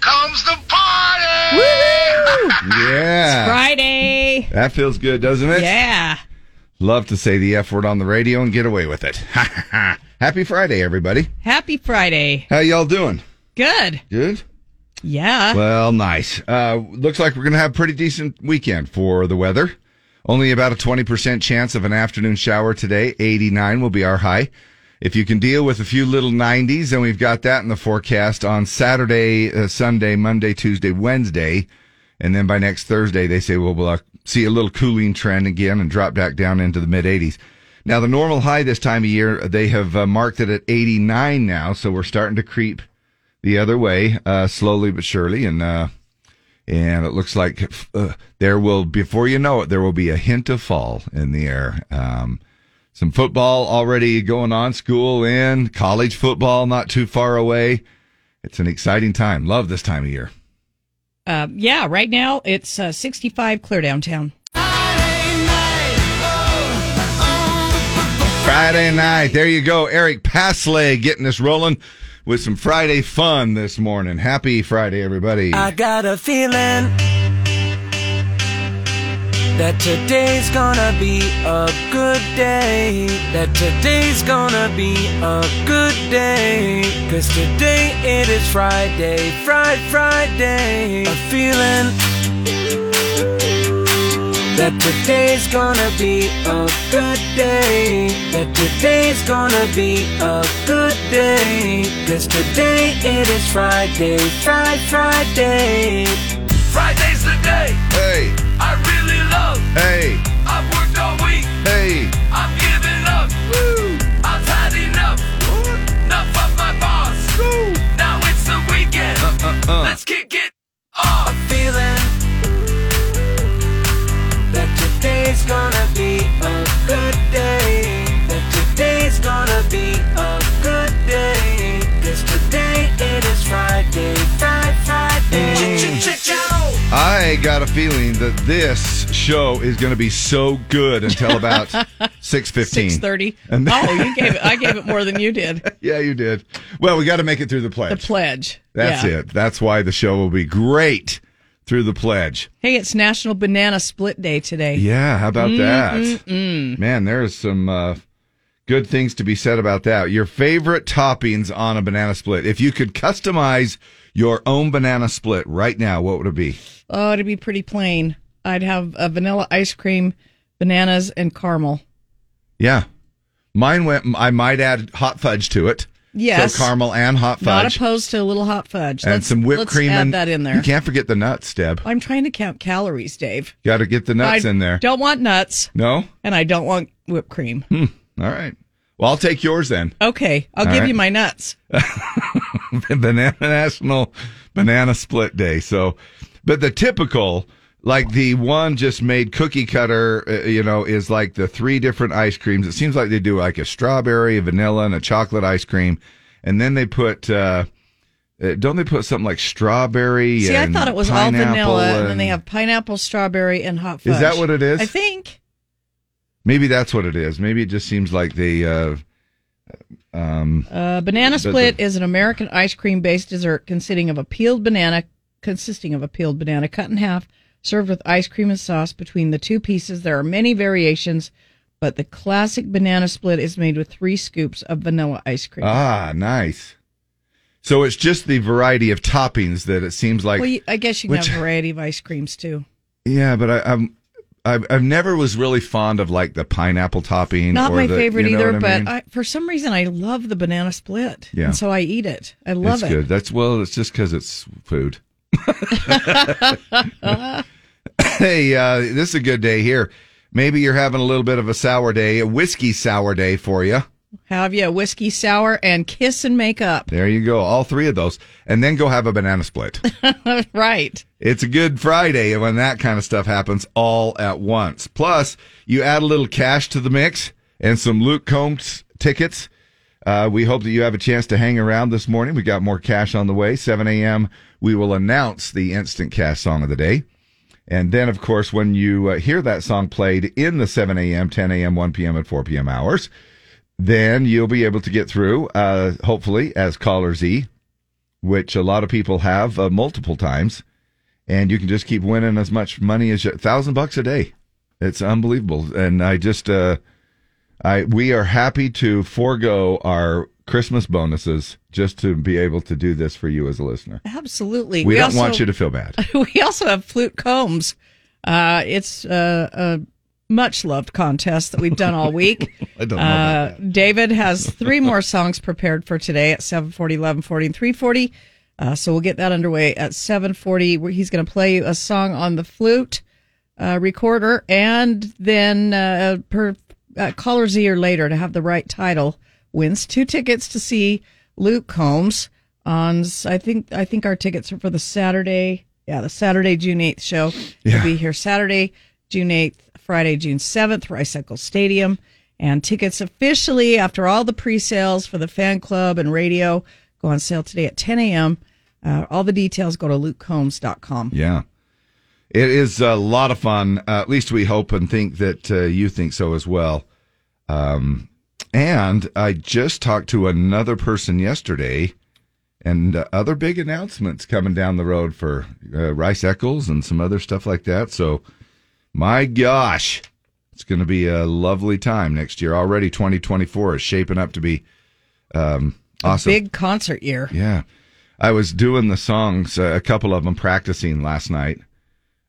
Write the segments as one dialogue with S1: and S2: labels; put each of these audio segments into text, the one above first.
S1: comes the party!
S2: Yeah.
S3: Friday.
S2: That feels good, doesn't it?
S3: Yeah.
S2: Love to say the F word on the radio and get away with it. Happy Friday, everybody.
S3: Happy Friday.
S2: How y'all doing?
S3: Good.
S2: Good?
S3: Yeah.
S2: Well, nice. Uh, looks like we're going to have a pretty decent weekend for the weather. Only about a 20% chance of an afternoon shower today. 89 will be our high. If you can deal with a few little 90s, then we've got that in the forecast on Saturday, uh, Sunday, Monday, Tuesday, Wednesday. And then by next Thursday, they say, well, we'll uh, see a little cooling trend again and drop back down into the mid 80s. Now, the normal high this time of year, they have uh, marked it at 89 now. So we're starting to creep the other way, uh, slowly but surely, and uh, and it looks like uh, there will before you know it there will be a hint of fall in the air. Um, some football already going on, school in, college football not too far away. It's an exciting time. Love this time of year.
S3: Uh, yeah. Right now it's uh, 65 clear downtown.
S2: Friday night. There you go. Eric Pasley getting us rolling with some Friday fun this morning. Happy Friday, everybody.
S4: I got a feeling that today's gonna be a good day. That today's gonna be a good day. Cause today it is Friday, Friday, Friday. A feeling that today's gonna be a good day. That today's gonna be a good day. Cause today it is Friday, Friday, Friday.
S1: Friday's the day
S2: hey,
S1: I really love.
S2: hey,
S1: I've worked all week.
S2: hey.
S1: I'm giving up. I've had enough. Enough of my boss. Now it's the weekend.
S4: Uh,
S1: Let's kick it off.
S4: feeling that today's gonna be a good day. That today's gonna be a good day. 'Cause today it is Friday, Friday, Friday.
S1: Ch-ch-ch-chow.
S2: I got a feeling that this show is going to be so good until about six fifteen.
S3: 630.
S2: And-
S3: oh, you gave it. I gave it more than you did.
S2: Yeah, you did. Well, we got to make it through the
S3: The
S2: pledge.
S3: pledge.
S2: That's
S3: Yeah.
S2: it. That's why the show will be great through the pledge.
S3: Hey, it's National Banana Split Day today.
S2: Yeah, how about that? Man, there is some uh, good things to be said about that. Your favorite toppings on a banana split. If you could customize your own banana split right now, what would it be?
S3: Oh, it'd be pretty plain. I'd have a vanilla ice cream, bananas, and caramel.
S2: Yeah. Mine went, I might add hot fudge to it.
S3: Yes.
S2: So caramel and hot fudge.
S3: Not opposed to a little hot fudge
S2: and
S3: Let's-
S2: some whipped
S3: let's
S2: cream
S3: Add
S2: and
S3: that in
S2: You
S3: there.
S2: can't forget the nuts, Deb.
S3: I'm trying to count calories, Dave.
S2: Got to get the nuts
S3: I
S2: in there.
S3: Don't want nuts,
S2: No,
S3: and I don't want whipped cream.
S2: all right. Well, I'll take yours then.
S3: Okay, I'll
S2: All
S3: give
S2: right.
S3: you my nuts.
S2: banana National Banana Split Day. So, but the typical, like the one just made cookie cutter, uh, you know, is like the three different ice creams. It seems like they do like a strawberry, a vanilla, and a chocolate ice cream, and then they put. uh uh, don't they put something like strawberry?
S3: See, I
S2: and
S3: thought it was all
S2: pineapple
S3: vanilla, and, then
S2: and-
S3: they have pineapple, strawberry, and hot fudge.
S2: Is that what it is?
S3: I think.
S2: Maybe that's what it is. Maybe it just seems like they. Uh, um,
S3: Uh, banana
S2: Does it-
S3: split is an American ice cream based dessert consisting of a peeled banana, consisting of a peeled banana cut in half, served with ice cream and sauce between the two pieces. There are many variations, but the classic banana split is made with three scoops of vanilla ice cream.
S2: ah, nice. So it's just the variety of toppings that it seems like.
S3: well, you, I guess you can
S2: which-
S3: have a variety of ice creams too.
S2: Yeah, but I, I'm I've, I've never was really fond of like the pineapple topping.
S3: Not
S2: or
S3: my
S2: the-
S3: favorite
S2: you know
S3: either,
S2: what I
S3: but
S2: mean?
S3: I, for some reason I love the banana split,
S2: Yeah.
S3: and so I eat it. I love
S2: it's
S3: it.
S2: good. That's well, it's just because it's food. hey, uh, this is a good day here. Maybe you're having a little bit of a sour day, a whiskey sour day for you.
S3: Have you a whiskey sour and kiss and make up?
S2: There you go, all three of those, and then go have a banana split.
S3: right.
S2: It's a good Friday when that kind of stuff happens all at once. Plus, you add a little cash to the mix and some Luke Combs tickets. Uh, we hope that you have a chance to hang around this morning. We got more cash on the way. 7 a.m. We will announce the instant cash song of the day. And then, of course, when you uh, hear that song played in the 7 a.m., 10 a.m., 1 p.m., and 4 p.m. hours, then you'll be able to get through, uh, hopefully, as caller Z which a lot of people have uh, multiple times, and you can just keep winning as much money as you, thousand bucks a day. It's unbelievable, and I just uh, I we are happy to forego our Christmas bonuses just to be able to do this for you as a listener.
S3: Absolutely.
S2: We, don't want you to feel bad.
S3: we also have Flute Combs. Uh, it's uh, a much loved contest that we've done all week.
S2: I don't know
S3: uh,
S2: about
S3: David has three more songs prepared for today at 740, 1140, and 340. Uh, so we'll get that underway at 740. where He's going to play you a song on the flute uh, recorder and then uh, per uh, caller's ear later to have the right title wins two tickets to see Luke Combs on s- I think I think our tickets are for the Saturday yeah the Saturday June 8th show
S2: Yeah.
S3: will be here Saturday June 8th Friday June 7th Ricycle Stadium and tickets officially after all the pre-sales for the fan club and radio go on sale today at 10 a.m. Uh, all the details go to lukecombs.com.
S2: Yeah. It is a lot of fun. Uh, at least we hope and think that uh, you think so as well. Um, and I just talked to another person yesterday, and uh, other big announcements coming down the road for uh, Rice Eccles and some other stuff like that. So, my gosh, it's going to be a lovely time next year. Already 2024 is shaping up to be um, awesome.
S3: Big concert year.
S2: Yeah. I was doing the songs, uh, a couple of them practicing last night.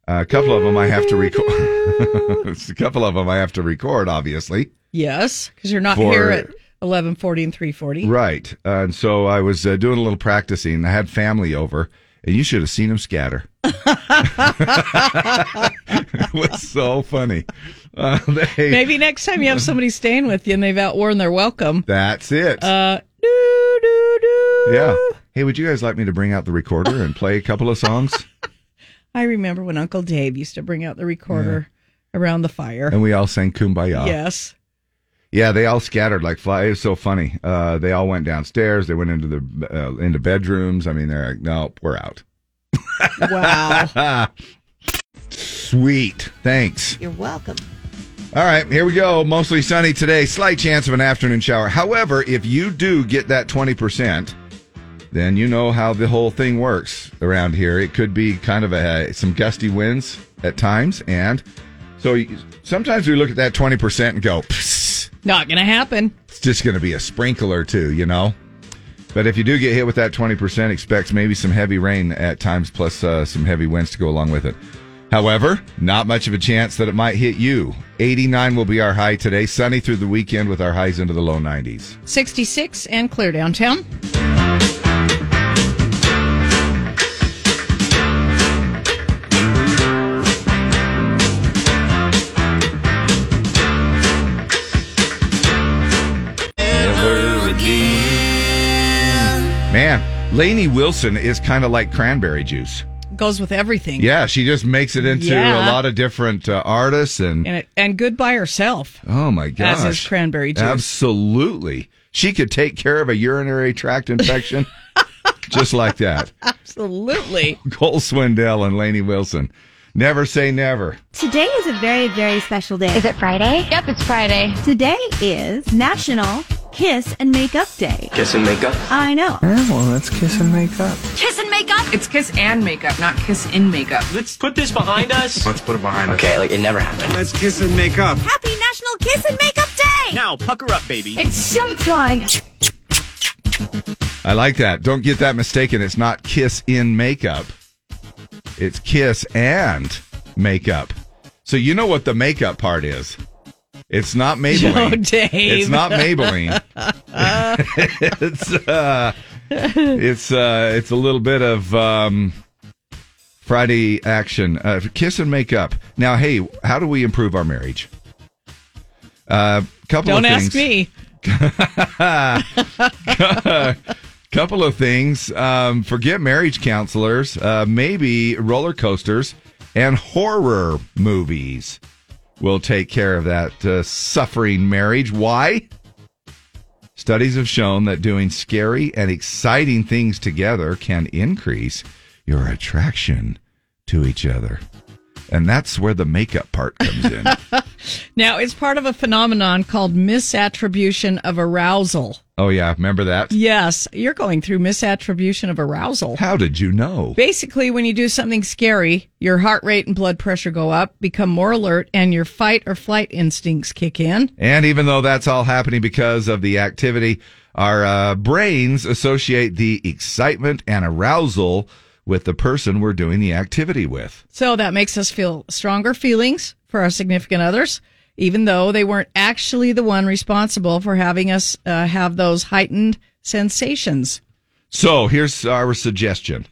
S2: Uh, a couple of them I have to record. a couple of them I have to record, obviously.
S3: Yes, because you're not
S2: For-
S3: here at eleven forty and three forty.
S2: Right. Uh, and so I was uh, doing a little practicing. I had family over, and you should have seen them scatter. it was so funny. Uh, they,
S3: Maybe next time you have somebody staying with you and they've outworn their welcome.
S2: That's it.
S3: Uh, doo, doo, doo.
S2: yeah. Hey, would you guys like me to bring out the recorder and play a couple of songs?
S3: I remember when Uncle Dave used to bring out the recorder around the fire.
S2: and we all sang Kumbaya.
S3: Yes,
S2: Yeah, they all scattered like flies. It was so funny. Uh, they all went downstairs. They went into the uh, into bedrooms. I mean, they're like, no, we're out.
S3: wow.
S2: Sweet, thanks.
S5: You're welcome.
S2: All right, here we go. Mostly sunny today. Slight chance of an afternoon shower. However, if you do get that twenty percent, then you know how the whole thing works around here. It could be kind of a some gusty winds at times, and so you- sometimes we look at that twenty percent and go. Psst,
S3: not gonna happen.
S2: it's just going to be a sprinkle or two, you know? But if you do get hit with that 20%, expect maybe some heavy rain at times, plus uh, some heavy winds to go along with it. However, not much of a chance that it might hit you. 89 will be our high today, sunny through the weekend with our highs into the low 90s.
S3: Sixty six and clear downtown.
S2: Mm. Man, Lainey Wilson is kind of like cranberry juice.
S3: Goes with everything.
S2: Yeah, she just makes it into
S3: Yeah.
S2: a lot of different uh, artists and
S3: And it, and good by herself.
S2: Oh my gosh.
S3: As is cranberry juice.
S2: Absolutely. She could take care of a urinary tract infection just like that.
S3: Absolutely.
S2: Cole Swindell and Laney Wilson. Never say never.
S6: Today is a very, very special day.
S7: Is it Friday? Yep, it's Friday.
S6: Today is National Kiss and Makeup Day.
S8: Kiss and make up.
S6: I know.
S4: well, let's kiss and make up.
S7: Kiss and makeup.
S9: It's kiss and makeup, not kiss in makeup.
S10: Let's put this behind us.
S11: Let's put it behind us.
S8: Okay, like it never happened.
S11: Let's kiss and make up.
S6: Happy National Kiss and Makeup Day!
S10: Now, pucker up, baby.
S7: It's showtime.
S2: I like that. Don't get that mistaken. It's not kiss in makeup. It's kiss and makeup. So you know what the makeup part is. It's not Maybelline.
S3: Oh, Dave.
S2: It's not Maybelline. it's uh, it's uh, it's a little bit of um, Friday action. Uh, kiss and make up. Now, hey, how do we improve our marriage? A uh, couple
S3: Don't
S2: of
S3: ask
S2: things.
S3: me.
S2: Couple of things. Um, forget marriage counselors. Uh, maybe roller coasters and horror movies will take care of that uh, suffering marriage. Why? Studies have shown that doing scary and exciting things together can increase your attraction to each other. And that's where the makeup part comes in.
S3: Now, it's part of a phenomenon called misattribution of arousal.
S2: Oh, yeah. Remember that?
S3: Yes, you're going through misattribution of arousal.
S2: How did you know?
S3: Basically, when you do something scary, your heart rate and blood pressure go up, become more alert, and your fight or flight instincts kick in.
S2: And even though that's all happening because of the activity, our uh, brains associate the excitement and arousal with the person we're doing the activity with.
S3: So that makes us feel stronger feelings for our significant others, even though they weren't actually the one responsible for having us uh, have those heightened sensations.
S2: So here's our suggestion.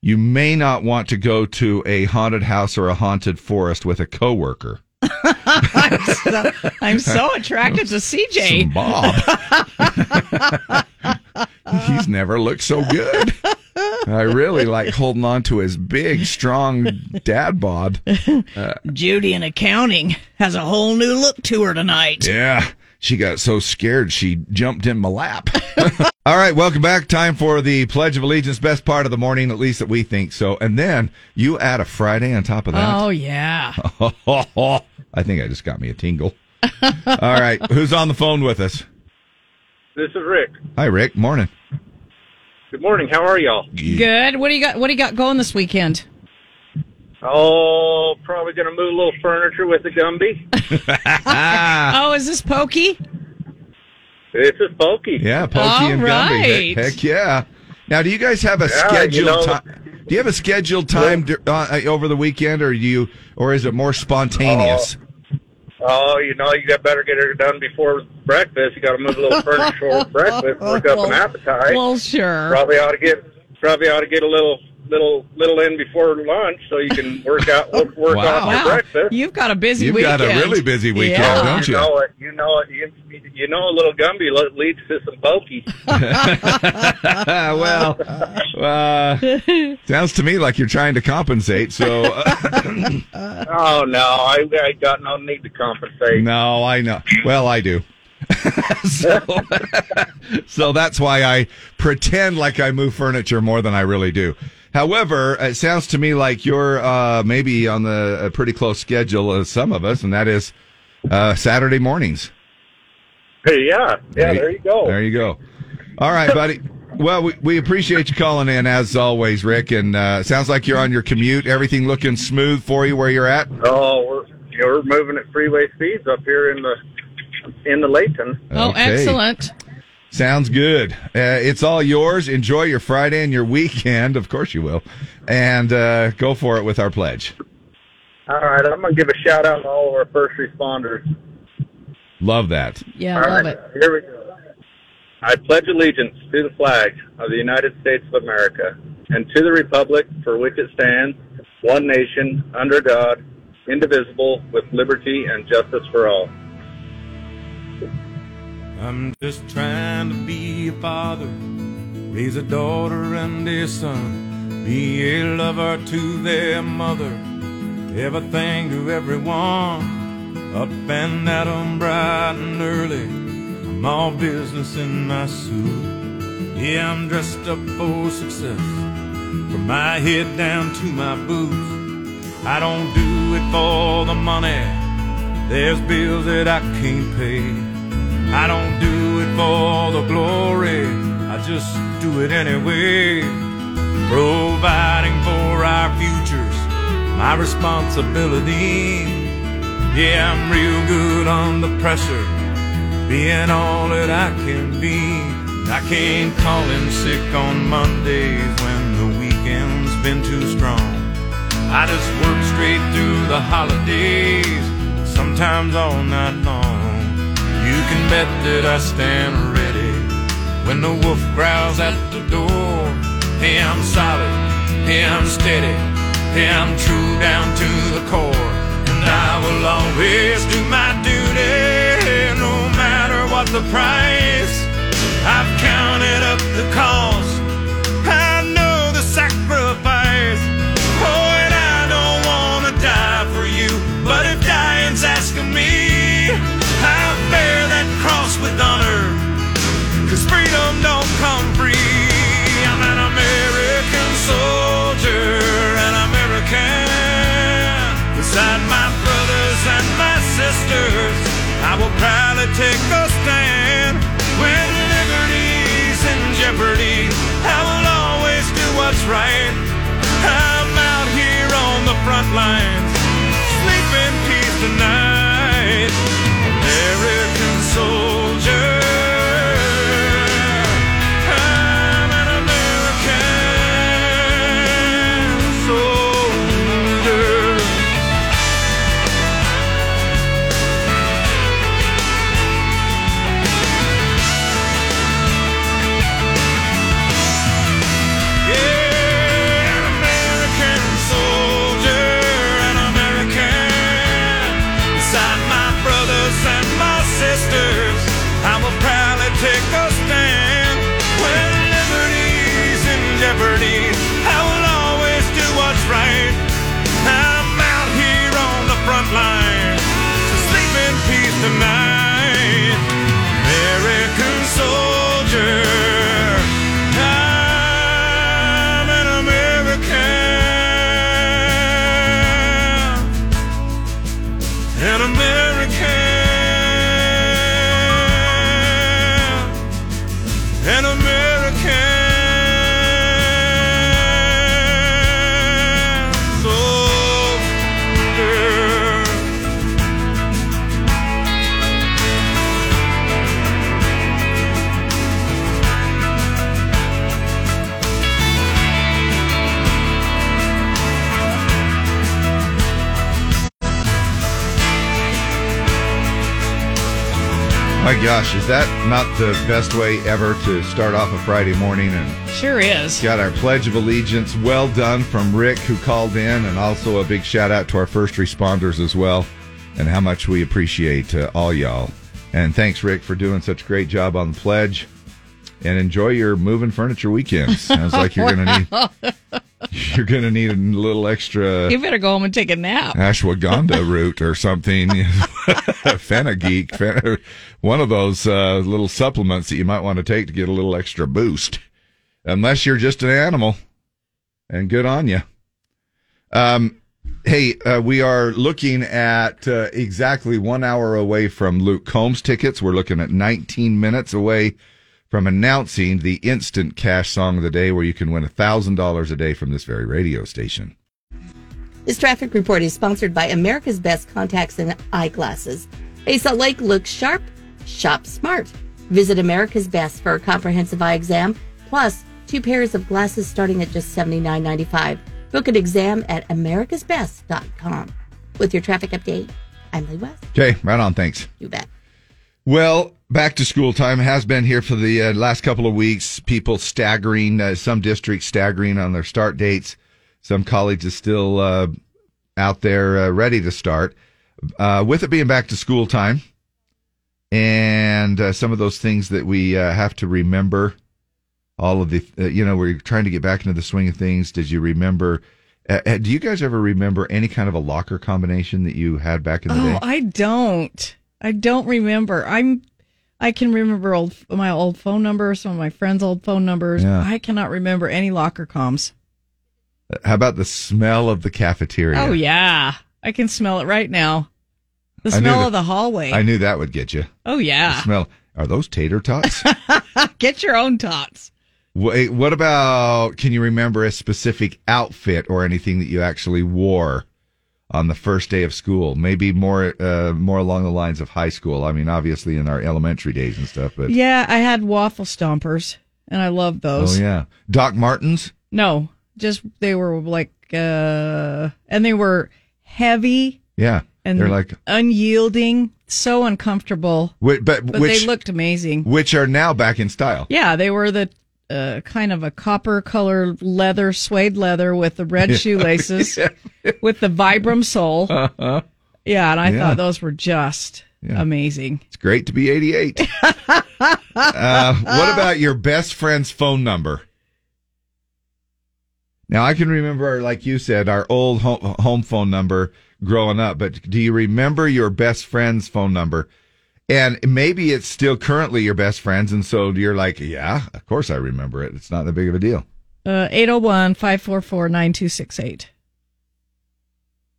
S2: You may not want to go to a haunted house or a haunted forest with a coworker.
S3: So- I'm so attracted to CJ.
S2: Bob. He's never looked so good. I really like holding on to his big, strong dad bod.
S3: Judy in accounting has a whole new look to her tonight.
S2: Yeah. She got so scared she jumped in my lap. All right, welcome back. Time for the Pledge of Allegiance, best part of the morning, at least that we think so. And then you add a Friday on top of that.
S3: Oh, yeah.
S2: I think I just got me a tingle. All right, who's on the phone with us?
S9: This is Rick.
S2: Hi, Rick. Morning.
S9: Good morning. How are y'all?
S3: Good. What do you got? What do you got going this weekend?
S9: Oh, probably gonna move a little furniture with the Gumby.
S2: Ah.
S3: Oh, is this Pokey?
S9: This is Pokey.
S2: Yeah, Pokey
S3: All
S2: and Gumby. Heck-
S3: right.
S2: Heck, yeah. Now, do you guys have a
S9: Yeah,
S2: scheduled
S9: you know-
S2: time? Do you have a scheduled time dur- uh, over the weekend, or you, or is it more spontaneous?
S9: Oh, you know, you got better get it done before breakfast. You got to move a little furniture with breakfast, work up an appetite.
S3: Well, sure.
S9: Probably ought to get probably ought to get a little little little in before lunch so you can work out work, work
S2: Wow.
S9: off your
S3: Wow,
S9: breakfast.
S3: you've got a busy
S2: You've
S3: weekend.
S2: got a really busy weekend,
S3: Yeah.
S2: don't you?
S9: You know it. You know it. You, you know a little Gumby le- leads to some Pokey.
S2: Ah, well, uh, sounds to me like you're trying to compensate. So, uh,
S9: oh no, I, I got no need to compensate.
S2: no, I know. Well, I do. so, so that's why I pretend like I move furniture more than I really do. However, it sounds to me like you're uh, maybe on the a pretty close schedule as some of us, and that is uh, Saturday mornings.
S9: Hey, yeah, yeah.
S2: Right.
S9: There you go.
S2: There you go. All right, buddy. Well, we, we appreciate you calling in as always, Rick. And uh, sounds like you're on your commute. Everything looking smooth for you where you're at.
S9: oh, we're you know, we're moving at freeway speeds up here in the in the Layton.
S3: Oh,
S2: Okay.
S3: excellent.
S2: Sounds good. Uh, it's all yours. Enjoy your Friday and your weekend. Of course you will. And uh, go for it with our pledge.
S9: All right, I'm gonna give a shout out to all of our first responders.
S2: Love that.
S3: Yeah,
S9: All
S3: I
S9: right,
S3: love it.
S9: Here we go. I pledge allegiance to the flag of the United States of America and to the republic for which it stands, one nation under God, indivisible, with liberty and justice for all.
S8: I'm just trying to be a father, raise a daughter and a son, be a lover to their mother, everything to everyone. Up and at 'em bright and early, I'm all business in my suit. Yeah, I'm dressed up for success, from my head down to my boots. I don't do it for the money, there's bills that I can't pay. I don't do it for the glory, I just do it anyway. Providing for our futures, my responsibility. Yeah, I'm real good under pressure, being all that I can be. I can't call in sick on Mondays when the weekend's been too strong. I just work straight through the holidays, sometimes all night long. You can bet that I stand ready when the wolf growls at the door. Hey, I'm solid, hey, I'm steady, hey, I'm true down to the core. And I will always do my duty, no matter what the price. I've counted up the cost. I know the sacrifice. Oh, and I don't wanna die for you, but if dying's asking me, I bear that cross with honor. Cause freedom don't come free. I'm an American soldier, an American. Beside my brothers and my sisters.
S12: take a stand when liberty's in jeopardy. I will always do what's right. I'm out here on the front lines, sleep in peace tonight, American soldier. I'm an American soldier. Yeah, an American soldier, an American. Beside my brothers and my sisters, I will proudly take a stand. When liberty's in jeopardy, I will always do what's right. I'm out here on the front line, so sleep in peace tonight. American soldier. I'm an American. An American. An American. Soldier.
S2: My gosh, is that not the best way ever to start off a Friday morning? And
S3: Sure is.
S2: got our Pledge of Allegiance. Well done from Rick, who called in, and also a big shout out to our first responders as well, and how much we appreciate uh, all y'all. And thanks, Rick, for doing such a great job on the pledge. And enjoy your moving furniture weekend. Sounds like you're gonna need
S3: Wow.
S2: you're gonna need a little extra
S3: You better go home and take a nap.
S2: ashwagandha root or something, Fenageek, Fen- one of those uh, little supplements that you might want to take to get a little extra boost, unless you're just an animal, and good on you. Um, hey, uh, we are looking at uh, exactly one hour away from Luke Combs tickets. We're looking at 19 minutes away from announcing the instant cash song of the day, where you can win $1,000 a day from this very radio station.
S11: This traffic report is sponsored by America's Best Contacts and Eyeglasses. Hey, Salt Lake, look sharp, shop smart. Visit America's Best for a comprehensive eye exam, plus two pairs of glasses starting at just $79.95. Book an exam at americasbest.com. With your traffic update, I'm Lee West.
S2: Okay, right on. Thanks.
S11: You bet.
S2: Well, back to school time has been here for the uh, last couple of weeks. People staggering, uh, some districts staggering on their start dates. Some colleges still uh, out there uh, ready to start. Uh, with it being back to school time and uh, some of those things that we uh, have to remember, all of the, uh, you know, we're trying to get back into the swing of things. Did you remember? Uh, uh, do you guys ever remember any kind of a locker combination that you had back in the
S3: Oh,
S2: day?
S3: I don't. I don't remember. I'm. I can remember old my old phone number, some of my friends' old phone numbers.
S2: Yeah.
S3: I cannot remember any locker comms.
S2: How about the smell of the cafeteria?
S3: Oh yeah, I can smell it right now. The
S2: I knew
S3: smell
S2: that-
S3: of the hallway.
S2: I knew that would get you.
S3: Oh
S2: The
S3: yeah,
S2: smell. Are those tater tots?
S3: get your own tots.
S2: Wait, what about? Can you remember a specific outfit or anything that you actually wore on the first day of school? Maybe more, uh, more along the lines of high school. I mean, obviously in our elementary days and stuff. But
S3: Yeah, I had waffle stompers, and I love
S2: oh
S3: those.
S2: yeah, Doc Martens.
S3: No, just they were like, uh and they were heavy
S2: Yeah,
S3: and
S2: they're like,
S3: unyielding, so uncomfortable.
S2: wait, but,
S3: But
S2: which
S3: they looked amazing.
S2: which are now back in style.
S3: Yeah, they were the uh, kind of a copper color leather, suede leather with the red
S2: Yeah.
S3: shoelaces, with the Vibram sole.
S2: Uh-huh.
S3: Yeah, and I
S2: Yeah.
S3: thought those were just
S2: Yeah.
S3: amazing.
S2: It's great to be eighty-eight. uh, what about your best friend's phone number? Now I can remember, like you said, our old home, home phone number growing up. But do you remember your best friend's phone number? And maybe it's still currently your best friend's, and so you're like, yeah, of course I remember it. It's not that big of a deal.
S3: oh Uh, 801 544 9268.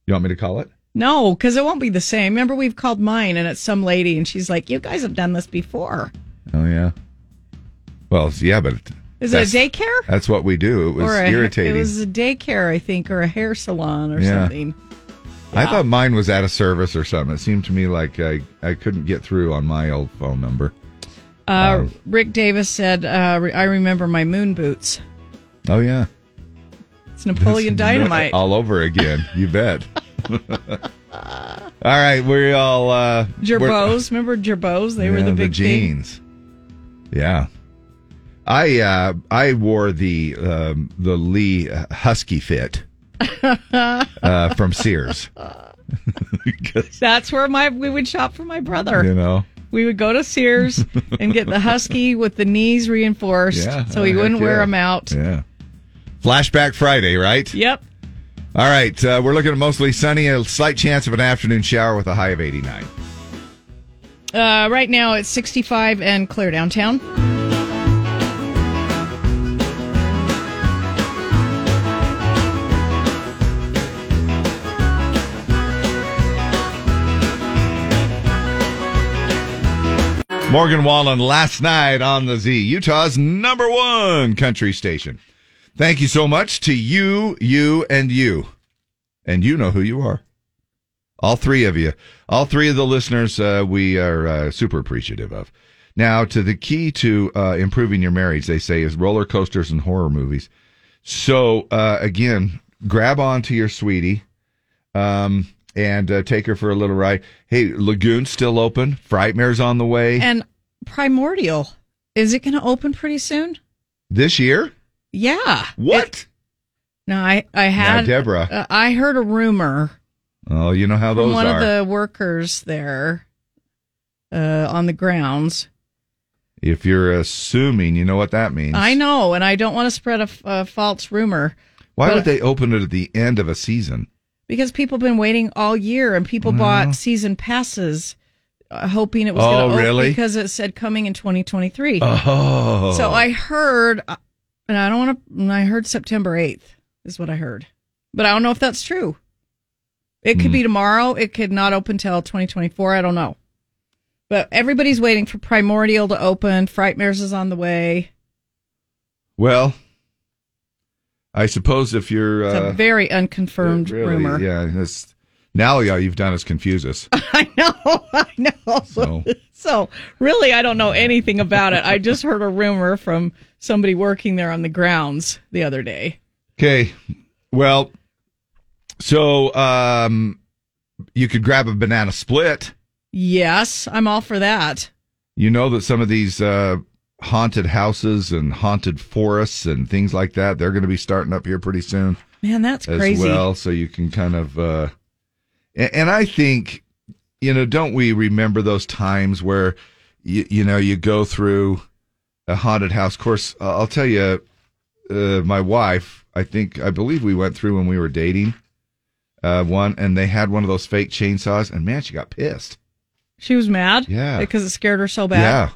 S2: You want me to call it?
S3: No, because it won't be the same. Remember, we've called mine, and it's some lady, and she's like, "You guys have done this before."
S2: Oh yeah. Well, yeah, but
S3: Is it a
S2: that's-
S3: daycare?
S2: That's what we do. It was
S3: or a,
S2: irritating.
S3: It was a daycare, I think, or a hair salon or
S2: Yeah.
S3: something.
S2: I thought mine was out of service or something. It seemed to me like I, I couldn't get through on my old phone number.
S3: Uh, Rick Davis said, uh, re- "I remember my moon boots.
S2: Oh yeah,
S3: It's Napoleon Dynamite."
S2: all over again. You bet. all right, we all uh, we're-
S3: Gerbos, remember Gerbos? They were
S2: Yeah,
S3: the big thing.
S2: jeans. Yeah, I uh, I wore the um, the Lee uh, Husky fit uh, from Sears. 'Cause,
S3: That's where my we would shop for my brother.
S2: you know,
S3: We would go to Sears and get the husky with the knees reinforced,
S2: Yeah, oh,
S3: so he
S2: heck
S3: wouldn't wear
S2: yeah.
S3: them out.
S2: Yeah. Flashback Friday, right?
S3: Yep.
S2: All right, uh, we're looking at mostly sunny, a slight chance of an afternoon shower with a high of 89.
S3: Uh, right now it's 65 and clear downtown.
S2: Morgan Wallen last night on the Z, Utah's number one country station. Thank you so much to you, you, and you. And you know who you are. All three of you, all three of the listeners, uh, we are uh, super appreciative of. Now, to the key to uh, improving your marriage, they say, is roller coasters and horror movies. So, uh, again, grab onto your sweetie um, and uh, take her for a little ride. Hey, Lagoon's still open. Frightmare's on the way.
S3: And Primordial, is it going to open pretty soon?
S2: This year?
S3: Yeah.
S2: What?
S3: no, I I had
S2: Deborah.
S3: Uh, I heard a rumor
S2: Oh, you know how
S3: from
S2: those
S3: one
S2: are.
S3: of the workers there uh, on the grounds.
S2: if you're assuming, you know what that means.
S3: I know, and I don't want to spread a, f- a false rumor.
S2: Why
S3: but-
S2: would they open it at the end of a season?
S3: Because people have been waiting all year, and people
S2: Well.
S3: bought season passes, uh, hoping it was
S2: Mm-hmm. Oh,
S3: going to
S2: really?
S3: open because it said coming in 2023.
S2: Oh.
S3: So I heard, uh, and I don't want to. I heard September 8th is what I heard, but I don't know if that's true. It could
S12: Hmm.
S3: be tomorrow. It could not open till 2024. I don't know. But everybody's waiting for Primordial to open. Frightmares is on the way.
S2: Well, I suppose if you're
S3: It's
S2: uh,
S3: a very unconfirmed
S2: really-
S3: rumor.
S2: yeah, that's, now all you've done is confuse us.
S3: I know.
S2: So.
S3: So, really, I don't know anything about it. I just heard a rumor from somebody working there on the grounds the other day.
S2: Okay. Well, so um, you could grab a banana split.
S3: Yes, I'm all for that.
S2: You know that some of these uh, haunted houses and haunted forests and things like that, they're going to be starting up here pretty soon.
S3: Man, that's
S2: as
S3: crazy.
S2: well. So you can kind of, uh, and, and I think, you know, don't we remember those times where, you, you know, you go through a haunted house? Of course, uh, I'll tell you, uh, my wife, I think, I believe we went through when we were dating uh, one, and they had one of those fake chainsaws, and man, she got pissed.
S3: She was mad.
S2: Yeah.
S3: Because it scared her so bad.
S2: Yeah.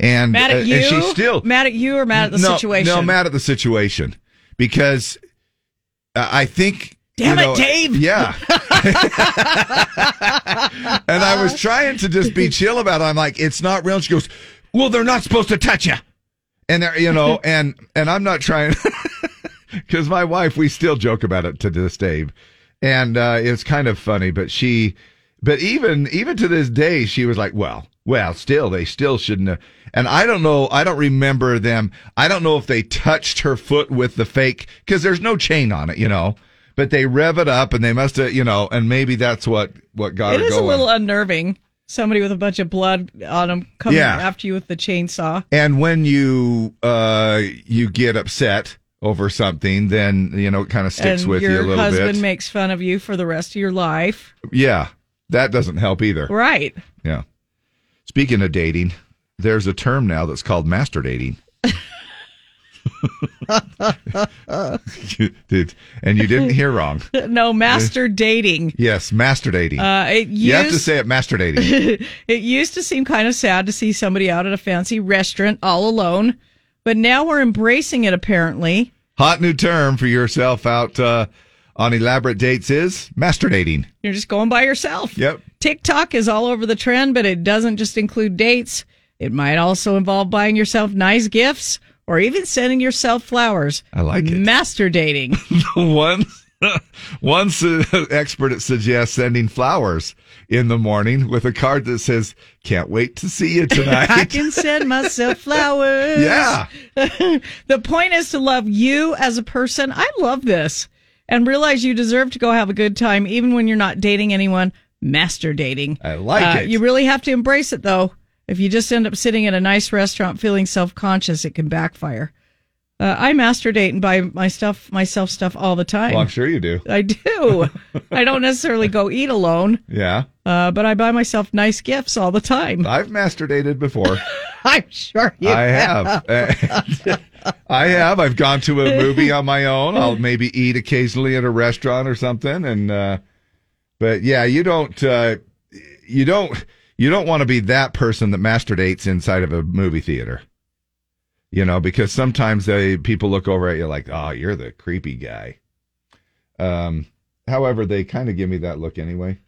S2: And,
S3: Mad
S2: uh,
S3: at you?
S2: and she still
S3: mad at you or mad at the
S2: no,
S3: situation?
S2: No, mad at the situation because uh, I think.
S3: Damn
S2: you
S3: it,
S2: know,
S3: Dave!
S2: Yeah. and I was trying to just be chill about it. I'm like, it's not real. And she goes, well, they're not supposed to touch you. And they're, you know, and and I'm not trying because my wife, we still joke about it to this day, and uh, it's kind of funny. But she, but even even to this day, she was like, "Well, well, still, they still shouldn't." have. And I don't know, I don't remember them. I don't know if they touched her foot with the fake because there's no chain on it, you know. But they rev it up, and they must have, you know, and maybe that's what what got
S3: It
S2: her
S3: is
S2: going.
S3: a little unnerving. Somebody with a bunch of blood on them coming
S2: Yeah.
S3: after you with the chainsaw.
S2: And when you uh you get upset over something, then you know it kind of sticks
S3: and
S2: with
S3: your
S2: you a little
S3: husband
S2: bit.
S3: makes fun of you for the rest of your life.
S2: yeah, that doesn't help either.
S3: Right.
S2: Yeah. Speaking of dating, there's a term now that's called master dating. Dude, and you didn't hear wrong.
S3: no, master dating.
S2: Yes, master dating.
S3: Uh, it
S2: you have to
S3: used-
S2: say it master dating.
S3: it used to seem kind of sad to see somebody out at a fancy restaurant all alone, but now we're embracing it apparently.
S2: Hot new term for yourself out uh, on elaborate dates is masturbating.
S3: You're just going by yourself.
S2: Yep.
S3: TikTok is all over the trend, but it doesn't just include dates. It might also involve buying yourself nice gifts or even sending yourself flowers.
S2: I like it.
S3: Master dating.
S2: one one su- expert suggests sending flowers in the morning with a card that says "Can't wait to see you
S3: I
S2: tonight."
S3: can send myself flowers.
S2: Yeah.
S3: the point is to love you as a person. I love this. And realize you deserve to go have a good time, even when you're not dating anyone. Master dating. Uh,
S2: I like it.
S3: You really have to embrace it, though. If you just end up sitting at a nice restaurant feeling self conscious, it can backfire. Uh, I master date and buy my stuff, myself stuff all the time.
S2: well, I'm sure you do.
S3: I do. I don't necessarily go eat alone,
S2: Yeah,
S3: uh, but I buy myself nice gifts all the time.
S2: I've masturbated before.
S3: I'm sure you
S2: I have. And I have. I've gone to a movie on my own. I'll maybe eat occasionally at a restaurant or something. And uh, but yeah, you don't. Uh, you don't. You don't want to be that person that masturbates inside of a movie theater. You know, because sometimes they people look over at you like, "Oh, you're the creepy guy." Um. However, they kind of give me that look anyway.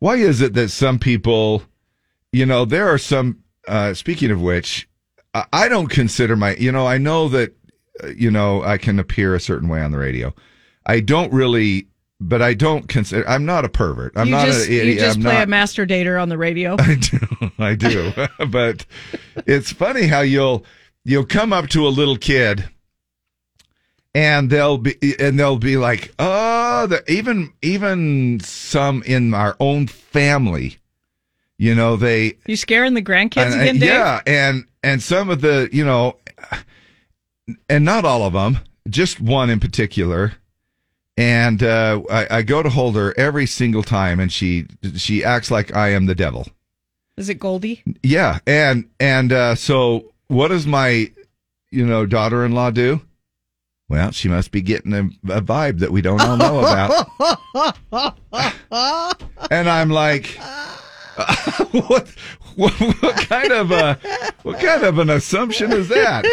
S2: Why is it that some people? you know, there are some. Uh, speaking of which, I, I don't consider my. You know, I know that uh, you know I can appear a certain way on the radio. I don't really, but I don't consider. I'm not a pervert. I'm
S3: you
S2: not.
S3: just,
S2: a,
S3: you just
S2: I'm
S3: play
S2: not,
S3: a master dater on the radio.
S2: I do, but it's funny how you'll you'll come up to a little kid, and they'll be and they'll be like, oh, the, even even some in our own family, you know, they
S3: you scaring the grandkids
S2: and-
S3: again,
S2: and-
S3: Dave?
S2: Yeah, and and some of the you know, and not all of them, just one in particular. And uh, I, I go to hold her every single time, and she she acts like I am the devil.
S3: Is it Goldie?
S2: Yeah, and and uh, so what does my you know daughter-in-law do? Well, she must be getting a, a vibe that we don't all know about. and I'm like, what, what, what kind of a, what kind of an assumption is that?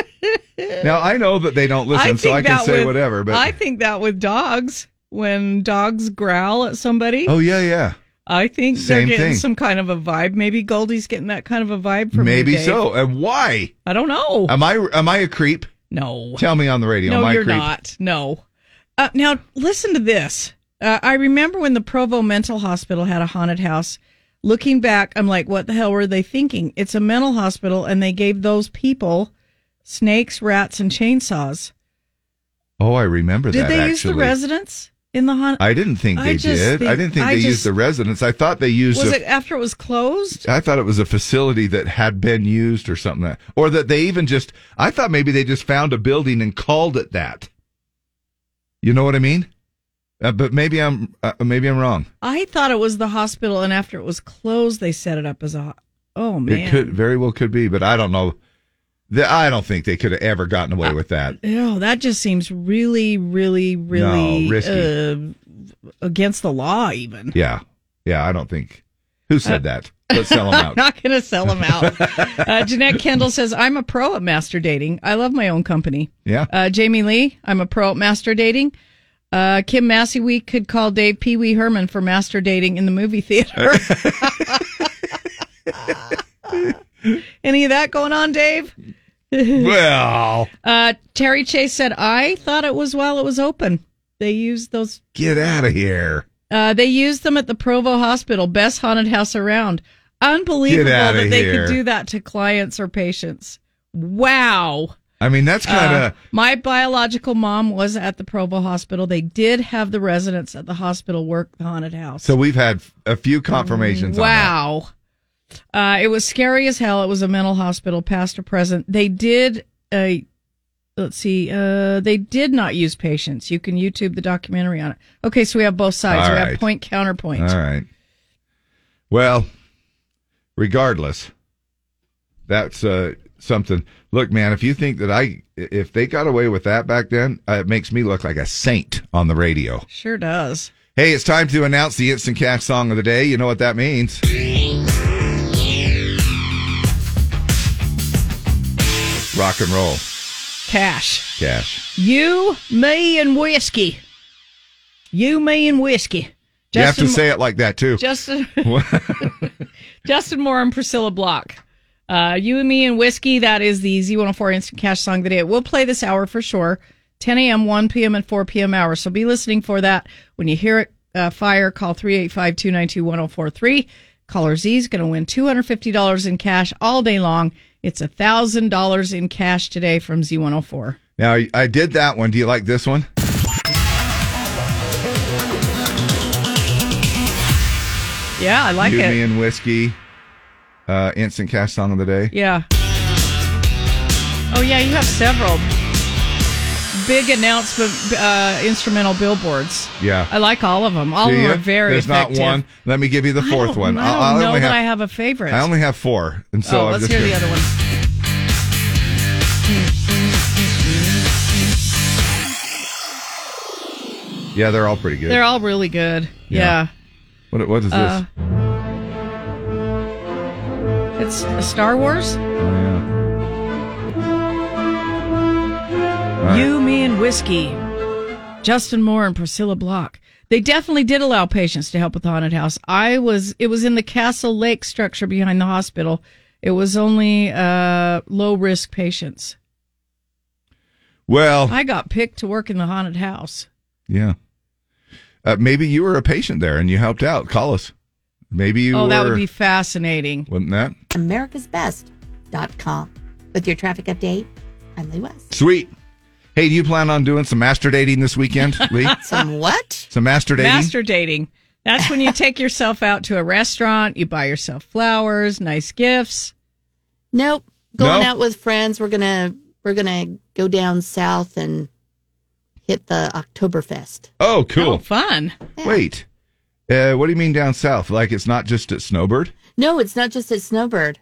S2: Now I know that they don't listen, so I can
S3: that
S2: say
S3: with-
S2: whatever. But
S3: I think that with dogs, when dogs growl at somebody.
S2: oh yeah, yeah,
S3: I think
S2: Same
S3: they're getting
S2: thing.
S3: some kind of a vibe. Maybe Goldie's getting that kind of a vibe from you,
S2: maybe
S3: Dave.
S2: so. And why?
S3: I don't know.
S2: Am I am I a creep?
S3: No.
S2: Tell me on the radio.
S3: No,
S2: am I a
S3: you're
S2: creep?
S3: not. No. Uh, now listen to this. Uh, I remember when the Provo Mental Hospital had a haunted house. Looking back, I'm like, what the hell were they thinking? It's a mental hospital, and they gave those people snakes, rats, and chainsaws.
S2: Oh, I remember
S3: Did
S2: that.
S3: they
S2: actually.
S3: use the residents in the haunted?
S2: I didn't think
S3: I
S2: they
S3: just
S2: did. I
S3: think-
S2: didn't think
S3: I
S2: they
S3: just-
S2: used the residents. I thought they used.
S3: Was
S2: a-
S3: it after it was closed?
S2: I thought it was a facility that had been used or something, that, or that they even just. I thought maybe they just found a building and called it that. You know what I mean? Uh, but maybe I'm uh, maybe I'm wrong.
S3: I thought it was the hospital, and after it was closed, they set it up as a. ho- Oh man!
S2: It could very well could be, but I don't know. The, I don't think they could have ever gotten away with that.
S3: Ew, that just seems really, really, really
S2: risky.
S3: Uh, against the law. Even
S2: Yeah, yeah, I don't think. Who said that? Let's sell them
S3: Uh, I'm
S2: out.
S3: not going to sell them out. uh, Jeanette Kendall says, "I'm a pro at master dating. I love my own company."
S2: Yeah.
S3: Uh, Jamie Lee, I'm a pro at master dating. Uh, Kim Massey, we could call Dave Pee Wee Herman for master dating in the movie theater. Any of that going on, Dave?
S2: well,
S3: Uh, Terry Chase said, I thought it was while it was open. They used those.
S2: get out of here.
S3: Uh, they used them at the Provo Hospital, best haunted house around. Unbelievable
S2: Get outta
S3: that they
S2: here.
S3: could do that to clients or patients. Wow.
S2: I mean, that's kind of.
S3: Uh, my biological mom was at the Provo Hospital. They did have the residents at the hospital work the haunted house.
S2: so we've had a few confirmations. on that.
S3: mm, Wow. Uh, it was scary as hell. It was a mental hospital, past or present. They did, uh, let's see, uh, they did not use patients. You can YouTube the documentary on it. Okay, so we have both sides.
S2: All
S3: we
S2: right.
S3: have point, counterpoint.
S2: All right. Well, regardless, that's uh, something. Look, man, if you think that I, if they got away with that back then, uh, it makes me look like a saint on the radio.
S3: Sure does.
S2: Hey, it's time to announce the Instant Cash Song of the Day. You know what that means. Rock and roll.
S3: Cash.
S2: Cash.
S3: You, me, and whiskey. You, me, and whiskey.
S2: you have to say it like that too.
S3: Justin,
S2: What?
S3: Justin Moore and Priscilla Block. Uh, you and me and whiskey. That is the Z104 Instant Cash song that it will play this hour for sure. 10 a.m., 1 p.m., and 4 p.m. hour. So be listening for that. When you hear it uh, fire, call 385 292 1043. Caller Z is going to win $250 in cash all day long. It's $1,000 in cash today from Z104.
S2: now I- I did that one. Do you like this one?
S3: Yeah, I like
S2: you,
S3: it.
S2: me, and whiskey. Uh, instant cash song of the day.
S3: Yeah. Oh, yeah, you have several big announcement uh, instrumental billboards.
S2: Yeah.
S3: I like all of them. All
S2: Do
S3: of them
S2: you?
S3: are very
S2: There's
S3: effective.
S2: not one. Let me give you the fourth one.
S3: I don't
S2: I- I
S3: know
S2: only
S3: that
S2: have-
S3: I have a favorite.
S2: I only have four, and so
S3: oh,
S2: I'm
S3: let's
S2: just
S3: hear
S2: gonna-
S3: the other one.
S2: Yeah, they're all pretty good.
S3: They're all really good. Yeah.
S2: What, what is this?
S3: Uh, Uh, It's Star Wars.
S2: oh, yeah. right.
S3: You, me, and whiskey. Justin Moore and Priscilla Block. They definitely did allow patients to help with the haunted house. I was. It was in the Castle Lake structure behind the hospital. It was only uh, low risk patients.
S2: Well,
S3: I got picked to work in the haunted house.
S2: yeah. Uh, maybe you were a patient there and you helped out. Call us. Maybe you
S3: oh,
S2: were.
S3: that would be fascinating.
S2: Wouldn't that?
S11: America'sBest.com. With your traffic update, I'm Lee West.
S2: Sweet. Hey, do you plan on doing some master dating this weekend, Lee?
S11: Some what?
S2: Some master dating?
S3: Master dating. That's when you take yourself out to a restaurant, you buy yourself flowers, nice gifts.
S11: Nope. Going
S3: No?
S11: out with friends. We're gonna we're gonna go down south and hit the Oktoberfest.
S2: oh, cool.
S3: fun.
S2: Wait. Uh, what do you mean down south? Like it's not just at Snowbird?
S11: No, it's not just at Snowbird.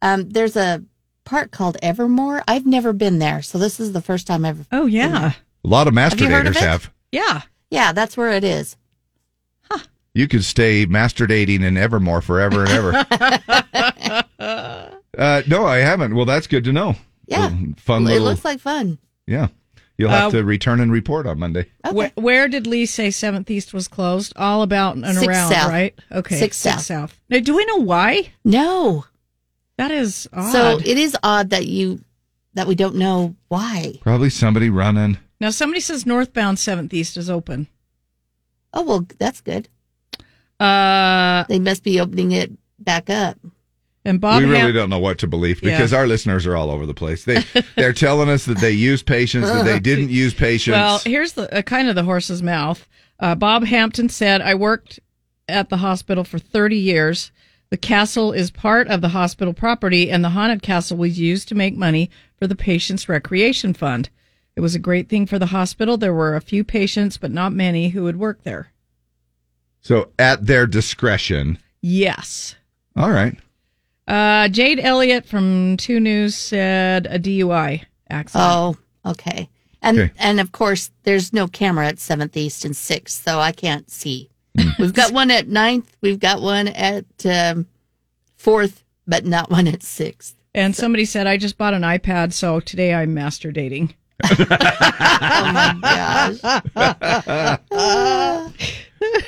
S11: Um, there's a park called Evermore. I've never been there, so this is the first time I've.
S3: Oh yeah,
S2: A lot of master
S11: Have you heard of
S2: daters
S11: it?
S2: have.
S3: yeah,
S11: yeah. That's where it is.
S2: You could stay master dating in Evermore forever and ever. uh, no, I haven't. Well, that's good to know.
S11: Yeah.
S2: Well, fun
S11: it
S2: little.
S11: looks like fun.
S2: yeah. You'll have
S3: Uh,
S2: to return and report on Monday.
S3: Wh- Where, did Lee say Seventh East was closed? All about and
S11: Sixth
S3: around,
S11: South.
S3: right? Okay,
S11: Sixth
S3: Sixth
S11: South.
S3: Now, do we know why?
S11: No,
S3: that is odd.
S11: So it is odd that you that we don't know why.
S2: Probably somebody running.
S3: now somebody says northbound Seventh East is open.
S11: Oh well, that's good.
S3: Uh,
S11: they must be opening it back up.
S3: And Bob
S2: we really
S3: Ham-
S2: don't know what to believe
S3: Yeah.
S2: because our listeners are all over the place. They they're telling us that they use patients, that they didn't use patients.
S3: Well, here's the uh, kind of the horse's mouth. Uh, Bob Hampton said, "I worked at the hospital for 30 years. The castle is part of the hospital property, and the haunted castle was used to make money for the patients' recreation fund. It was a great thing for the hospital. There were a few patients, but not many, who would work there.
S2: so at their discretion.
S3: Yes."
S2: All right.
S3: Uh, Jade Elliott from Two News said a DUI accident.
S11: Oh, okay. And
S3: Okay.
S11: and of course, there's no camera at Seventh East and Sixth, so I can't see. We've got one at Ninth. We've got one at um, Fourth, but not one at Sixth.
S3: And somebody said, I just bought an iPad, so today I'm master dating.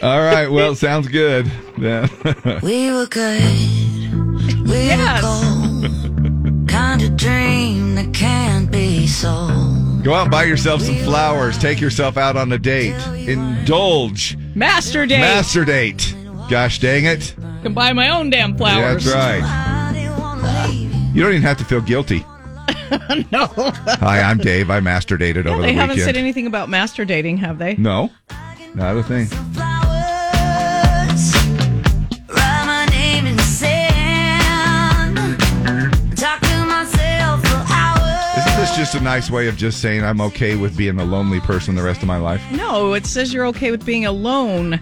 S2: All right. Well, sounds good. Yeah.
S12: We were good. We were gold. kind of dream that can't be sold.
S2: Go out and buy yourself some flowers. Take yourself out on a date. Indulge.
S3: Master date.
S2: Master date. Gosh dang it.
S3: Can buy my own damn flowers.
S2: That's right. You don't even have to feel guilty.
S3: no.
S2: Hi, I'm Dave. I master dated over the
S3: they
S2: weekend.
S3: haven't said anything about master dating, have they?
S2: no, not a thing.
S12: Write my name in the sand. Talk to myself for hours.
S2: Isn't this just a nice way of just saying I'm okay with being a lonely person the rest of my life?
S3: No, it says you're okay with being alone.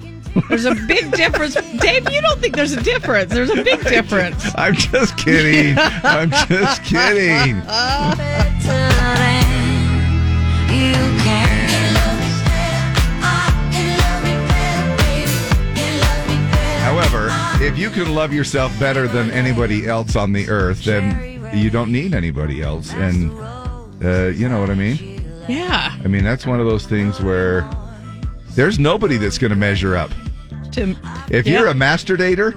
S3: There's a big difference. Dave, you don't think there's a difference. There's a big difference.
S2: I'm just kidding. I'm just kidding. However, if you can love yourself better than anybody else on the earth, then you don't need anybody else. And Uh, you know what I mean?
S3: Yeah.
S2: I mean, that's one of those things where there's nobody that's going to measure up.
S3: To,
S2: If
S3: yeah.
S2: you're a master dater,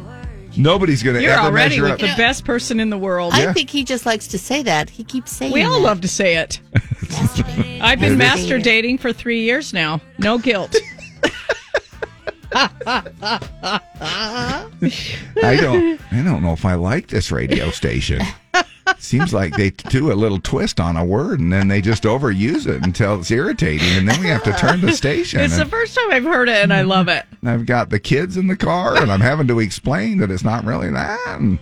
S2: nobody's going to
S3: You're
S2: ever
S3: already
S2: measure
S3: with
S2: up.
S3: the best person in the world.
S11: I think he just likes to say that. He keeps saying
S3: we all
S11: that.
S3: love to say it. I've been
S11: Master
S3: master
S11: dater.
S3: dating for three years now. No guilt.
S2: I don't. I don't know if I like this radio station. Seems like they do a little twist on a word and then they just overuse it until it's irritating, and then we have to turn the station.
S3: It's the
S2: and
S3: first time I've heard it, and I love it.
S2: I've got the kids in the car, and I'm having to explain that it's not really that, and,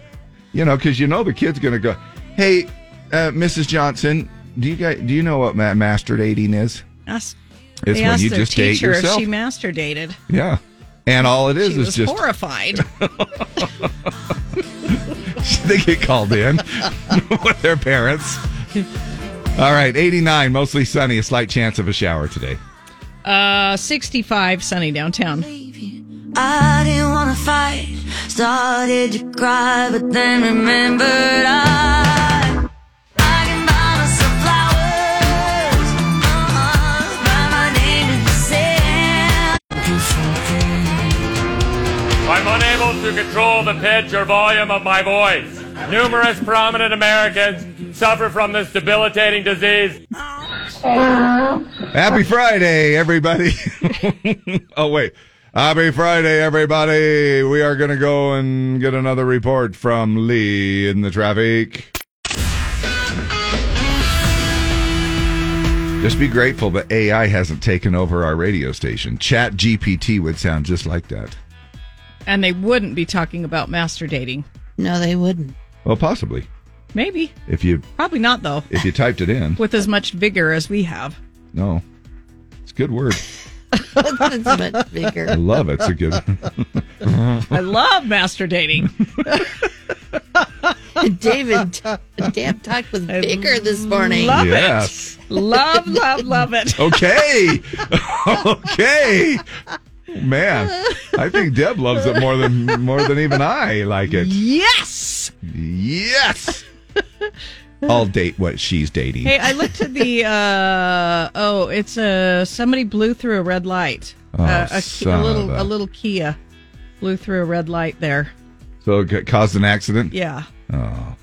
S2: you know, because you know the kid's going to go, "Hey, uh, Mrs. Johnson, do you guys, do you know what ma- master dating is?"
S3: Ask-
S2: It's
S3: they
S2: when
S3: asked
S2: you
S3: their
S2: just date
S3: teacher if
S2: yourself.
S3: she master dated.
S2: Yeah, and all it is
S3: She
S2: is
S3: was
S2: just
S3: horrified.
S2: they get called in with their parents. All right, 89, mostly sunny, a slight chance of a shower today.
S3: Uh, 65, sunny downtown.
S12: I didn't wanna fight. Started to cry, but then remembered I. I can buy myself flowers. Uh-uh, write my name in the sand.
S13: I'm unable to control the pitch or volume of my voice. Numerous prominent Americans suffer from this debilitating disease.
S2: Happy Friday, everybody. oh, wait. Happy Friday, everybody. We are going to go and get another report from Lee in the traffic. Just be grateful that AI hasn't taken over our radio station. Chat GPT would sound just like that.
S3: And they wouldn't be talking about master dating.
S11: No, they wouldn't.
S2: Well, possibly.
S3: Maybe.
S2: If you
S3: Probably not, though,
S2: if you typed it in.
S3: with as much vigor as we have.
S2: No. It's a good word.
S3: That's
S11: much vigor.
S2: I love it. It's a good
S3: I love master dating.
S11: David, damn talked with Baker this morning.
S3: Love
S2: Yes.
S3: it. Love, love, love it.
S2: Okay. okay. Man, I think Deb loves it more than more than even I like it.
S3: Yes.
S2: Yes. I'll date what she's dating.
S3: Hey, I looked at the. Uh, oh, it's a somebody blew through a red light.
S2: Oh,
S3: uh, a, ki-
S2: son
S3: a
S2: of
S3: little, a
S2: a-
S3: little Kia blew through a red light there.
S2: So it ca- caused an accident?
S3: Yeah.
S2: Oh.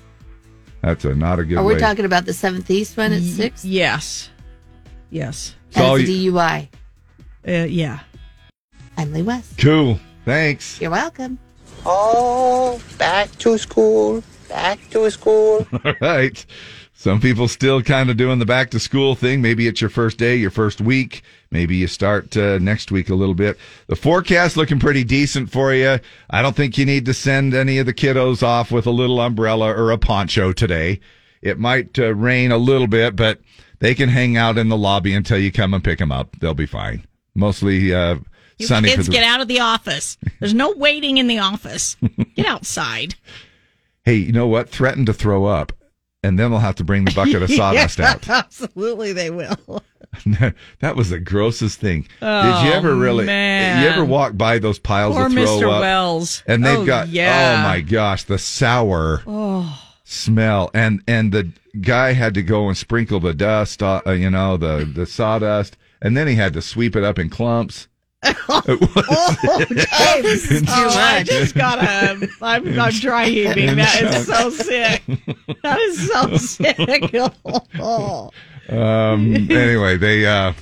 S2: That's a not a good
S11: Are
S2: way.
S11: we talking about the 7th East one at 6?
S3: Yes. Yes.
S2: So all
S11: That's a
S2: you-
S11: DUI.
S3: Uh, yeah.
S11: I'm Lee West.
S2: cool. Thanks.
S11: You're welcome.
S14: Oh, back to school, back to school.
S2: All right. Some people still kind of doing the back to school thing. Maybe it's your first day, your first week. Maybe you start uh, next week a little bit. The forecast looking pretty decent for you. I don't think you need to send any of the kiddos off with a little umbrella or a poncho today. It might uh, rain a little bit, but they can hang out in the lobby until you come and pick them up. They'll be fine. Mostly uh,
S3: You
S2: sunny.
S3: kids
S2: for the-
S3: get out of the office. There's no waiting in the office. Get outside.
S2: Hey, you know what? Threaten to throw up, and then they'll have to bring the bucket of sawdust
S3: Yeah,
S2: out.
S3: Absolutely, they will.
S2: that was the grossest thing.
S3: Oh,
S2: Did you ever really?
S3: man.
S2: You ever walk by those piles
S3: Poor
S2: of throw
S3: Mr.
S2: up?
S3: Wells.
S2: And they've
S3: Oh,
S2: got
S3: yeah.
S2: oh my gosh, the sour
S3: Oh.
S2: smell, and and the guy had to go and sprinkle the dust, uh, uh, you know, the the sawdust, and then he had to sweep it up in clumps.
S3: Oh,
S2: It was-
S3: this
S2: is too
S3: Oh, I
S2: much.
S3: just got a. I'm, I'm dry heaving. That is so sick. That is so sick. Oh.
S2: Um, anyway, they uh,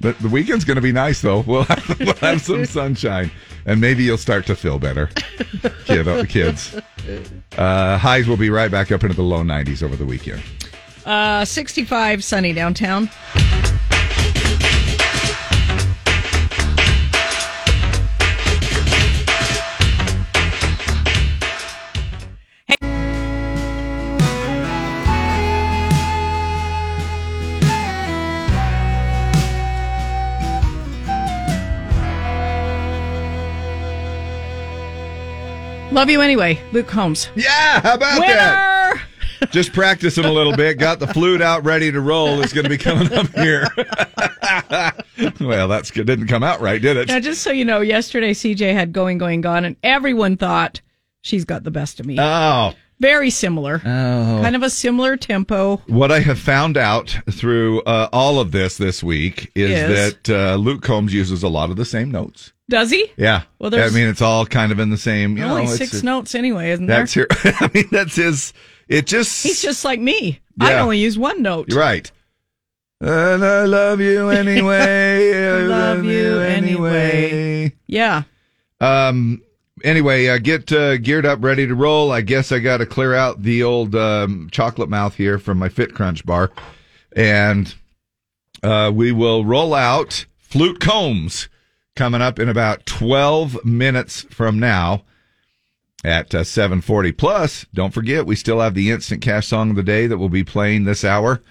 S2: the, the weekend's going to be nice though. We'll have, we'll have some sunshine, and maybe you'll start to feel better, kid, kids. Uh, highs will be right back up into the low 90s over the weekend.
S3: Uh, 65 sunny downtown. Love you anyway, Luke Holmes.
S2: Yeah, how about
S3: Winner!
S2: that? Just practicing a little bit. Got the flute out ready to roll. It's going to be coming up here. well, that's good. Didn't come out right, did it?
S3: Now, just so you know, yesterday CJ had going, going, gone, and everyone thought she's got the best of me.
S2: Oh.
S3: Very similar.
S2: Oh.
S3: Kind of a similar tempo.
S2: What I have found out through uh, all of this this week is
S3: Yes.
S2: that uh, Luke Combs uses a lot of the same notes.
S3: Does he?
S2: Yeah.
S3: Well, there's-
S2: I mean, it's all kind of in the same. You
S3: Only
S2: know, it's-
S3: six
S2: it-
S3: notes anyway, isn't
S2: That's
S3: there?
S2: your. I mean, that's his. It just.
S3: He's just like me. I
S2: Yeah.
S3: only use one note.
S2: You're right. And I love you anyway.
S3: I love you anyway. Yeah.
S2: Um. Anyway, uh, get uh, geared up, ready to roll. I guess I got to clear out the old um, chocolate mouth here from my Fit Crunch bar, and uh, we will roll out Flute Combs coming up in about twelve minutes from now at uh, 740 plus don't forget we still have the instant cash song of the day that will be playing this hour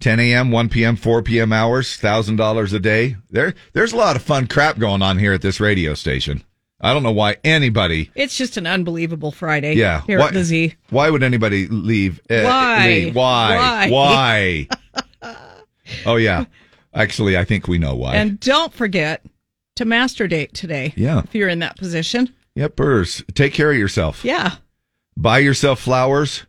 S2: 10 a.m 1 p.m 4 p.m hours $1000 a day there there's a lot of fun crap going on here at this radio station i don't know why anybody
S3: It's just an unbelievable Friday.
S2: yeah
S3: Here
S2: why,
S3: at the Z.
S2: why would anybody leave uh,
S3: Why?
S2: leave? why
S3: Why?
S2: why oh yeah actually i think we know why
S3: And don't forget to master date today.
S2: Yeah.
S3: If you're in that position.
S2: Yepers. Take care of yourself.
S3: Yeah.
S2: Buy yourself flowers.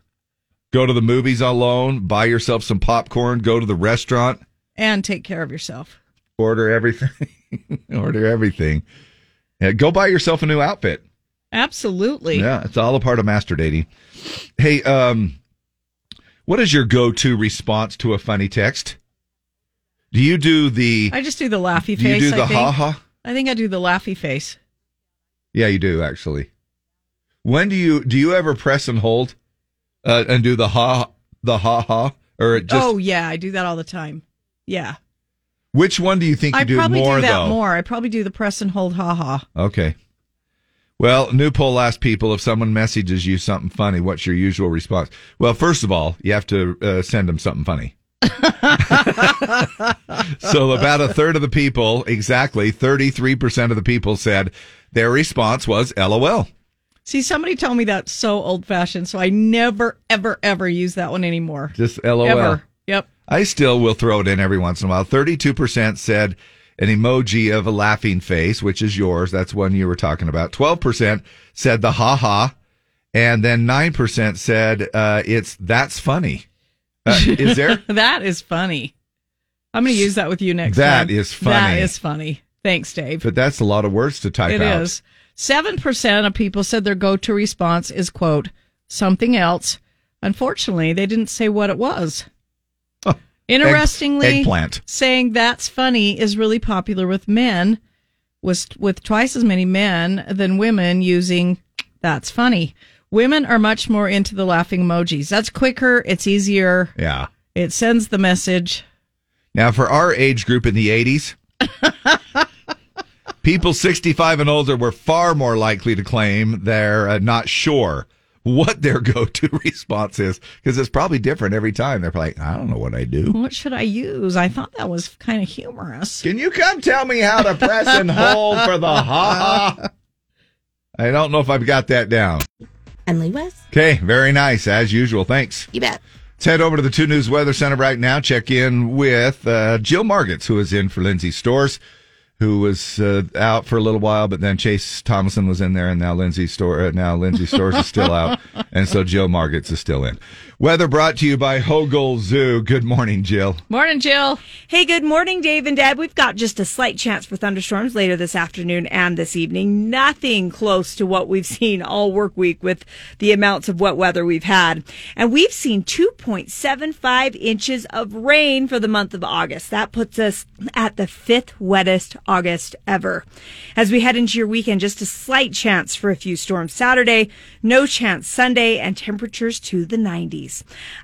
S2: Go to the movies alone. Buy yourself some popcorn. Go to the restaurant.
S3: And take care of yourself.
S2: Order everything. Order everything. Yeah, go buy yourself a new outfit.
S3: Absolutely.
S2: Yeah, it's all a part of master dating. Hey, um, what is your go-to response to a funny text? Do you do the?
S3: I just do the laughy face.
S2: Do you do the
S3: I think.
S2: ha-ha?
S3: I think I do the laughy face.
S2: Yeah, you do actually. When do you do you ever press and hold, uh, and do the ha the ha ha or it just
S3: oh yeah, I do that all the time. Yeah.
S2: Which one do you think you
S3: I
S2: do
S3: probably
S2: more
S3: do that
S2: though?
S3: more. I probably do the press and hold ha ha.
S2: Okay. Well, new poll asks people if someone messages you something funny, what's your usual response? Well, first of all, you have to uh, send them something funny. so about a third of the people, exactly 33% of the people said their response was LOL.
S3: See, somebody told me that's so old fashioned, so I never, ever, ever use that one anymore.
S2: Just LOL.
S3: Ever. Yep.
S2: I still will throw it in every once in a while. 32% said an emoji of a laughing face, which is yours. That's one you were talking about. 12% said the ha ha. And then 9% said uh, it's that's funny. Uh, is there?
S3: that is funny. I'm going to use that with you next
S2: That
S3: time.
S2: is funny.
S3: That is funny. Thanks, Dave.
S2: but that's a lot of words to type
S3: It
S2: out.
S3: is. Seven percent of people said their go-to response is quote something else. Unfortunately, they didn't say what it was. Interestingly,
S2: Egg- eggplant.
S3: saying that's funny is really popular with men, was with twice as many men than women using that's funny. Women are much more into the laughing emojis. That's quicker. It's easier.
S2: Yeah.
S3: It sends the message.
S2: Now, for our age group in the 80s, people 65 and older were far more likely to claim they're uh, not sure what their go to response is because it's probably different every time. They're like, I don't know what I do.
S3: What should I use? I thought that was kind of humorous.
S2: Can you come tell me how to press and hold for the ha ha? I don't know if I've got that down.
S11: I'm Lee West.
S2: Okay, very nice. As usual. Thanks.
S11: You bet.
S2: Let's head over to the 2 News Weather Center right now. Check in with uh, Jill Margits, who is in for Lindsay Stores, who was uh, out for a little while, but then Chase Thomason was in there, and now Lindsay Store uh, now Lindsay Stores is still out, and so Jill Margits is still in. Weather brought to you by Hogel Zoo. Good morning, Jill.
S3: Morning, Jill.
S15: Hey, good morning, Dave and Dad. We've got just a slight chance for thunderstorms later this afternoon and this evening. Nothing close to what we've seen all work week with the amounts of wet weather we've had. And we've seen 2.75 inches of rain for the month of August. That puts us at the fifth wettest August ever. As we head into your weekend, just a slight chance for a few storms Saturday, no chance Sunday, and temperatures to the 90s.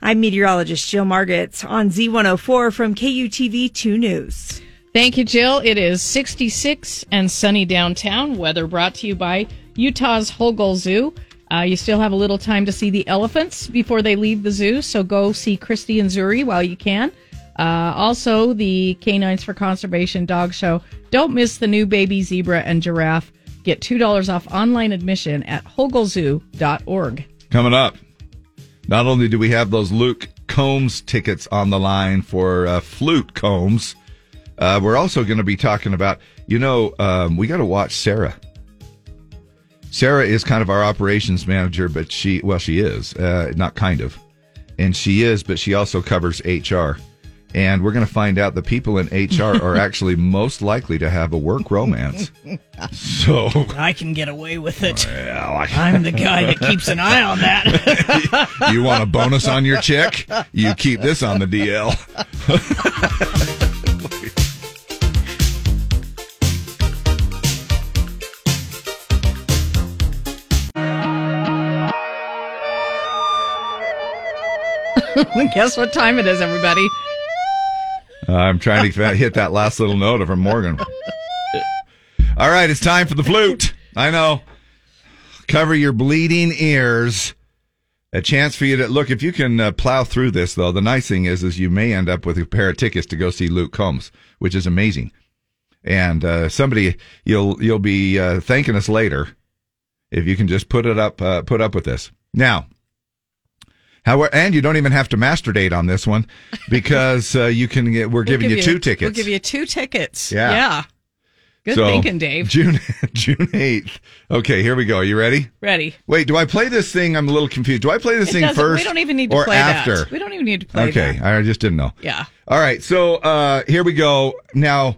S15: I'm meteorologist Jill Margits on Z104 from KUTV 2 News.
S3: Thank you, Jill. It is 66 and sunny downtown. Weather brought to you by Utah's Hogel Zoo. Uh, you still have a little time to see the elephants before they leave the zoo, so go see Christy and Zuri while you can. Uh, also, the Canines for Conservation dog show. Don't miss the new baby zebra and giraffe. Get $2 off online admission at hogelzoo.org.
S2: Coming up, not only do we have those Luke Combs tickets on the line for uh, Flute Combs, uh, we're also going to be talking about, you know, um, we got to watch Sarah. Sarah is kind of our operations manager, but she, well, she is, uh, not kind of. And she is, but she also covers HR. And we're going to find out the people in HR are actually most likely to have a work romance. So
S16: I can get away with it.
S2: Well, I-
S16: I'm the guy that keeps an eye on that.
S2: you want a bonus on your check? You keep this on the DL.
S3: Guess what time it is, everybody?
S2: Uh, I'm trying to fa- hit that last little note from Morgan. All right, it's time for the flute. I know. Cover your bleeding ears. A chance for you to look if you can uh, plow through this though. The nice thing is, is you may end up with a pair of tickets to go see Luke Combs, which is amazing. And uh, somebody you'll you'll be uh, thanking us later if you can just put it up uh, put up with this now. However, and you don't even have to master date on this one because uh, you can get. We're giving
S3: We'll
S2: you
S3: give
S2: two tickets.
S16: We'll give you two tickets.
S2: Yeah.
S16: Yeah.
S3: Good
S2: So,
S3: thinking, Dave.
S2: June June eighth. Okay, here we go. Are you ready?
S3: Ready.
S2: Wait, do I play this thing? I'm a little confused. Do I play this
S3: It
S2: thing
S3: doesn't-
S2: first?
S3: We don't even need to
S2: or
S3: play
S2: after?
S3: that. We don't even need to play
S2: okay,
S3: that.
S2: I just didn't know.
S3: Yeah.
S2: All right, so uh, here we go. Now,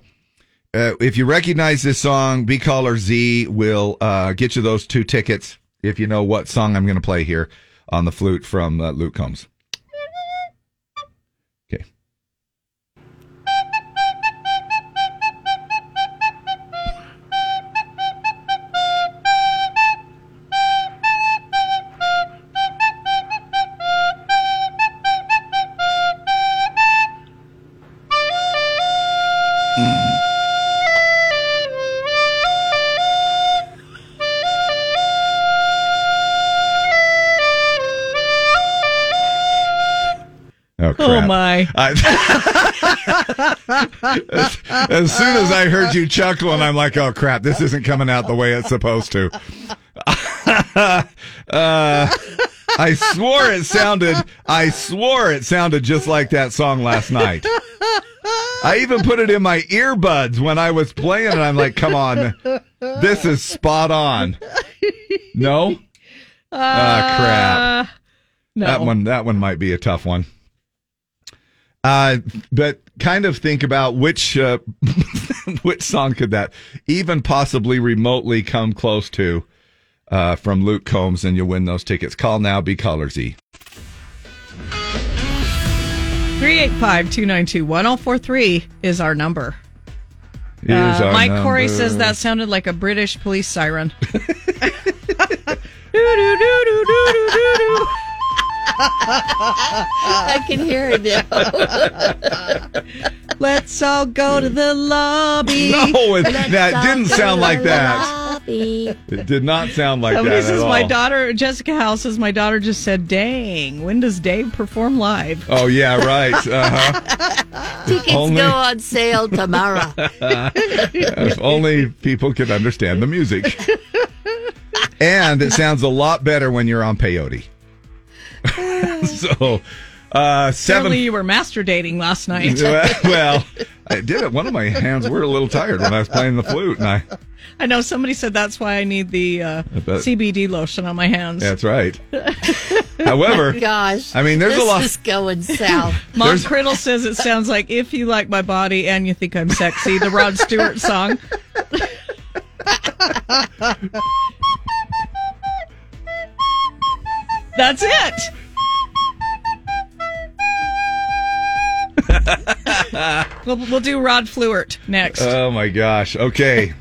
S2: uh, if you recognize this song, B Caller Z will uh, get you those two tickets if you know what song I'm going to play here on the flute from uh, Luke Combs. Okay. Oh, crap.
S16: my.
S2: As soon as I heard you chuckling, I'm like, oh crap, this isn't coming out the way it's supposed to. uh, I swore it sounded, I swore it sounded just like that song last night. I even put it in my earbuds when I was playing, and I'm like, come on, this is spot on. No? Ah, crap.
S16: No.
S2: That one that one might be a tough one. Uh, but kind of think about which uh, which song could that even possibly remotely come close to uh, from Luke Combs, and you'll win those tickets. Call now, be caller Z.
S3: 385 292 1043 is our number.
S2: Is
S3: Uh,
S2: our
S3: Mike Corey
S2: number.
S3: says that sounded like a British police siren.
S11: I can hear it now.
S3: Let's all go to the lobby.
S2: No, it-
S3: Let's
S2: that
S3: all
S2: didn't
S3: go
S2: sound
S3: to
S2: like
S3: the
S2: that.
S3: lobby.
S2: It did not sound like
S3: Somebody
S2: that at
S3: says
S2: all.
S3: my daughter Jessica House says my daughter just said, "Dang, when does Dave perform live?"
S2: oh yeah, right. Uh-huh.
S11: Tickets
S2: Only-
S11: go on sale tomorrow.
S2: if only people could understand the music. and it sounds a lot better when you're on peyote. so, uh, seven.
S3: Apparently, you were master dating last night.
S2: well, I did it. One of my hands were a little tired when I was playing the flute, and I.
S3: I know somebody said that's why I need the uh,
S2: I bet-
S3: CBD lotion on my hands.
S2: That's right. However,
S3: Oh My gosh.
S2: I mean, there's a
S3: This
S2: lot.
S3: is
S11: going south.
S3: Mom
S2: There's-
S3: Criddle says it sounds like "If You Like My Body and You Think I'm Sexy," the Rod Stewart song. That's it. We'll, we'll do Rod Stewart next.
S2: oh my gosh. Okay.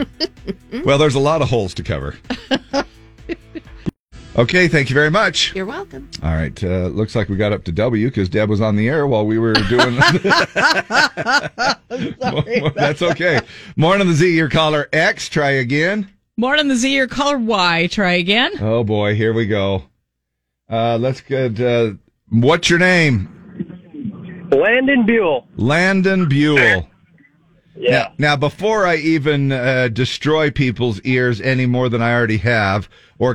S2: well, there's a lot of holes to cover. Okay, thank you very much.
S11: You're welcome.
S2: All right, uh, looks like we got up to W because Deb was on the air while we were doing. That's okay. Morning the Z, your caller X. Try again.
S3: Morning the Z or color Y. Try again.
S2: Oh boy, here we go. Uh, let's get. Uh, what's your name?
S17: Landon Buell.
S2: Landon Buell.
S17: Yeah.
S2: Now, now, before I even uh, destroy people's ears any more than I already have, or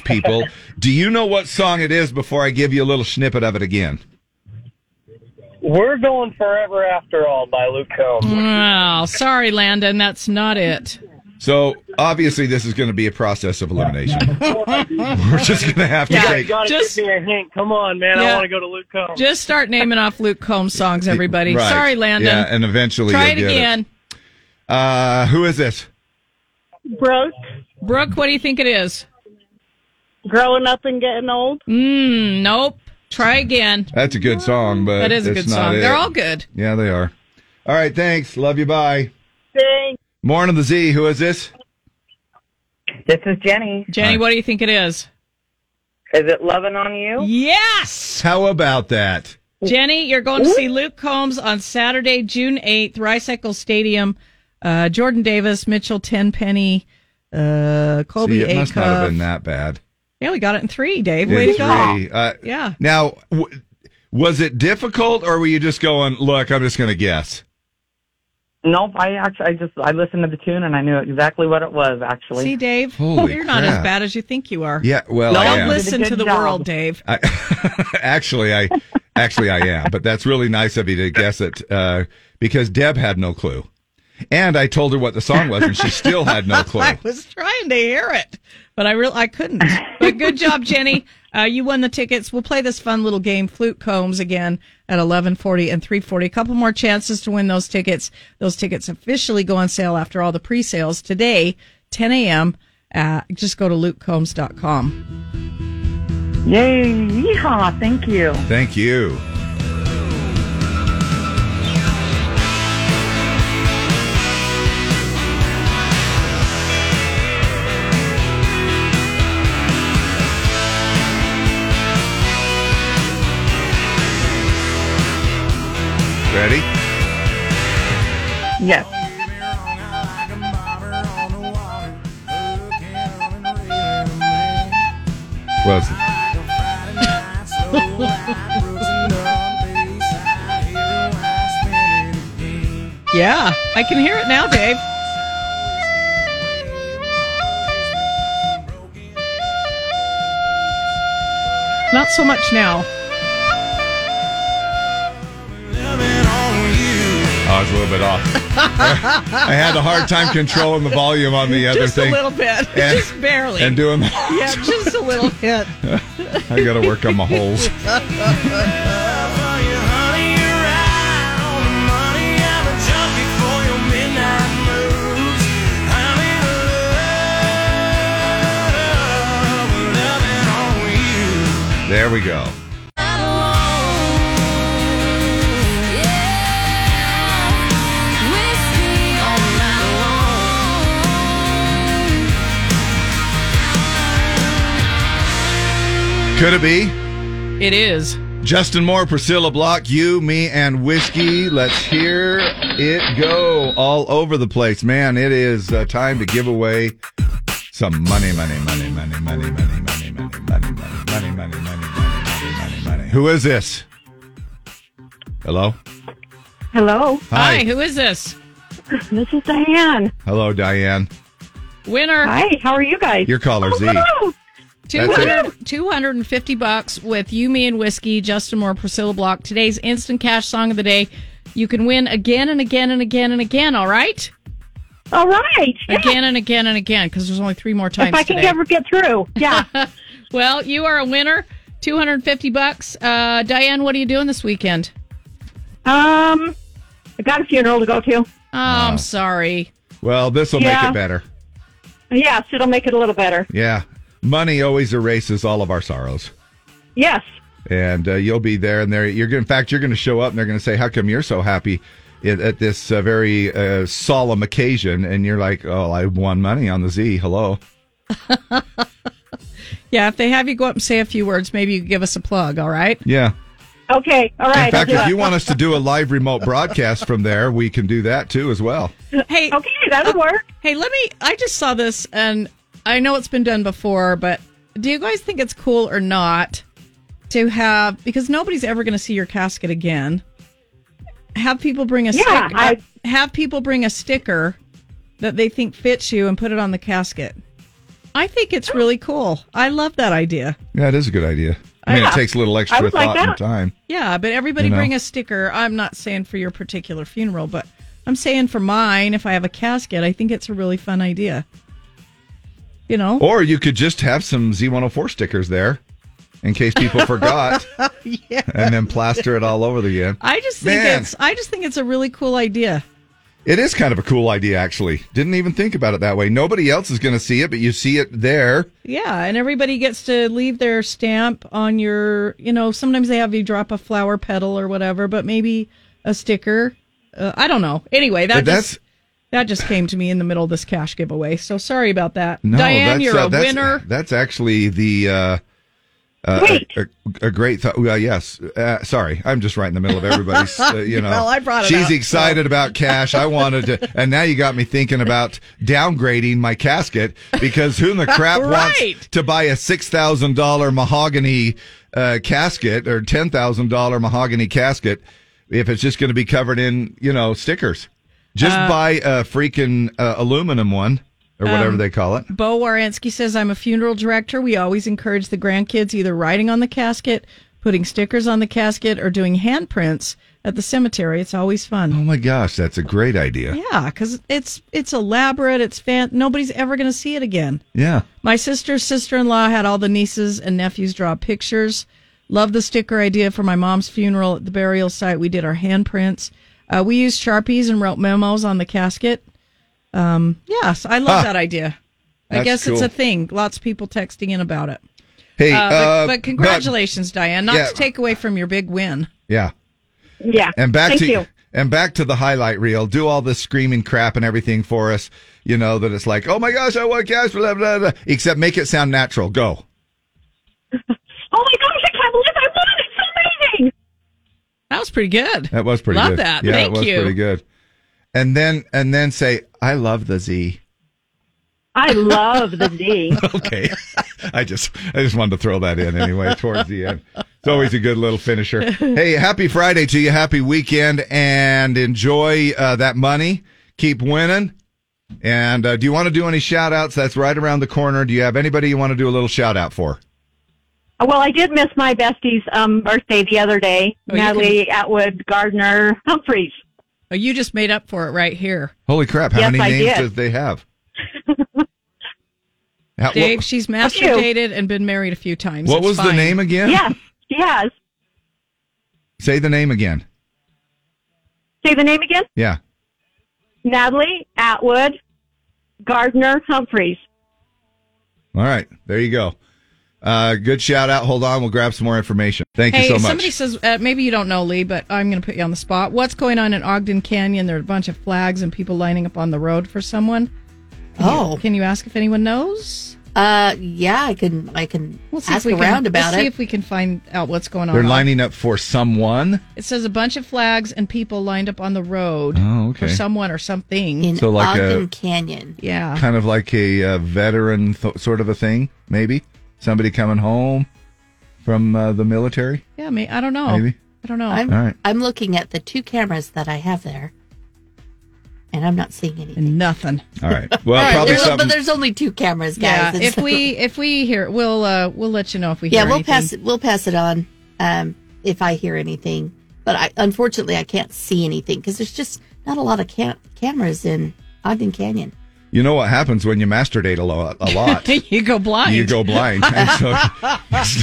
S2: people, do you know what song it is? Before I give you a little snippet of it again.
S17: We're going forever after all by Luke Combs.
S3: Wow, sorry, Landon, that's not it.
S2: So obviously, this is going to be a process of elimination. We're
S17: We're
S2: just going to have to take.
S17: gotta
S3: Just-
S17: give me a hint. Come on, man. I
S3: Yeah.
S17: want to go to Luke Combs.
S3: Just start naming off Luke Combs songs, everybody.
S2: Right.
S3: Sorry, Landon.
S2: Yeah, and eventually
S3: Try it
S2: you'll get
S3: again.
S2: Uh, who is this?
S3: Brooke. Brooke, what do you think it is? Growing up and getting old? Mm, nope. Try again.
S2: That's a good song, but
S3: That is a
S2: it's
S3: good
S2: not
S3: song.
S2: it.
S3: They're all good.
S2: Yeah, they are. All right, thanks. Love you. Bye.
S3: Thanks.
S2: Morning, the Z. Who is this?
S18: This is Jenny.
S3: Jenny, what do you think it is?
S18: Is it loving on you?
S3: Yes.
S2: How about that?
S3: Jenny, you're going to see Luke Combs on Saturday, June 8th, Ricycle Stadium. Uh, Jordan Davis, Mitchell Tenpenny, uh, Colby
S2: See, it must not have
S3: Acuff.
S2: been that bad.
S3: Yeah, we got it in three, Dave.
S2: In
S3: Way to
S2: three.
S3: go.
S2: Uh,
S3: Yeah.
S2: Now, w- was it difficult, or were you just going? Look, I'm just going to guess.
S18: Nope. I actually, I just, I listened to the tune and I knew exactly what it was. Actually,
S3: See, Dave, Oh,
S2: Holy
S3: you're not as
S2: crap.
S3: bad as you think you are.
S2: Yeah, well,
S3: don't
S2: I am.
S3: listen to the
S18: job.
S3: world, Dave.
S2: I, actually, I actually I am, but that's really nice of you to guess it uh, because Deb had no clue, and I told her what the song was, and she still had no clue.
S3: I was trying to hear it, but I real I couldn't. But good job, Jenny. Uh, you won the tickets. We'll play this fun little game, Flute Combs, again at eleven forty and three forty. A couple more chances to win those tickets. Those tickets officially go on sale after all the pre-sales today, ten a.m. Uh, just go to lukecombs.com.
S18: Yay! Yeehaw! Thank you.
S2: Thank you. Ready?
S18: Yes.
S2: Well,
S3: Yeah, I can hear it now, Dave. Not so much now.
S2: I was a little bit off. I had a hard time controlling the volume on the other
S3: just
S2: thing.
S3: a little bit,
S2: And-
S3: just barely,
S2: and doing-
S3: yeah, just a little bit.
S2: I got to work on my holes. There we go. Could it be?
S3: It is.
S2: Justin Moore, Priscilla Block, you, me, and whiskey. Let's hear it go all over the place, man. It is uh, time to give away some money, money, money, money, money, money, money, money, money, money, money, money, money, money, money, money. Who is this? Hello,
S19: Hello.
S2: Hi. Hi,
S3: who is this?
S19: This is Diane.
S2: hello, Diane.
S3: Winner.
S19: Hi, how are you guys?
S2: Your caller Z.
S3: Two
S2: That's it.
S3: hundred, two hundred and fifty bucks with you, me, and whiskey. Justin Moore, Priscilla Block. Today's instant cash song of the day. You can win again and again and again and again. All right.
S19: All right.
S3: Again and again and again because there's only three more times.
S19: If I can
S3: today.
S19: ever get through. Yeah.
S3: well, you are a winner. Two hundred and fifty bucks. Uh, Diane, what are you doing this weekend?
S19: Um, I got a funeral to go to.
S3: Oh, I'm sorry.
S2: Well, this will make
S19: Yeah.
S2: it better.
S19: Yes, it'll make it a little better.
S2: Yeah, money always erases all of our sorrows.
S19: Yes.
S2: and uh, you'll be there. And there, you're gonna, in fact, you're going to show up, and they're going to say, "How come you're so happy at, at this uh, very uh, solemn occasion?" And you're like, "Oh, I won money on the Z. Hello."
S3: Yeah, if they have you go up and say a few words, maybe you give us a plug. All right.
S2: Yeah.
S19: Okay. All
S2: in fact, if you want us to do a live remote broadcast from there, we can do that too as well.
S3: Hey, uh,
S19: okay, that'll work.
S3: Hey, let me. I just saw this, and I know it's been done before, but do you guys think it's cool or not to have? Because nobody's ever going to see your casket again. Have people bring a
S19: Yeah,
S3: stick-
S19: I-
S3: have people bring a sticker that they think fits you and put it on the casket. I think
S19: Oh.
S3: it's really cool. I love that idea.
S2: Yeah, it is a good idea. I mean, it takes a little
S3: I
S2: extra
S3: would like
S2: thought and
S3: that.
S2: time.
S3: Yeah, but everybody
S2: You know?
S3: bring a sticker. I'm not saying for your particular funeral, but I'm saying for mine, if I have a casket, I think it's a really fun idea. You know?
S2: Or you could just have some Z104 stickers there in case people forgot
S3: yeah.
S2: and then plaster it all over again.
S3: I just think
S2: Man.
S3: it's I just think it's a really cool idea.
S2: It is kind of a cool idea, actually. Didn't even think about it that way. Nobody else is going to see it, but you see it there.
S3: Yeah, and everybody gets to leave their stamp on your, you know, sometimes they have you drop a flower petal or whatever, but maybe a sticker. Uh, I don't know. Anyway, that
S2: But that's-
S3: just that just came to me in the middle of this cash giveaway. So sorry about that.
S2: No,
S3: Diane,
S2: that's,
S3: you're
S2: uh,
S3: a
S2: that's,
S3: winner.
S2: That's actually the uh, uh,
S3: Great.
S2: A, a- a great thought. Well, yes. Uh, sorry, I'm just right in the middle of everybody's. Uh, you know,
S3: Well, I brought it
S2: She's
S3: up,
S2: excited about cash. I wanted to, and now you got me thinking about downgrading my casket because who in the crap wants
S16: Right.
S2: to buy a six thousand dollar mahogany uh, casket or ten thousand dollar mahogany casket if it's just going to be covered in you know stickers? Just
S3: Uh,
S2: buy a freaking uh, aluminum one or whatever
S3: Um,
S2: they call it.
S3: Bo Waransky says, I'm a funeral director. We always encourage the grandkids either writing on the casket, putting stickers on the casket, or doing handprints at the cemetery. It's always fun.
S2: Oh my gosh, that's a great idea.
S3: Yeah, because it's it's elaborate. It's fan. Nobody's ever going to see it again.
S2: Yeah.
S3: My sister's sister in law had all the nieces and nephews draw pictures. Love the sticker idea for my mom's funeral at the burial site. We did our handprints. Uh, we used sharpies and wrote memos on the casket. Um, yes, I love
S2: Huh.
S3: that idea. I
S2: That's
S3: guess it's
S2: cool.
S3: a thing. Lots of people texting in about it.
S2: Hey,
S3: Uh, but,
S2: uh,
S3: but congratulations, Diane. Not
S2: yeah.
S3: to take away from your big win.
S2: yeah.
S3: Yeah.
S2: And back to and back to the highlight reel. Do all this screaming crap and everything for us. You know that it's like, oh my gosh, I want cash. Blah, blah, blah. Except make it sound natural. Go.
S19: Oh my gosh, I can't believe I won! It's so amazing!
S3: That was pretty good.
S2: That was pretty
S3: Love
S2: good.
S3: that.
S2: Yeah,
S3: Thank
S2: it was
S3: you.
S2: pretty good. And then and then say, I love the Z.
S19: I love the Z.
S2: Okay. I just I just wanted to throw that in anyway towards the end. It's always a good little finisher. Hey, happy Friday to you. Happy weekend and enjoy uh, that money. Keep winning. And uh, do you want to do any shout outs? That's right around the corner. Do you have anybody you want to do a little shout out for?
S19: Uh, Well, I did miss my bestie's um, birthday the other day.
S3: Oh, you
S19: Natalie Atwood Gardner Humphreys.
S3: Oh, you just made up for it right here.
S2: Holy crap. How
S19: Yes,
S2: many
S19: I
S2: names
S19: did.
S2: does they have? How-
S3: Dave,
S2: what,
S3: she's
S19: you.
S3: masturbated and been married a few times.
S2: what
S3: It's
S2: was the
S3: fine.
S2: name again?
S19: Yes, yes.
S2: Say the name again.
S19: Say the name again.
S2: Yeah.
S19: Natalie Atwood Gardner Humphreys.
S2: All right. There you go. Uh, good shout out. Hold on. We'll grab some more information. Thank
S3: hey,
S2: you so much.
S3: somebody says uh, maybe you don't know Lee, but I'm going to put you on the spot. What's going on in Ogden Canyon? There are a bunch of flags and people lining up on the road for someone. Can you-
S11: Oh.
S3: can you ask if anyone knows?
S11: Uh, yeah, I can. I can
S3: We'll see
S11: ask
S3: if we
S11: around
S3: can,
S11: about
S3: we'll
S11: it.
S3: See if we can find out what's going on.
S2: They're lining up for someone.
S3: It says a bunch of flags and people lined up on the road
S2: Oh, okay.
S3: for someone or something
S2: In So like a- Ogden
S11: Canyon.
S3: Yeah.
S2: kind of like a uh, veteran th- sort of a thing, maybe somebody coming home from uh, the military.
S3: Yeah, me. I don't know.
S2: Maybe.
S3: I don't know.
S11: I'm,
S2: All right.
S11: I'm looking at the two cameras that I have there, and I'm not seeing anything.
S3: Nothing.
S2: All right. Well,
S11: All right,
S2: probably
S11: there's-
S2: something.
S11: But there's only two cameras,
S3: Yeah,
S11: guys. and
S3: if
S11: so-
S3: we if we hear, we'll uh we'll let you know if we
S11: yeah,
S3: hear
S11: we'll
S3: anything.
S11: pass it. We'll pass it on. Um, if I hear anything, but I unfortunately I can't see anything because there's just not a lot of cam- cameras in Ogden Canyon.
S2: you know what happens when you masturbate a lot? A lot.
S3: you go blind.
S2: you go blind. And so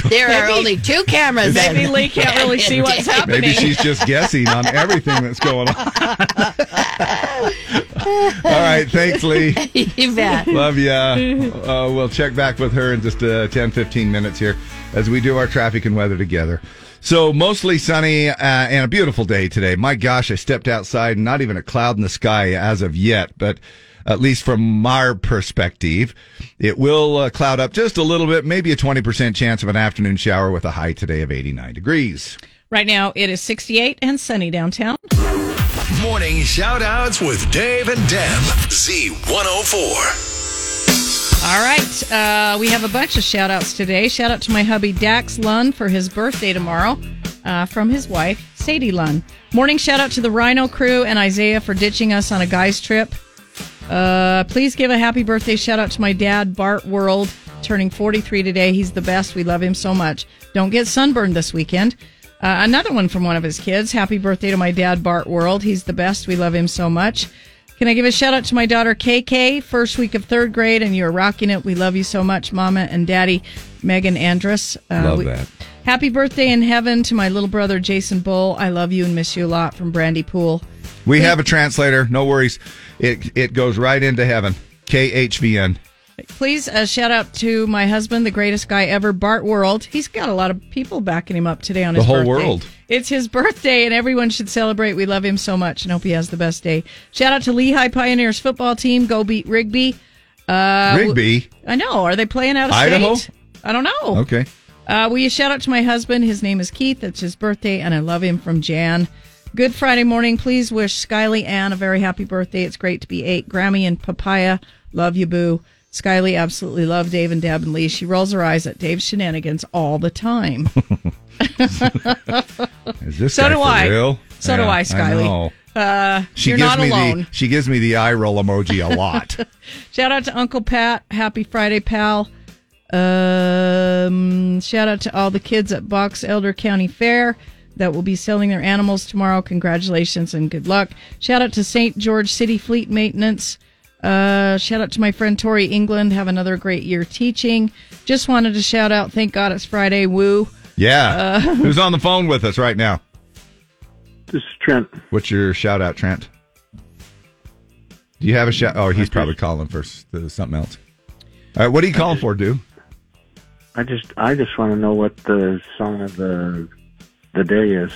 S11: There are only two cameras.
S3: maybe
S11: in
S3: Lee can't really see what's
S11: Ogden
S2: maybe she's just guessing on everything that's going on.
S11: Canyon.
S2: All right. Thanks, Lee.
S11: you bet.
S2: Love ya. Uh, we'll check back with her in just uh, 10, 15 minutes here as we do our traffic and weather together. So mostly sunny uh, and a beautiful day today. My gosh, I stepped outside and not even a cloud in the sky as of yet, but at least from our perspective, it will uh, cloud up just a little bit, maybe a 20% chance of an afternoon shower with a high today of 89 degrees.
S3: Right now it is 68 and sunny downtown.
S20: Morning shout outs with Dave and Deb. Z104.
S3: All right, uh, we have a bunch of shout outs today. Shout out to my hubby Dax Lund for his birthday tomorrow uh, from his wife, Sadie Lund. Morning shout out to the Rhino crew and Isaiah for ditching us on a guy's trip. Uh, please give a happy birthday shout out to my dad, Bart World, turning 43 today. He's the best. We love him so much. Don't get sunburned this weekend. Uh, another one from one of his kids. Happy birthday to my dad, Bart World. He's the best. We love him so much. Can I give a shout out to my daughter, KK, first week of third grade, and you're rocking it. We love you so much, Mama and Daddy, Megan Andrus. Uh,
S2: Love
S3: we-
S2: that.
S3: Happy birthday in heaven to my little brother, Jason Bull. I love you and miss you a lot from Brandy Pool.
S2: We have a translator. No worries. It it goes right into heaven. KHVN.
S3: Please uh, shout out to my husband, the greatest guy ever, Bart World. He's got a lot of people backing him up today on
S2: The
S3: his
S2: whole
S3: birthday.
S2: world.
S3: It's his birthday, and everyone should celebrate. We love him so much and hope he has the best day. Shout out to Lehigh Pioneers football team. Go beat Rigby. Uh, w-
S2: Rigby?
S3: I know. Are they playing out of
S2: Idaho?
S3: state? I don't know.
S2: Okay.
S3: Uh, will you shout out to my husband? His name is Keith. It's his birthday, and I love him from Jan. Good Friday morning. Please wish Skyly Ann a very happy birthday. It's great to be eight. Grammy and Papaya, love you, boo. Skyly absolutely love Dave and Dab and Lee. She rolls her eyes at Dave's shenanigans all the time.
S2: Is this
S3: So
S2: guy
S3: do
S2: for
S3: I.
S2: real?
S3: So do I, Skyly.
S2: know.
S3: Uh,
S2: She
S3: you're
S2: gives
S3: not
S2: me
S3: alone.
S2: the she gives me the eye roll emoji a lot.
S3: shout out to Uncle Pat. Happy Friday, pal. Um, shout out to all the kids at Box Elder County Fair that will be selling their animals tomorrow. Congratulations and good luck. Shout out to St. George City Fleet Maintenance. Uh, shout out to my friend Tori England. Have another great year teaching. Just wanted to shout out. Thank God it's Friday. Woo.
S2: Yeah.
S3: Uh,
S2: Who's on the phone with us right now?
S21: This is Trent.
S2: What's your shout out, Trent? Do you have a shout? Oh, he's probably calling for s- uh, something else. All right, what are you calling for, dude?
S21: I just I just want to know what the song of the the day is.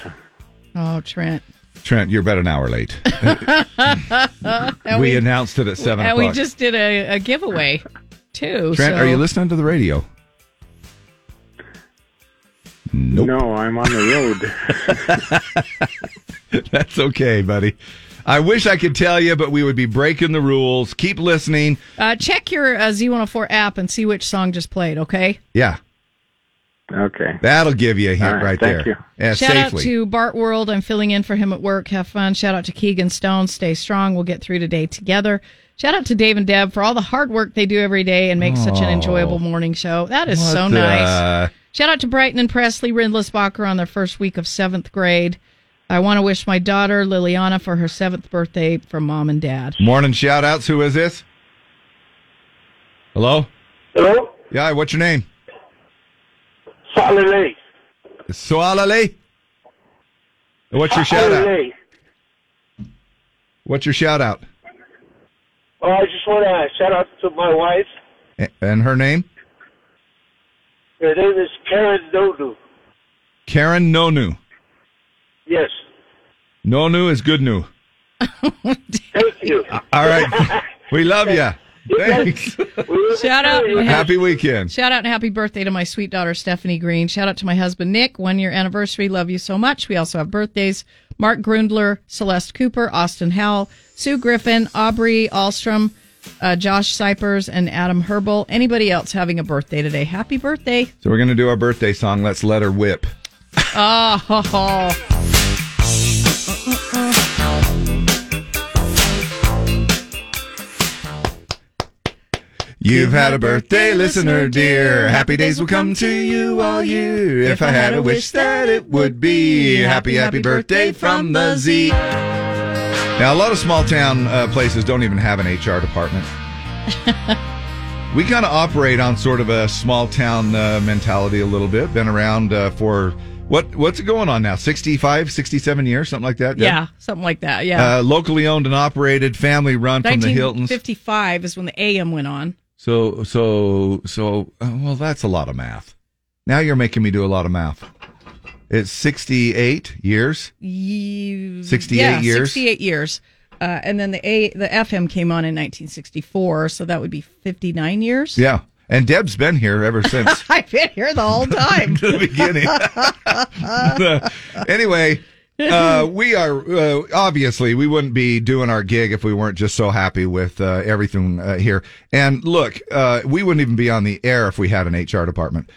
S3: Oh, Trent.
S2: Trent, you're about an hour late. we,
S3: And
S2: announced it at seven
S3: and
S2: o'clock.
S3: we just did a, a giveaway too.
S2: Trent,
S3: so-
S2: are you listening to the radio? Nope.
S21: No, I'm on the
S2: road. That's okay, buddy. I wish I could tell you, but we would be breaking the rules. Keep listening.
S3: Uh, check your uh, Z104 app and see which song just played, okay?
S2: Yeah.
S21: Okay.
S2: That'll give you a hint
S21: All
S2: right,
S21: right, thank
S2: there.
S21: you.
S2: Yeah,
S3: Shout
S2: safely.
S3: out to Bart World. I'm filling in for him at work. Have fun. Shout out to Keegan Stone. Stay strong. We'll get through today together. Shout out to Dave and Deb for all the hard work they do every day and make such an
S2: Oh.
S3: enjoyable morning show. That is
S2: What
S3: so
S2: the-
S3: nice. Shout out to Brighton and Presley Rindlisbacher on their first week of seventh grade. I want to wish my daughter Liliana for her seventh birthday from mom and dad.
S2: Morning shout outs. Who is this? Hello?
S22: Hello?
S2: Yeah, what's your name?
S22: Salale.
S2: Soalale? What's your shout out?
S22: Salale.
S2: What's your shout out?
S22: Oh, I just want to shout out to my wife.
S2: A- And her name?
S22: Her name is Karen Dodu.
S2: Karen Nonu.
S22: Yes.
S2: Nonu is good new.
S22: Thank you.
S2: All right. we love you. Thanks.
S3: Shout out. and
S2: Happy weekend.
S3: Shout out and happy birthday to my sweet daughter, Stephanie Green. Shout out to my husband, Nick. One year anniversary. Love you so much. We also have birthdays Mark Grundler, Celeste Cooper, Austin Howell, Sue Griffin, Aubrey Alstrom, uh, Josh Sipers, and Adam Herbal. Anybody else having a birthday today? Happy birthday.
S2: So we're going to do our birthday song. Let's let her whip.
S3: Oh, ho, ho.
S2: You've had a birthday, listener dear. Happy days will come to you all year. If I had a wish that it would be happy, happy birthday from the Z. Now, a lot of small town uh, places don't even have an HR department. we kind of operate on sort of a small town uh, mentality a little bit. Been around uh, for what what's it going on now? 65, 67 years, something like that. Deb?
S3: Yeah, something like that. Yeah.
S2: Uh, locally owned and operated, family run from the Hiltons.
S3: 1955 is when the AM went on.
S2: So, so, so, uh, well, that's a lot of math. Now you're making me do a lot of math. It's 68 years.
S3: Ye-
S2: 68
S3: yeah,
S2: years.
S3: 68 years. Uh, and then the A, the FM came on in 1964, so that would be 59 years.
S2: Yeah. And Deb's been here ever since
S3: I've been here the whole time.
S2: the beginning. anyway, uh, we are uh, obviously we wouldn't be doing our gig if we weren't just so happy with uh, everything uh, here. And look, uh, we wouldn't even be on the air if we had an HR department.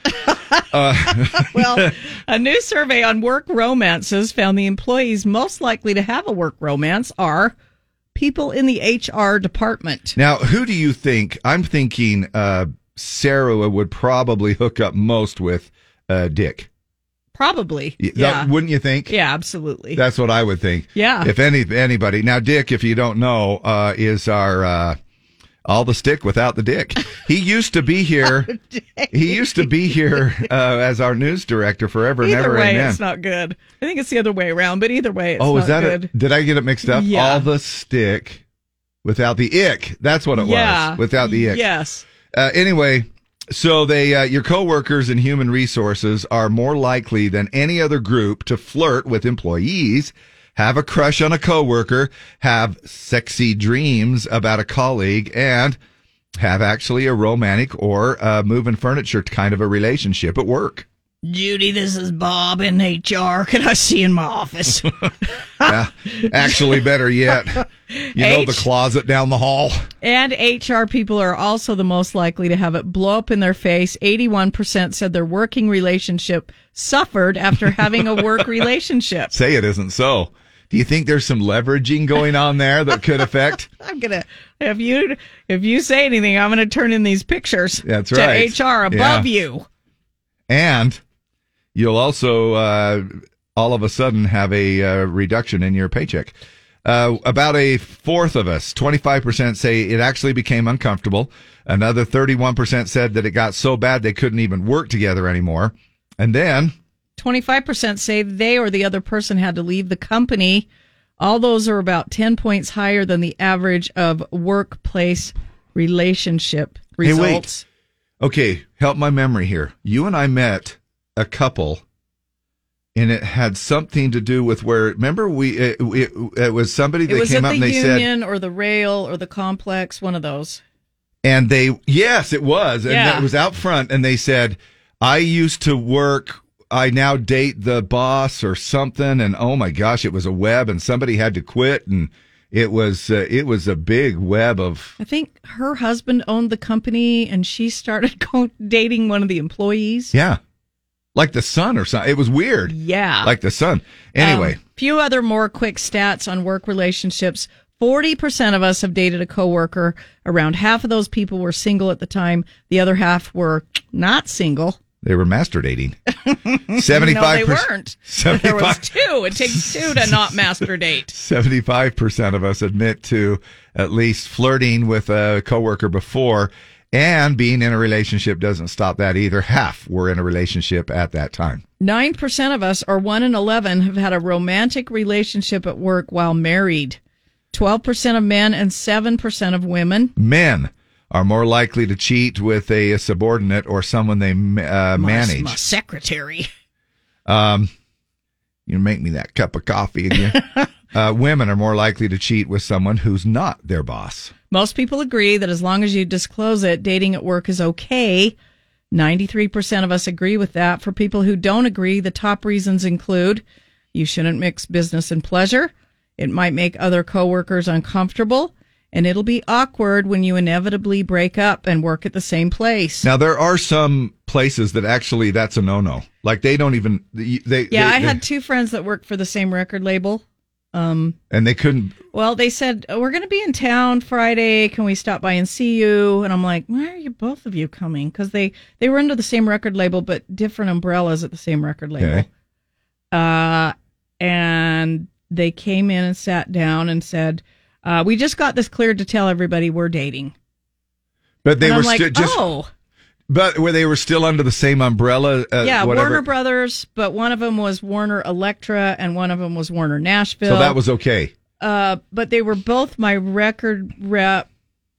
S3: well, a new survey on work romances found the employees most likely to have a work romance are people in the HR department.
S2: Now, who do you think? I'm thinking uh, Sarah would probably hook up most with uh, Dick.
S3: Probably.
S2: Y- that- wouldn't you think?
S3: Yeah, absolutely.
S2: That's what I would think.
S3: Yeah.
S2: If any anybody now, Dick, if you don't know, uh, is our uh, all the stick without the dick. He used to be here. he used to be here uh, as our news director forever and
S3: either
S2: ever.
S3: way,
S2: amen.
S3: it's not good. I think it's the other way around, but either way, it's
S2: oh,
S3: not
S2: is that
S3: good.
S2: it? Did I get it mixed up?
S3: Yeah.
S2: All the stick without the ick. That's what it
S3: Yeah.
S2: was. Without the ick.
S3: Yes.
S2: Uh, anyway, so they uh, your coworkers in human resources are more likely than any other group to flirt with employees, have a crush on a coworker, have sexy dreams about a colleague, and have actually a romantic or uh, moving furniture kind of a relationship at work.
S16: Judy, this is Bob in HR. Can I see you in my office?
S2: Yeah, actually, better yet, you know the
S3: H.
S2: closet down the hall.
S3: And HR people are also the most likely to have it blow up in their face. 81% said their working relationship suffered after having a work relationship.
S2: Say it isn't so. Do you think there's some leveraging going on there that could affect?
S3: I'm gonna if you if you say anything, I'm gonna turn in these pictures.
S2: That's
S3: to
S2: right.
S3: HR above
S2: Yeah.
S3: you.
S2: and you'll also uh, all of a sudden have a uh, reduction in your paycheck. Uh, about a fourth of us, 25%, say it actually became uncomfortable. Another 31% said that it got so bad they couldn't even work together anymore. And then,
S3: 25% say they or the other person had to leave the company. All those are about 10 points higher than the average of workplace relationship results.
S2: Hey, wait. Okay, help my memory here. You and I met a couple, and it had something to do with where. Remember, we it, it, it was somebody
S3: it
S2: that
S3: was
S2: came
S3: at
S2: up
S3: the
S2: and they said,
S3: union or the rail or the complex, one of those.
S2: and they yes it was and
S3: Yeah.
S2: it was out front and they said i used to work i now date the boss or something and oh my gosh it was a web and somebody had to quit and it was uh, it was a big web of
S3: I think her husband owned the company and she started go- dating one of the employees.
S2: yeah like the sun or something it was weird
S3: Yeah.
S2: like the sun anyway
S3: Um, few other more quick stats on work relationships. 40% of us have dated a coworker. Around half of those people were single at the time. The other half were not single.
S2: they were master dating
S3: No,
S2: 75
S3: they weren't. There was two. It takes two to not master date.
S2: 75% of us admit to at least flirting with a coworker before and being in a relationship doesn't stop that either. Half were in a relationship at that time.
S3: 9% of us, or 1 in 11, have had a romantic relationship at work while married. 12% of men and 7% of women.
S2: Men are more likely to cheat with a, subordinate or someone they uh, manage.
S16: My secretary.
S2: Um, you make me that cup of coffee again. uh, women are more likely to cheat with someone who's not their boss.
S3: Most people agree that as long as you disclose it, dating at work is okay. 93% of us agree with that. For people who don't agree, the top reasons include you shouldn't mix business and pleasure. It might make other coworkers uncomfortable, and it'll be awkward when you inevitably break up and work at the same place.
S2: Now there are some places that actually that's a no-no. Like they don't even they. they
S3: Yeah,
S2: they-
S3: I had two friends that worked for the same record label. Um,
S2: and they couldn't.
S3: well, they said, oh, We're going to be in town Friday. Can we stop by and see you? And I'm like, Why are you both of you coming? Because they, they were under the same record label, but different umbrellas at the same record label.
S2: Okay.
S3: Uh, and they came in and sat down and said, uh, We just got this cleared to tell everybody we're dating.
S2: But they
S3: and
S2: were
S3: I'm like,
S2: still just.
S3: Oh,
S2: But where they were still under the same umbrella. Uh,
S3: yeah,
S2: whatever.
S3: Warner Brothers, but one of them was Warner Electra and one of them was Warner Nashville.
S2: So that was okay.
S3: uh, but they were both my record rep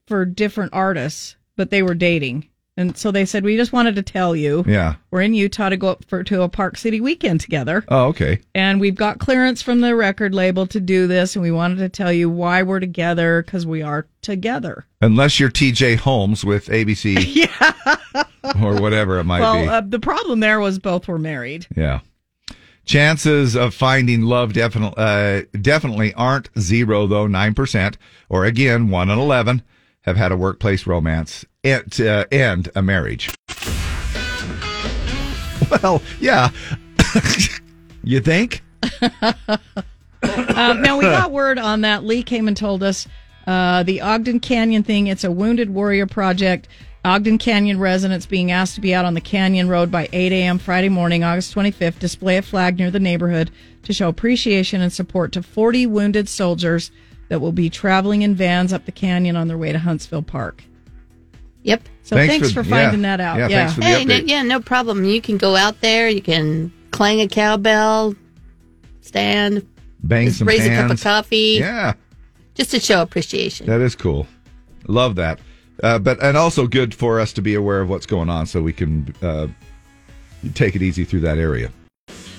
S3: for different artists, but they were dating. And so they said, We just wanted to tell you
S2: Yeah.
S3: we're in Utah to go up for to a Park City weekend together.
S2: Oh, okay.
S3: And we've got clearance from the record label to do this. And we wanted to tell you why we're together because we are together.
S2: Unless you're T.J. Holmes with ABC
S3: Yeah.
S2: or whatever it might
S3: well,
S2: be.
S3: uh, the problem there was both were married.
S2: yeah. Chances of finding love definitely uh, definitely aren't zero though. Nine percent, or again, one in eleven have had a workplace romance and uh, and a marriage. Well, yeah. you think?
S3: um, now we got word on that. Lee came and told us uh, the Ogden Canyon thing. It's a Wounded Warrior project. Ogden Canyon residents being asked to be out on the canyon road by 8 a.m. Friday morning, August 25th, display a flag near the neighborhood to show appreciation and support to 40 wounded soldiers that will be traveling in vans up the canyon on their way to Huntsville Park.
S11: Yep.
S3: So thanks, for, finding that out. Yeah.
S11: Hey, n- yeah, no problem. You can go out there. You can clang a cowbell, stand,
S2: Bang
S11: just
S2: some
S11: raise a cup of
S2: pans.
S11: coffee.
S2: Yeah.
S11: Just to show appreciation.
S2: That is cool. Love that. Uh, but and also good for us to be aware of what's going on, so we can uh, take it easy through that area.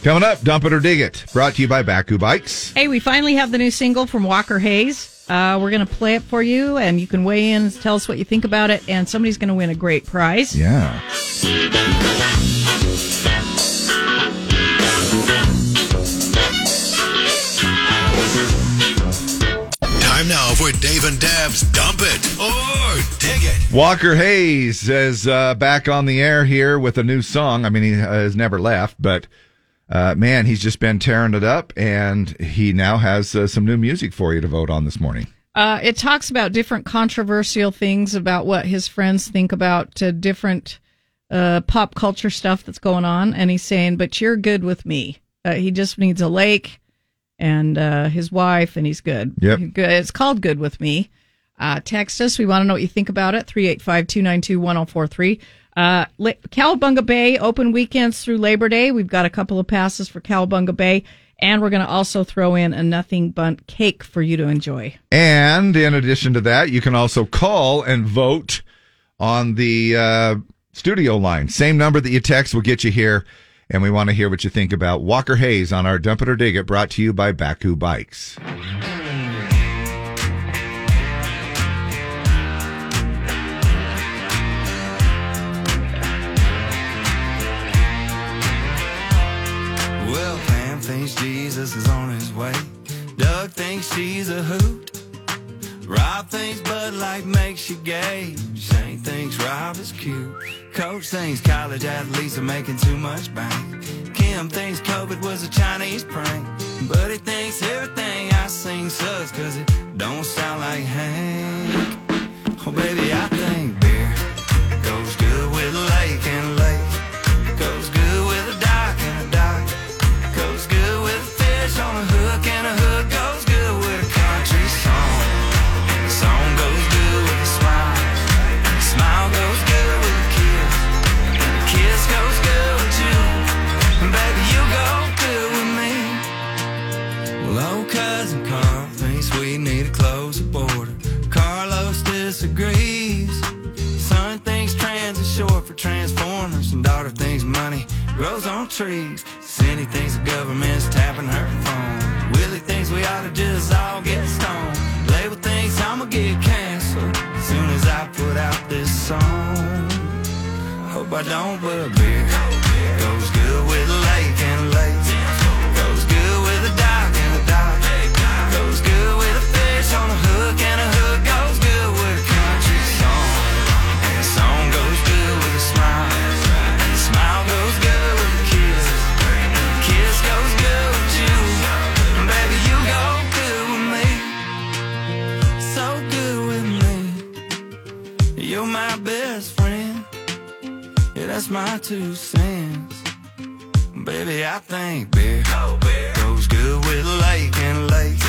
S2: Coming up, dump it or dig it. Brought to you by Baku Bikes.
S3: Hey, we finally have the new single from Walker Hayes. Uh, we're going to play it for you, and you can weigh in and tell us what you think about it. And somebody's going to win a great prize.
S2: Yeah.
S20: Time now for Dave and Dab's Dump It or Dig It.
S2: Walker Hayes is uh, back on the air here with a new song. I mean, he has never left, but uh, man, he's just been tearing it up, and he now has uh, some new music for you to vote on this morning.
S3: Uh, it talks about different controversial things about what his friends think about uh, different uh, pop culture stuff that's going on. And he's saying, but you're good with me. Uh, he just needs a lake and uh, his wife, and he's good.
S2: Yep.
S3: He's good. It's called Good With Me. Uh, text us. We want to know what you think about it. 385 292 1043. Calabunga Uh, Bay open weekends through Labor Day. We've got a couple of passes for Calabunga Bay. And we're going to also throw in a nothing bunt cake for you to enjoy.
S2: And in addition to that, you can also call and vote on the uh, studio line. Same number that you text will get you here. And we want to hear what you think about Walker Hayes on our Dump It or Dig It, brought to you by Baku Bikes.
S1: Well, Pam thinks Jesus is on his way. Doug thinks she's a hoot. Rob thinks Bud Light makes you gay. Shane thinks Rob is cute. Coach thinks college athletes are making too much bank. Kim thinks COVID was a Chinese prank. But he thinks everything I sing sucks cause it don't sound like Hank. Oh, baby, I think beer goes good with a lake and a lake. Goes good with a dock and a dock. Goes good with a fish on a hook, and a hook goes good with a country song. And the song goes good with a smile. And the smile goes good with a kiss. And the kiss goes good with you. And baby, you go good with me. Well, old cousin Carl thinks we need to close the border. Carlos disagrees. Son thinks trans is short for transformers, and daughter thinks money grows on trees. Cindy thinks the government's tapping her phone. Willie thinks we ought to just all get stoned. Label thinks I'ma get canceled soon as I put out this song. Hope I don't, but a beer goes good with a lake and a lake. Goes good with a dock and a dock. Goes good with a fish on a hook and a hook goes good with a country song. And the song goes good with a smile. And the smile goes good with a kiss. And the kiss goes good with you. And baby, you go good with me. So good with me. You're my best friend. Yeah, that's my two cents. Baby, I think beer goes good with a lake and a lake.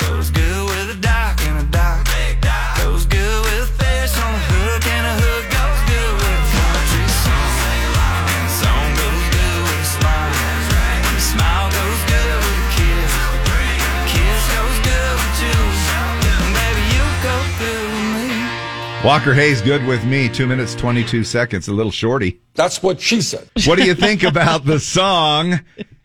S1: Goes good with a dock and a dock. Goes good with a fish on a hook and a hook goes good with a country song. And the song goes good with a smile. And the smile goes good with a kiss. And the kiss goes good with you. And baby, you go good with me.
S2: Walker Hayes, good with me. Two minutes, 22 seconds, a little shorty.
S4: That's what she said.
S2: What do you think about the song?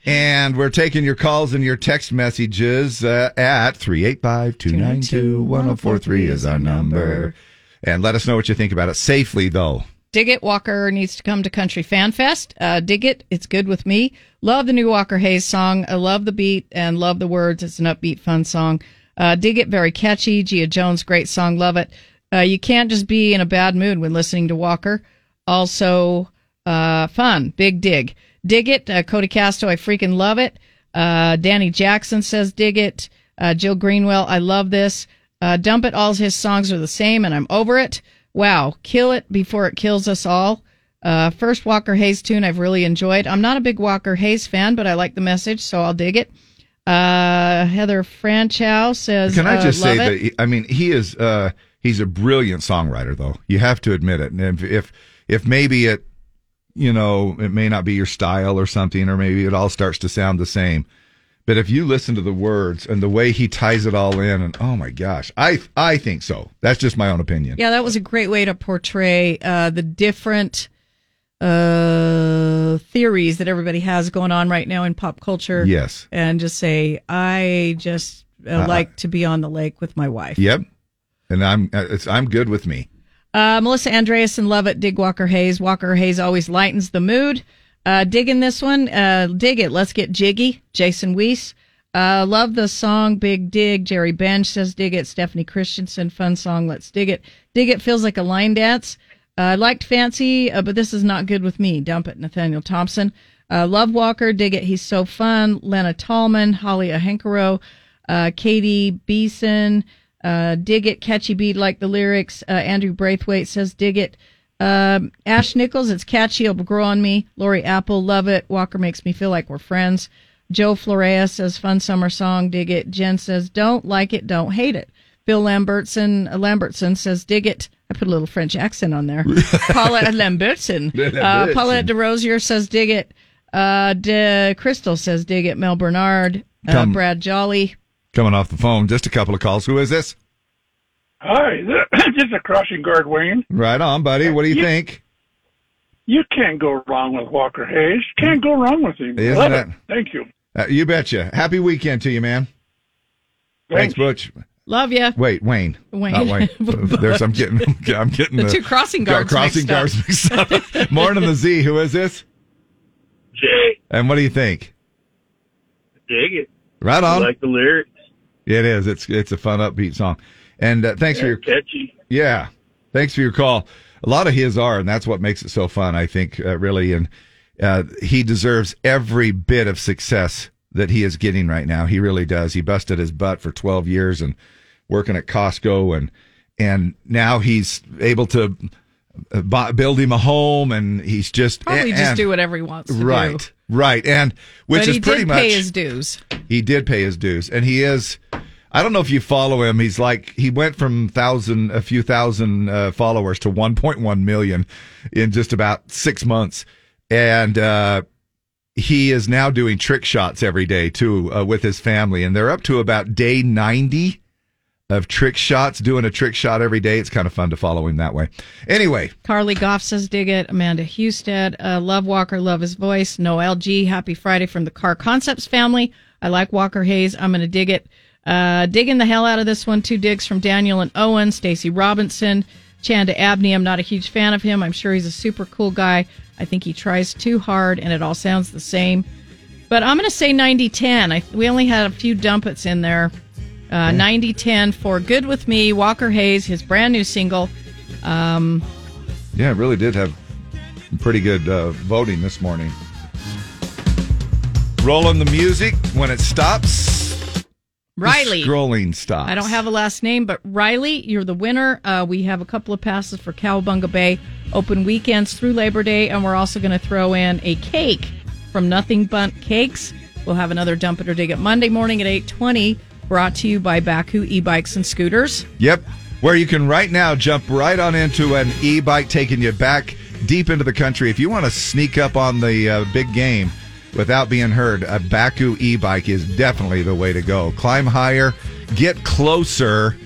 S2: And we're taking your calls and your text messages uh, at 385 292 1043 is our number. And let us know what you think about it safely, though.
S3: Dig It Walker needs to come to Country Fan Fest. Uh, dig It, it's good with me. Love the new Walker Hayes song. I love the beat and love the words. It's an upbeat, fun song. Uh, dig It, very catchy. Gia Jones, great song. Love it. Uh, you can't just be in a bad mood when listening to Walker. Also, uh, fun. Big dig. Dig It, uh, Cody Casto, I freaking love it. Uh, Danny Jackson says dig it. Uh, Jill Greenwell, I love this. Uh, Dump It, all his songs are the same and I'm over it. Wow, kill it before it kills us all. Uh, first Walker Hayes tune I've really enjoyed. I'm not a big Walker Hayes fan, but I like the message, so I'll dig it. Uh, Heather Franchow says,
S2: Can I
S3: uh,
S2: just
S3: love
S2: say
S3: it.
S2: that? he- I mean, he is. Uh, he's a brilliant songwriter, though. You have to admit it. And if, if if maybe it, you know, it may not be your style or something, or maybe it all starts to sound the same. But if you listen to the words and the way he ties it all in, and oh my gosh, I I think so. That's just my own opinion.
S3: Yeah, that was a great way to portray uh, the different uh, theories that everybody has going on right now in pop culture.
S2: Yes.
S3: And just say, I just uh,
S2: Uh,
S3: like to be on the lake with my wife.
S2: Yep. And I'm uh, it's I'm good with me.
S3: Uh, Melissa Andreasen, love it. Dig Walker Hayes. Walker Hayes always lightens the mood. Uh, digging this one. Uh, dig it. Let's get jiggy. Jason Weiss. Uh, love the song Big Dig. Jerry Bench says dig it. Stephanie Christensen, fun song. Let's dig it. Dig it feels like a line dance. I uh, liked Fancy, uh, but this is not good with me. Dump it, Nathaniel Thompson. Uh, love Walker. Dig it. He's so fun. Lena Tallman, Holly Ahenkaro uh, Katie Beeson, uh, Dig It, Catchy Beat, like the lyrics. Uh, Andrew Braithwaite says, Dig It. Um, Ash Nichols, it's catchy, it'll grow on me. Lori Apple, love it. Walker makes me feel like we're friends. Joe Florea says, Fun summer song, dig it. Jen says, Don't like it, don't hate it. Bill Lambertson, uh, Lambertson says, Dig it. I put a little French accent on there. Paula Lambertson. Uh,
S4: Lambertson.
S3: Paulette DeRosier says, Dig it. Uh, De Crystal says, Dig it. Mel Bernard. Uh,
S2: Come.
S3: Brad Jolly.
S2: Coming off the phone, just a couple of calls. Who is this?
S9: Hi, just a crossing guard, Wayne.
S2: Right on, buddy. What do you
S9: Yeah.
S2: think?
S9: You can't go wrong with Walker Hayes. Can't go wrong with him.
S2: Isn't
S9: Love
S2: that-
S9: it. Thank you.
S2: Uh, you betcha. Happy weekend to you, man. Thanks, Butch.
S3: Love ya.
S2: Wait, Wayne.
S3: Wayne.
S2: Not Wayne. There's, I'm getting, I'm getting
S3: The two crossing guards
S2: Crossing
S3: mixed up.
S2: guards mixed up. Morning, the Z. Who is this?
S23: Jay,
S2: And what do you think?
S23: dig it.
S2: Right on.
S23: I like the lyrics.
S2: It is. It's it's a fun upbeat song. And uh, thanks for your
S23: catchy.
S2: yeah, thanks for your call. A lot of his are, and that's what makes it so fun. I think uh, really, and uh, he deserves every bit of success that he is getting right now. He really does. He busted his butt for twelve years and working at Costco, and and now he's able to uh, bu build him a home, and he's just
S3: Probably
S2: and-
S3: just
S2: and-
S3: do whatever he wants to
S2: right,
S3: do.
S2: right, and which
S3: but
S2: is
S3: he
S2: pretty
S3: did
S2: much
S3: pay his dues.
S2: he did pay his dues, and he is. I don't know if you follow him. He's like he went from thousand, a few thousand uh, followers to 1.1 million in just about six months, and uh, he is now doing trick shots every day too uh, with his family, and they're up to about day 90 of trick shots, doing a trick shot every day. It's kind of fun to follow him that way. Anyway,
S3: Carly Goff says dig it. Amanda Husted, uh, love Walker, love his voice. Noel G, happy Friday from the Car Concepts family. I like Walker Hayes. I'm going to dig it. Uh, digging the hell out of this one. Two digs from Daniel and Owen, Stacy Robinson, Chanda Abney. I'm not a huge fan of him. I'm sure he's a super cool guy. I think he tries too hard and it all sounds the same. But I'm going to say 90 10. I, we only had a few dumpets in there. Uh, 90 10 for Good With Me, Walker Hayes, his brand new single. Um,
S2: yeah, it really did have pretty good uh, voting this morning. Rolling the music when it stops. the
S3: Riley.
S2: scrolling stops.
S3: I don't have a last name, but Riley, you're the winner. Uh, we have a couple of passes for Cowabunga Bay open weekends through Labor Day, and we're also going to throw in a cake from Nothing Bunt Cakes. We'll have another dump it or dig it Monday morning at eight twenty. Brought to you by Baku e-bikes and scooters.
S2: Yep. Where you can right now jump right on into an e bike, taking you back deep into the country. If you want to sneak up on the uh, big game without being heard, a Baku e bike is definitely the way to go. Climb higher, get closer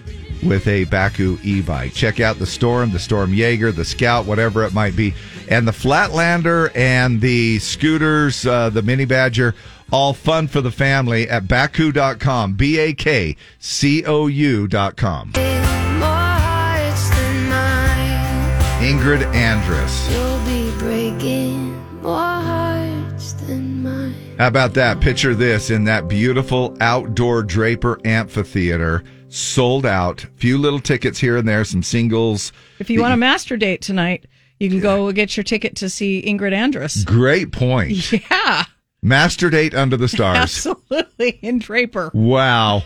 S2: with a Baku e bike. Check out the Storm, the Storm Jaeger, the Scout, whatever it might be, and the Flatlander and the scooters, uh, the Mini Badger. All fun for the family at baku.com. B A K C O U.com.
S12: More hearts than mine.
S2: Ingrid Andress.
S12: You'll be breaking more hearts than mine.
S2: How about that? Picture this in that beautiful outdoor Draper amphitheater, sold out. Few little tickets here and there, some singles.
S3: If you want a master date tonight, you can go get your ticket to see Ingrid Andress.
S2: Great point.
S3: Yeah,
S2: Master date under the stars.
S3: absolutely in Draper.
S2: Wow.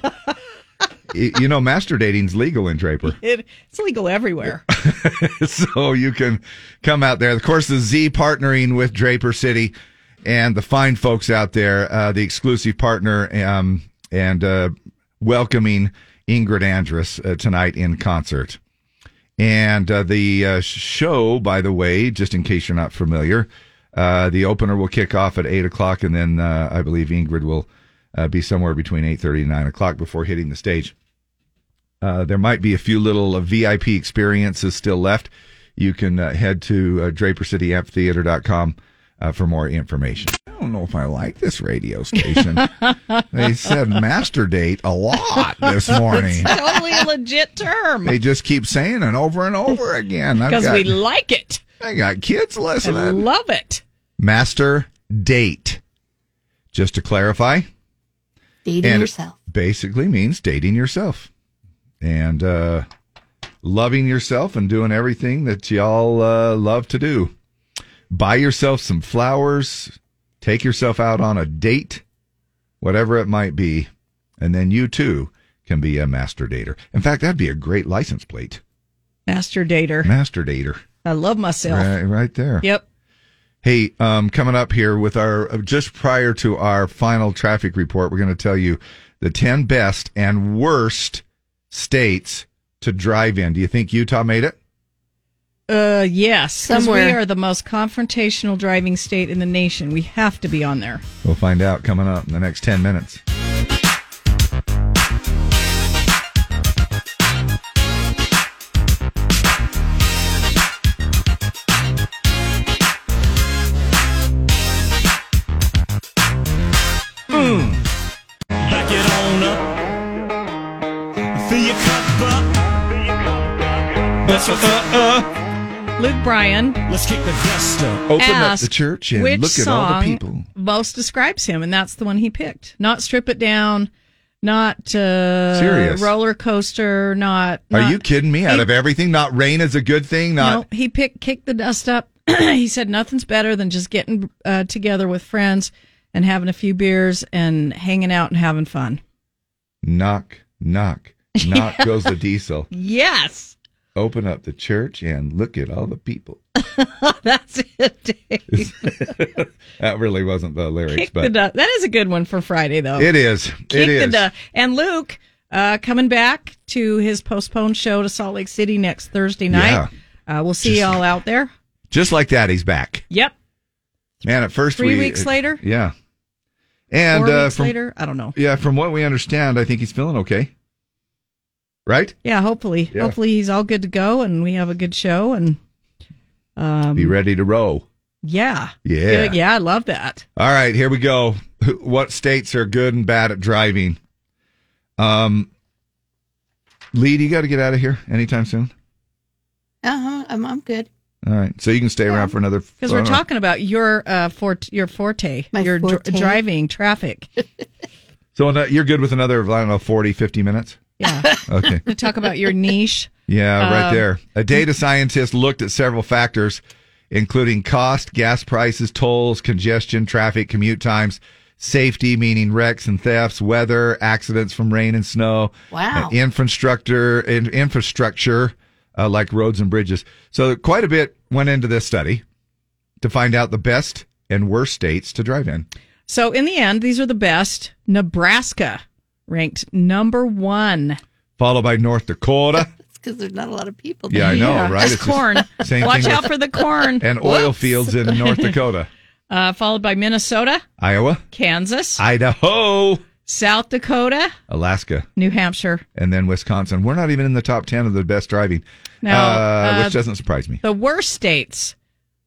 S2: Y- you know, master dating's legal in Draper.
S3: It, it's legal everywhere.
S2: so you can come out there. Of course, the Z partnering with Draper City and the fine folks out there, uh, the exclusive partner um, and uh, welcoming Ingrid Andress uh, tonight in concert. And uh, the uh, show, by the way, just in case you're not familiar, uh, the opener will kick off at eight o'clock, and then uh, I believe Ingrid will uh, be somewhere between eight thirty and nine o'clock before hitting the stage. Uh, there might be a few little uh, VIP experiences still left. You can uh, head to uh, DraperCityAmphitheater.com uh, for more information. I don't know if I like this radio station. they said master date a lot this morning.
S3: It's totally a legit term.
S2: They just keep saying it over and over again. I've
S3: Because
S2: got-
S3: we like it.
S2: I got kids listening.
S3: I love it.
S2: master date. Just to clarify,
S11: Dating
S2: and it
S11: yourself.
S2: basically means dating yourself and uh, loving yourself and doing everything that y'all uh, love to do. Buy yourself some flowers, take yourself out on a date, whatever it might be, and then you too can be a master dater. In fact, that'd be a great license plate.
S3: Master dater.
S2: Master dater.
S3: I love myself.
S2: Right, right there.
S3: Yep.
S2: Hey, um, coming up here with our just prior to our final traffic report, we're going to tell you the ten best and worst states to drive in. Do you think Utah made it?
S3: Uh, yes. 'cause We
S11: Somewhere.
S3: are the most confrontational driving state in the nation. We have to be on there.
S2: We'll find out coming up in the next ten minutes.
S4: Mm.
S2: Hmm.
S4: Back it on up. Fill your cup up. That's what uh, uh.
S3: Luke Bryan
S4: Let's kick the dust up.
S2: Open up
S3: asked
S2: the church and
S3: which
S2: look at
S3: song
S2: all the people.
S3: most describes him, and that's the one he picked. Not strip it down, not uh,
S2: Serious.
S3: roller coaster, not.
S2: Are
S3: not-
S2: you kidding me? Out of everything, not rain is a good thing. Not
S3: No, he picked kick the dust up. he said nothing's better than just getting uh, together with friends and having a few beers and hanging out and having fun.
S2: knock, knock, knock goes the diesel.
S3: Yes,
S2: Open up the church and look at all the people.
S3: that's it. Dave.
S2: That really wasn't the lyrics,
S3: Kick
S2: but
S3: the dust. That is a good one for Friday, though.
S2: It is.
S3: Kick
S2: it
S3: the
S2: is.
S3: duh. And Luke uh, coming back to his postponed show to Salt Lake City next Thursday night. Uh, we'll see y'all out there.
S2: Just like that, he's back.
S3: Yep.
S2: Man, at first
S3: Three
S2: we- uh,
S3: weeks later?
S2: Yeah. And
S3: Four
S2: uh,
S3: weeks
S2: from,
S3: later? I don't know.
S2: Yeah, from what we understand, I think he's feeling okay. Right?
S3: Yeah, hopefully.
S2: Yeah.
S3: Hopefully he's all good to go and we have a good show and um
S2: Be ready to roll.
S3: Yeah.
S2: Yeah.
S3: yeah. Yeah, I love that.
S2: All right, here we go. What states are good and bad at driving? Um, Lee, do you got to get out of here anytime soon?
S11: Uh-huh, I'm, I'm good.
S2: All right, so you can stay around for another.
S3: Because
S2: I
S3: we're
S2: don't know.
S3: talking about your uh fort your forte, your dr-
S11: forte.
S3: driving traffic.
S2: So uh, you're good with another, I don't know, 40, 50 minutes?
S3: Yeah.
S2: Okay.
S3: we talk about your niche.
S2: Yeah, right
S3: Um,
S2: there. A data scientist looked at several factors, including cost, gas prices, tolls, congestion, traffic, commute times, safety, meaning wrecks and thefts, weather, accidents from rain and snow.
S11: Wow.
S2: and infrastructure, in, infrastructure uh, like roads and bridges. So quite a bit went into this study to find out the best and worst states to drive in.
S3: So in the end, these are the best. Nebraska ranked number one.
S2: Followed by North Dakota.
S11: It's because there's not a lot of people.
S2: Yeah, I know, right?
S3: It's
S2: It's just
S3: corn.
S2: same
S3: Watch
S2: thing
S3: out
S2: with-
S3: for the corn.
S2: And oil fields in North Dakota.
S3: Uh, followed by Minnesota,
S2: Iowa,
S3: Kansas,
S2: Idaho,
S3: South Dakota,
S2: Alaska.
S3: New Hampshire.
S2: and then Wisconsin. We're not even in the top 10 of the best driving,
S3: No,
S2: uh,
S3: uh,
S2: which doesn't surprise me.
S3: The worst states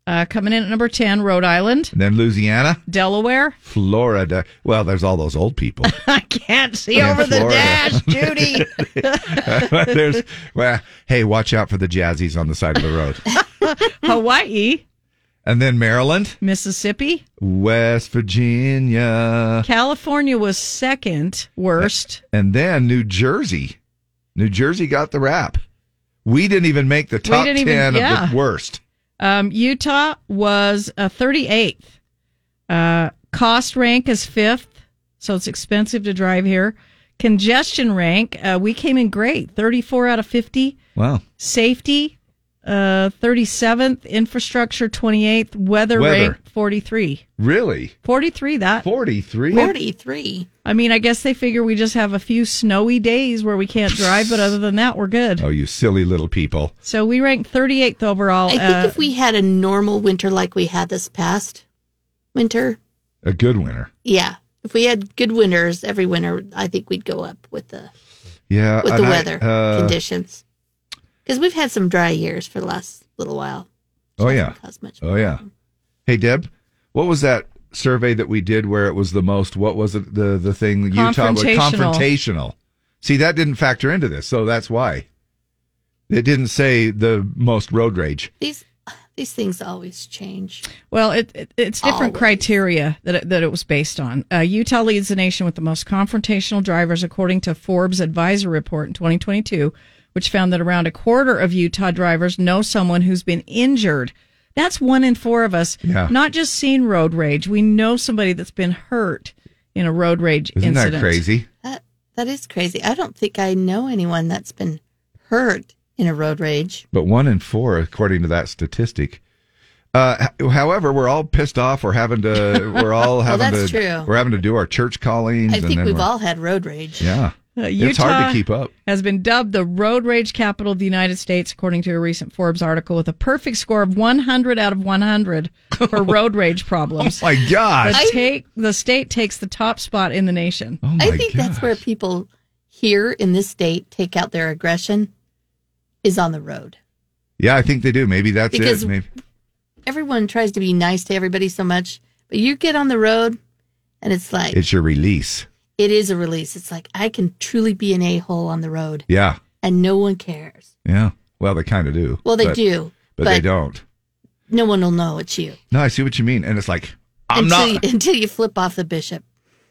S3: uh, coming in at number 10, Rhode Island,
S2: And then Louisiana,
S3: Delaware.
S2: Florida. Well, there's all those old people.
S3: I can't see
S2: And
S3: over the
S2: Florida.
S3: dash, Judy.
S2: there's, well, hey, watch out for the jazzies on the side of the road.
S3: Hawaii,
S2: And then Maryland,
S3: Mississippi,
S2: West Virginia,
S3: California was second worst.
S2: and then New Jersey. New Jersey got the rap. We didn't even make the top 10
S3: didn't even-
S2: of
S3: yeah.
S2: the worst.
S3: Um, Utah was uh, 38th. Uh, cost rank is fifth, so it's expensive to drive here. Congestion rank, uh, we came in great, 34 out of 50.
S2: Wow.
S3: Safety, uh, 37th, infrastructure 28th, weather,
S2: Weather.
S3: rate 43.
S2: Really?
S3: 43 that.
S2: 43?
S11: 43.
S3: I mean, I guess they figure we just have a few snowy days where we can't drive, but other than that, we're good.
S2: Oh, you silly little people.
S3: So we ranked 38th overall.
S11: I think
S3: uh,
S11: if we had a normal winter like we had this past winter,
S2: A good winner.
S11: yeah, if we had good winters every winter, I think we'd go up with the
S2: Yeah.
S11: with the
S2: and I-
S11: weather
S2: uh,
S11: conditions because we've had some dry years for the last little while.
S2: Oh, yeah. Oh, yeah. Hey, Deb, what was that survey that we did where it was the most, what was it, the, the thing that Utah was
S3: Confrontational.
S2: confrontational? See, that didn't factor into this, so that's why. It didn't say the most road rage.
S11: These these things always change.
S3: Well, it, it it's different criteria that it, that it was based on. Uh, Utah leads the nation with the most confrontational drivers, according to Forbes Advisor report in 2022, which found that around a quarter of Utah drivers know someone who's been injured. That's one in four of us.
S2: Yeah.
S3: Not just seen road rage. We know somebody that's been hurt in a road rage
S2: Isn't
S3: incident.
S2: that crazy?
S11: That that is crazy. I don't think I know anyone that's been hurt in a road rage.
S2: But one in four, according to that statistic. Uh, h- however, we're all pissed off. We're having to. We're all
S11: Well,
S2: having
S11: that's
S2: to.
S11: true.
S2: We're having to do our church callings.
S11: I
S2: and
S11: think
S2: then
S11: we've
S2: we're-
S11: all had road rage.
S2: Yeah,
S3: Uh,
S2: it's hard
S3: Utah-
S2: to keep up.
S3: has been dubbed the road rage capital of the United States, according to a recent Forbes article, with a perfect score of 100 out of 100 for road rage problems.
S2: Oh my gosh!
S3: The, take, the state takes the top spot in the nation.
S11: I think that's where people here in this state take out their aggression is on the road.
S2: Yeah, I think they do. Maybe that's
S11: Because-
S2: it. Maybe.
S11: Everyone tries to be nice to everybody so much, but you get on the road and it's like
S2: It's your release.
S11: it is a release. It's like I can truly be an a-hole on the road
S2: Yeah,
S11: and no one cares.
S2: yeah. Well, they kind of do.
S11: Well, they
S2: but-
S11: do,
S2: but, they
S11: but-
S2: don't.
S11: No one will know it's you.
S2: No, I see what you mean, and it's like I'm
S11: until,
S2: not.
S11: you, until you flip off the bishop.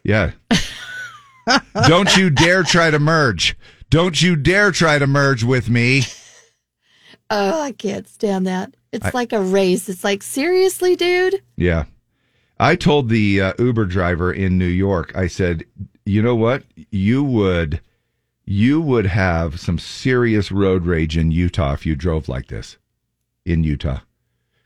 S2: Yeah. don't you dare try to merge. Don't you dare try to merge with me.
S11: Oh, I can't stand that. It's
S2: I-
S11: like a race. It's like, seriously, dude?
S2: Yeah. I told the uh, Uber driver in New York, I said, "You know what? You would you would have some serious road rage in Utah if you drove like this in Utah."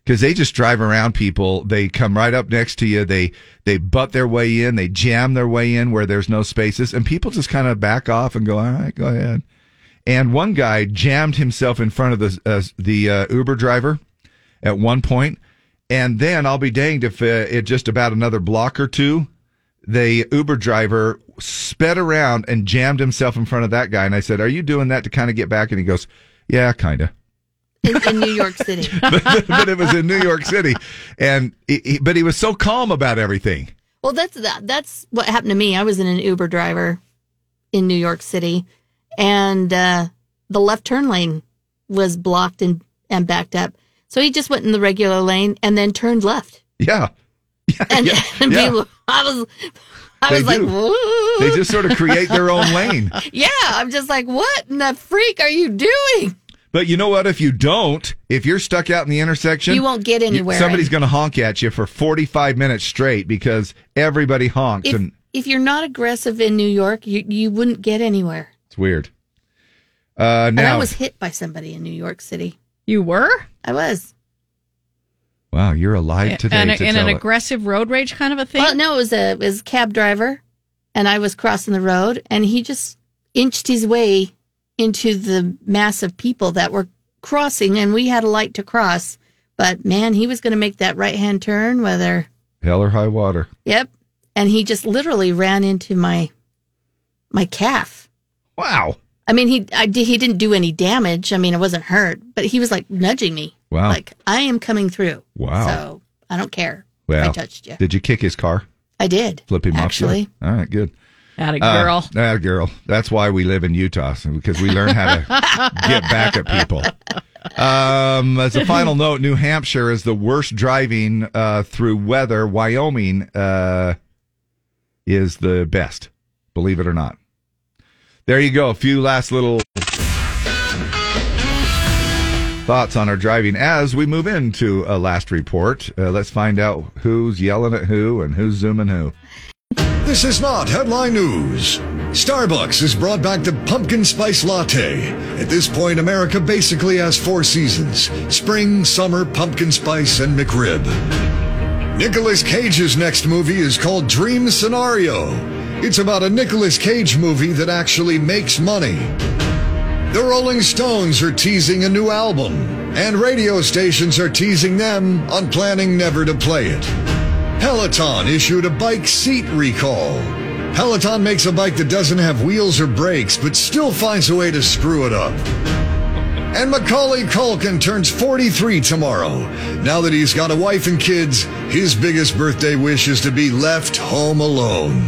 S2: Cuz they just drive around people, they come right up next to you, they they butt their way in, they jam their way in where there's no spaces and people just kind of back off and go, "All right, go ahead." And one guy jammed himself in front of the uh, the uh, Uber driver at one point, and then I'll be danged if uh, it just about another block or two, the Uber driver sped around and jammed himself in front of that guy. And I said, "Are you doing that to kind of get back?" And he goes, "Yeah, kind of."
S11: In, in New York City.
S2: but it was in New York City, and he, he- but he was so calm about everything.
S11: Well, that's that, that's what happened to me. I was in an Uber driver in New York City, and uh, the left turn lane was blocked and, and backed up. So he just went in the regular lane and then turned left.
S2: Yeah,
S11: And, and
S2: yeah.
S11: people, I was, I
S2: They
S11: was like,
S2: do.
S11: "Whoa."
S2: they just sort of create their own lane.
S11: yeah, I'm just like, what in the freak are you doing?
S2: But you know what? If you don't, if you're stuck out in the intersection,
S11: You won't get
S2: you-
S11: anywhere.
S2: somebody's going to honk at you for 45 minutes straight because everybody honks,
S11: If,
S2: and
S11: if you're not aggressive in New York, you, you wouldn't get anywhere.
S2: it's weird. Uh,
S11: and I
S2: now,
S11: was hit by somebody in New York City.
S3: You were?
S11: I was.
S2: wow, you're alive today
S3: and,
S2: to
S3: and
S2: tell
S3: an
S2: it.
S3: aggressive road rage kind of a thing.
S11: Well, no, it was a it was a cab driver, and I was crossing the road, and he just inched his way into the mass of people that were crossing, and we had a light to cross. But man, he was going to make that right hand turn, whether
S2: Hell or high water.
S11: yep, and he just literally ran into my my calf.
S2: Wow.
S11: I mean, he I did, he didn't do any damage. I mean, I wasn't hurt, but he was like nudging me.
S2: Wow.
S11: Like I am coming through.
S2: Wow.
S11: So I don't care.
S2: well,
S11: if I touched you.
S2: Did you kick his car?
S11: I did.
S2: Flip him
S11: Actually.
S2: off. All right, good.
S3: Atta
S2: Uh,
S3: girl.
S2: atta girl. That's why we live in Utah so- because we learn how to get back at people. Um, as a final note, New Hampshire is the worst driving uh, through weather. Wyoming uh, is the best, believe it or not. There you go. A few last little thoughts on our driving as we move into a last report. Uh, let's find out who's yelling at who and who's zooming who.
S20: This is not headline news. Starbucks has brought back the pumpkin spice latte. At this point, America basically has four seasons spring, summer, pumpkin spice, and McRib. Nicolas Cage's next movie is called Dream Scenario. It's about a Nicolas Cage movie that actually makes money. The Rolling Stones are teasing a new album, and radio stations are teasing them on planning never to play it. Peloton issued a bike seat recall. Peloton makes a bike that doesn't have wheels or brakes, but still finds a way to screw it up. And Macaulay Culkin turns 43 tomorrow. Now that he's got a wife and kids, his biggest birthday wish is to be left home alone.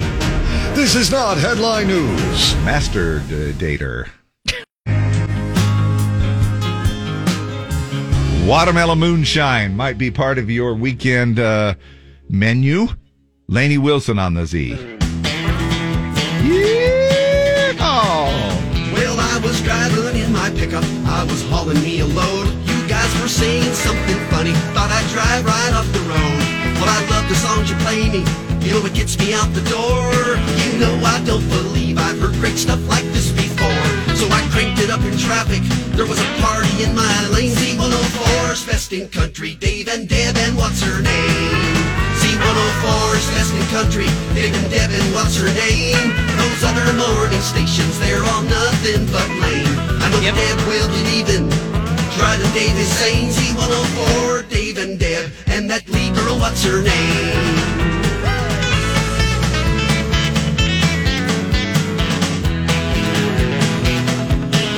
S20: This is not headline news.
S2: Master d- dater. Watermelon moonshine might be part of your weekend uh, menu. Laney Wilson on the Z.
S6: Well, I was driving in my pickup. I was hauling me a load. You guys were singing something funny. Thought I'd drive right off the road. Well, I love the songs you play me. You know it gets me out the door. You know I don't believe I've heard great stuff like this before. So I cranked it up in traffic. There was a party in my lane. Z104's Fest in Country. Dave and Deb and what's her name? Z104's Fest in Country. Dave and Deb and what's her name? Those other morning stations, they're all nothing but lame. I know Deb will get even. Try to date his same Z104, Dave and Deb, and that lead girl, what's her name?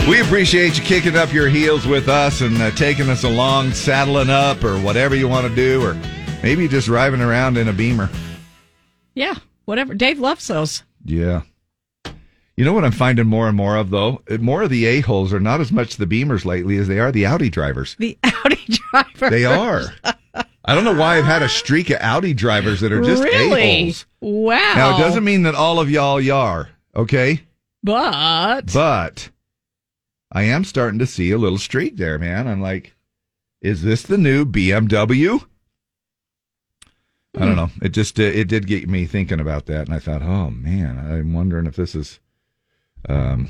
S2: We appreciate you kicking up your heels with us and uh, taking us along, saddling up, or whatever you want to do, or maybe just driving around in a beamer.
S3: Yeah, whatever. Dave loves those.
S2: Yeah. You know what I'm finding more and more of, though? More of the a-holes are not as much the beamers lately as they are the Audi drivers.
S3: The Audi driver.
S2: They are. I don't know why I've had a streak of Audi drivers that are just
S3: really?
S2: a-holes.
S3: Wow.
S2: Now, it doesn't mean that all of y'all are, okay?
S3: But
S2: But I am starting to see a little streak there, man. I'm like, is this the new BMW? I
S3: Hmm.
S2: don't know. It just uh, it did get me thinking about that, and I thought, oh man, I'm wondering if this is um,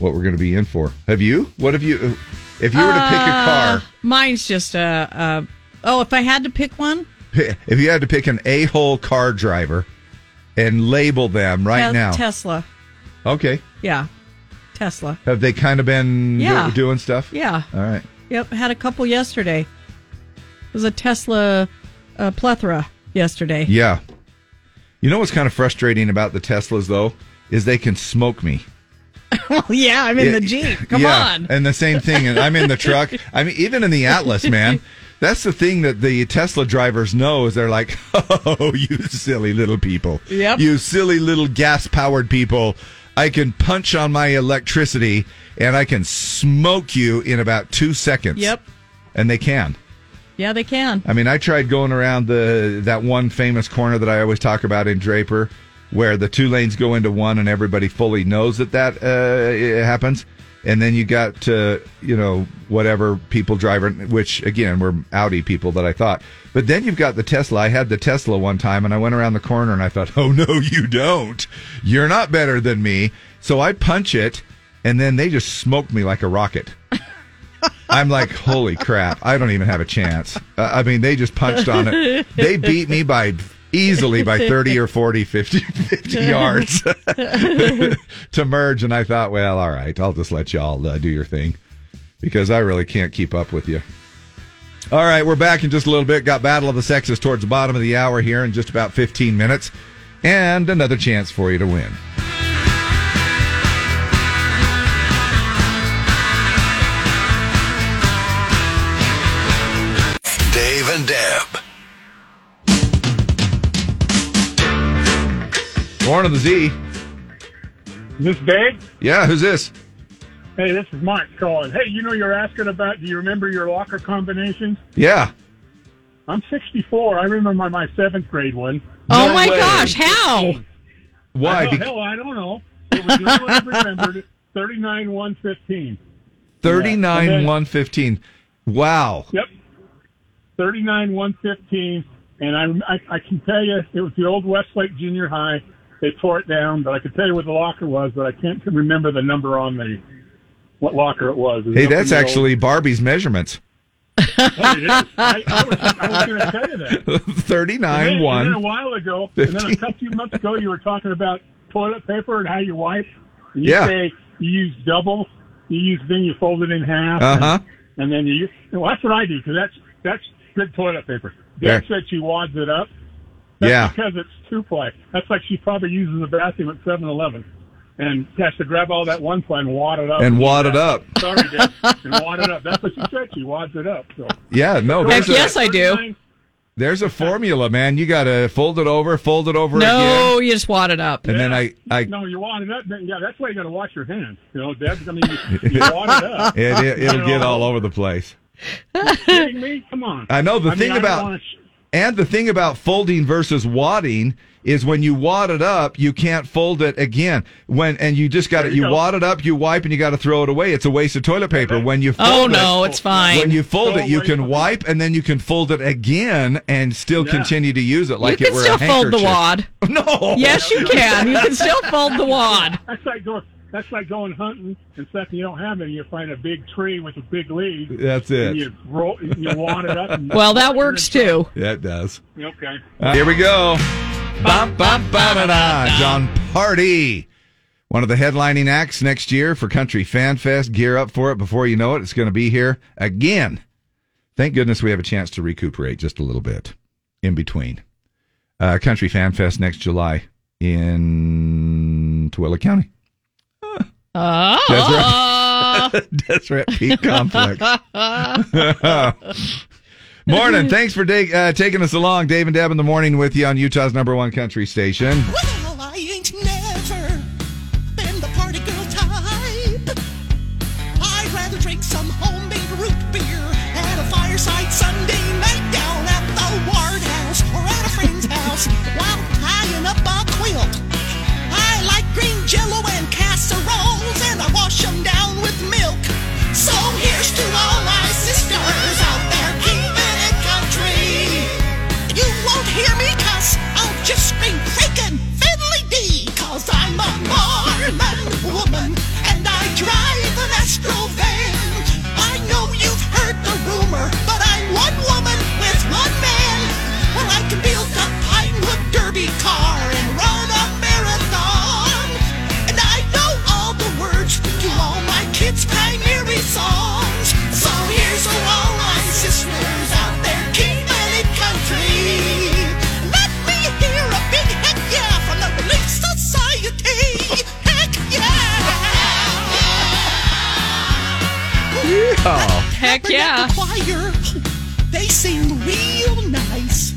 S2: what we're going to be in for. Have you? What have you? If you were to pick a car,
S3: Uh, mine's just a, a. Oh, if I had to pick one,
S2: if you had to pick an a-hole car driver and label them right
S3: Te-
S2: now,
S3: Tesla.
S2: okay,
S3: Yeah, Tesla.
S2: have they kind of been do-
S3: Yeah.
S2: doing stuff?
S3: Yeah.
S2: All right.
S3: Yep, had a couple yesterday. It was a Tesla uh, plethora yesterday.
S2: Yeah. You know what's kind of frustrating about the Teslas though is they can smoke me.
S3: well, yeah, I'm in
S2: Yeah,
S3: the Jeep. Come
S2: yeah,
S3: on.
S2: And the same thing. And I'm in the truck. I mean, even in the Atlas, man. That's the thing that the Tesla drivers know is they're like, "Oh, you silly little people!
S4: Yep.
S2: You silly little gas-powered people! I can punch on my electricity and I can smoke you in about two seconds."
S3: Yep.
S2: And they can.
S3: Yeah, they can.
S2: I mean, I tried going around the that one famous corner that I always talk about in Draper, where the two lanes go into one, and everybody fully knows that that uh, it happens. And then you got uh, you know whatever people driving, which again were Audi people that I thought. But then you've got the Tesla. I had the Tesla one time, and I went around the corner, and I thought, oh no, you don't. You're not better than me. So I punch it, and then they just smoked me like a rocket. I'm like, holy crap! I don't even have a chance. Uh, I mean, they just punched on it. They beat me by easily by 30 or 40, 50, 50 yards to merge. And I thought, well, all right, I'll just let y'all uh, do your thing because I really can't keep up with you. All right, we're back in just a little bit. Got Battle of the Sexes towards the bottom of the hour here in just about 15 minutes, and another chance for you to win.
S20: Dave and Deb.
S2: Born of the Z.
S7: This Dave?
S2: Yeah, who's this?
S7: Hey, this is Mike calling. Hey, you know you're asking about. Do you remember your locker combinations?
S2: Yeah.
S7: I'm 64. I remember my, my seventh grade one.
S3: Oh my gosh, how?
S7: I
S2: Why?
S7: don't, hell, I don't know. It was the only one I remembered. 39 115.
S2: 39 115. Wow.
S7: Yep. 39 115. And I'm, I, I can tell you, it was the old Westlake Junior High. They tore it down, but I can tell you where the locker was, but I can't remember the number on the what locker it was. It was
S2: Hey,
S7: up in
S2: that's
S7: the old-
S2: actually Barbie's measurements.
S7: Hey, it is. I, I was, I was going to tell you that. And
S2: 39
S7: then- And then a
S2: 1.
S7: while ago, and then a couple few months ago, you were talking about toilet paper and how you wipe. And you
S2: Yeah.
S7: say you use double. You use then you fold it in half. and-
S2: Uh-huh.
S7: And, then you. use- Well, that's what I do because that's that's good toilet paper.
S2: Yeah.
S7: Dad said she wads it up. That's
S2: Yeah.
S7: Because it's two ply. That's like she probably uses the bathroom at Seven Eleven, and has to grab all that one ply and wad it up.
S2: And wad it up.
S7: Sorry, Dad. and wad it up. That's what she said. She wads it up. So.
S2: Yeah, no.
S7: Heck
S2: there's a-
S7: yes, I do.
S2: There's a formula, man. You got to fold it over, fold it over
S3: No,
S2: again.
S3: you just wad it up.
S2: And then I, I
S7: No, you want it up. Then, yeah, that's why you got to wash your hands. You know, Deb. I mean, you, you want it up.
S2: it, it,
S7: You
S2: it'll
S7: know,
S2: get all over the place.
S7: you kidding me? Come on.
S2: I know the
S7: mean,
S2: thing
S7: I don't
S2: about
S7: wanna-
S2: and the thing about folding versus wadding is when you wad it up, you can't fold it again. When and you just got it, you, wad it up, you wipe, and you got to throw it away. It's a waste of toilet paper. When you fold
S3: Oh,
S2: it-
S3: no, it's fine.
S2: When you fold
S3: Throw
S2: it, you
S3: away
S2: can wipe, and then you can fold it again and still continue to use it like
S3: you
S2: it
S3: can
S2: were
S3: still
S2: a
S3: fold the
S2: handkerchief.
S3: wad.
S2: No.
S3: Yes, you can. You can still fold the wad.
S7: That's like going. That's like going hunting and stuff. You don't have any. You find a big tree with a big leaf.
S2: That's
S7: And
S2: it.
S7: you roll. You wad it up. And
S3: Well, that works too.
S2: Yeah, it does.
S7: Okay.
S2: Uh, here we go. Bum, bum, ba, da, da. John Party. One of the headlining acts next year for Country Fan Fest. Gear up for it before you know it. It's going to be here again. Thank goodness we have a chance to recuperate just a little bit in between. Uh, Country Fan Fest next July in Tooele County.
S3: Oh. Uh.
S2: Deseret, Deseret Peak Complex. Morning. Thanks for da- uh, taking us along, Dave and Deb, in the morning with you on Utah's number one country station.
S5: Well, I ain't never been the party girl type. I'd rather drink some homemade root beer at a fireside Sunday night down at the Ward House or at a friend's house while tying up a quilt. I like green jello and casseroles and I wash them down with milk. So here's to all my sisters out there keeping it country. You won't hear me cuss. I'll just scream freaking fiddly dee, cause I'm a Mormon woman and I drive an Astro van. I know you've heard the rumor, but I'm one woman with one man. Well, I can build a Pinewood Derby car and run a marathon. And I know all the words to all my kids' primary songs. So here's to all my sisters out there keeping it country. Let me hear a big heck yeah from the Relief Society. Heck yeah!
S3: Heck
S5: yeah.
S3: yeah.
S5: choir. They sing real nice.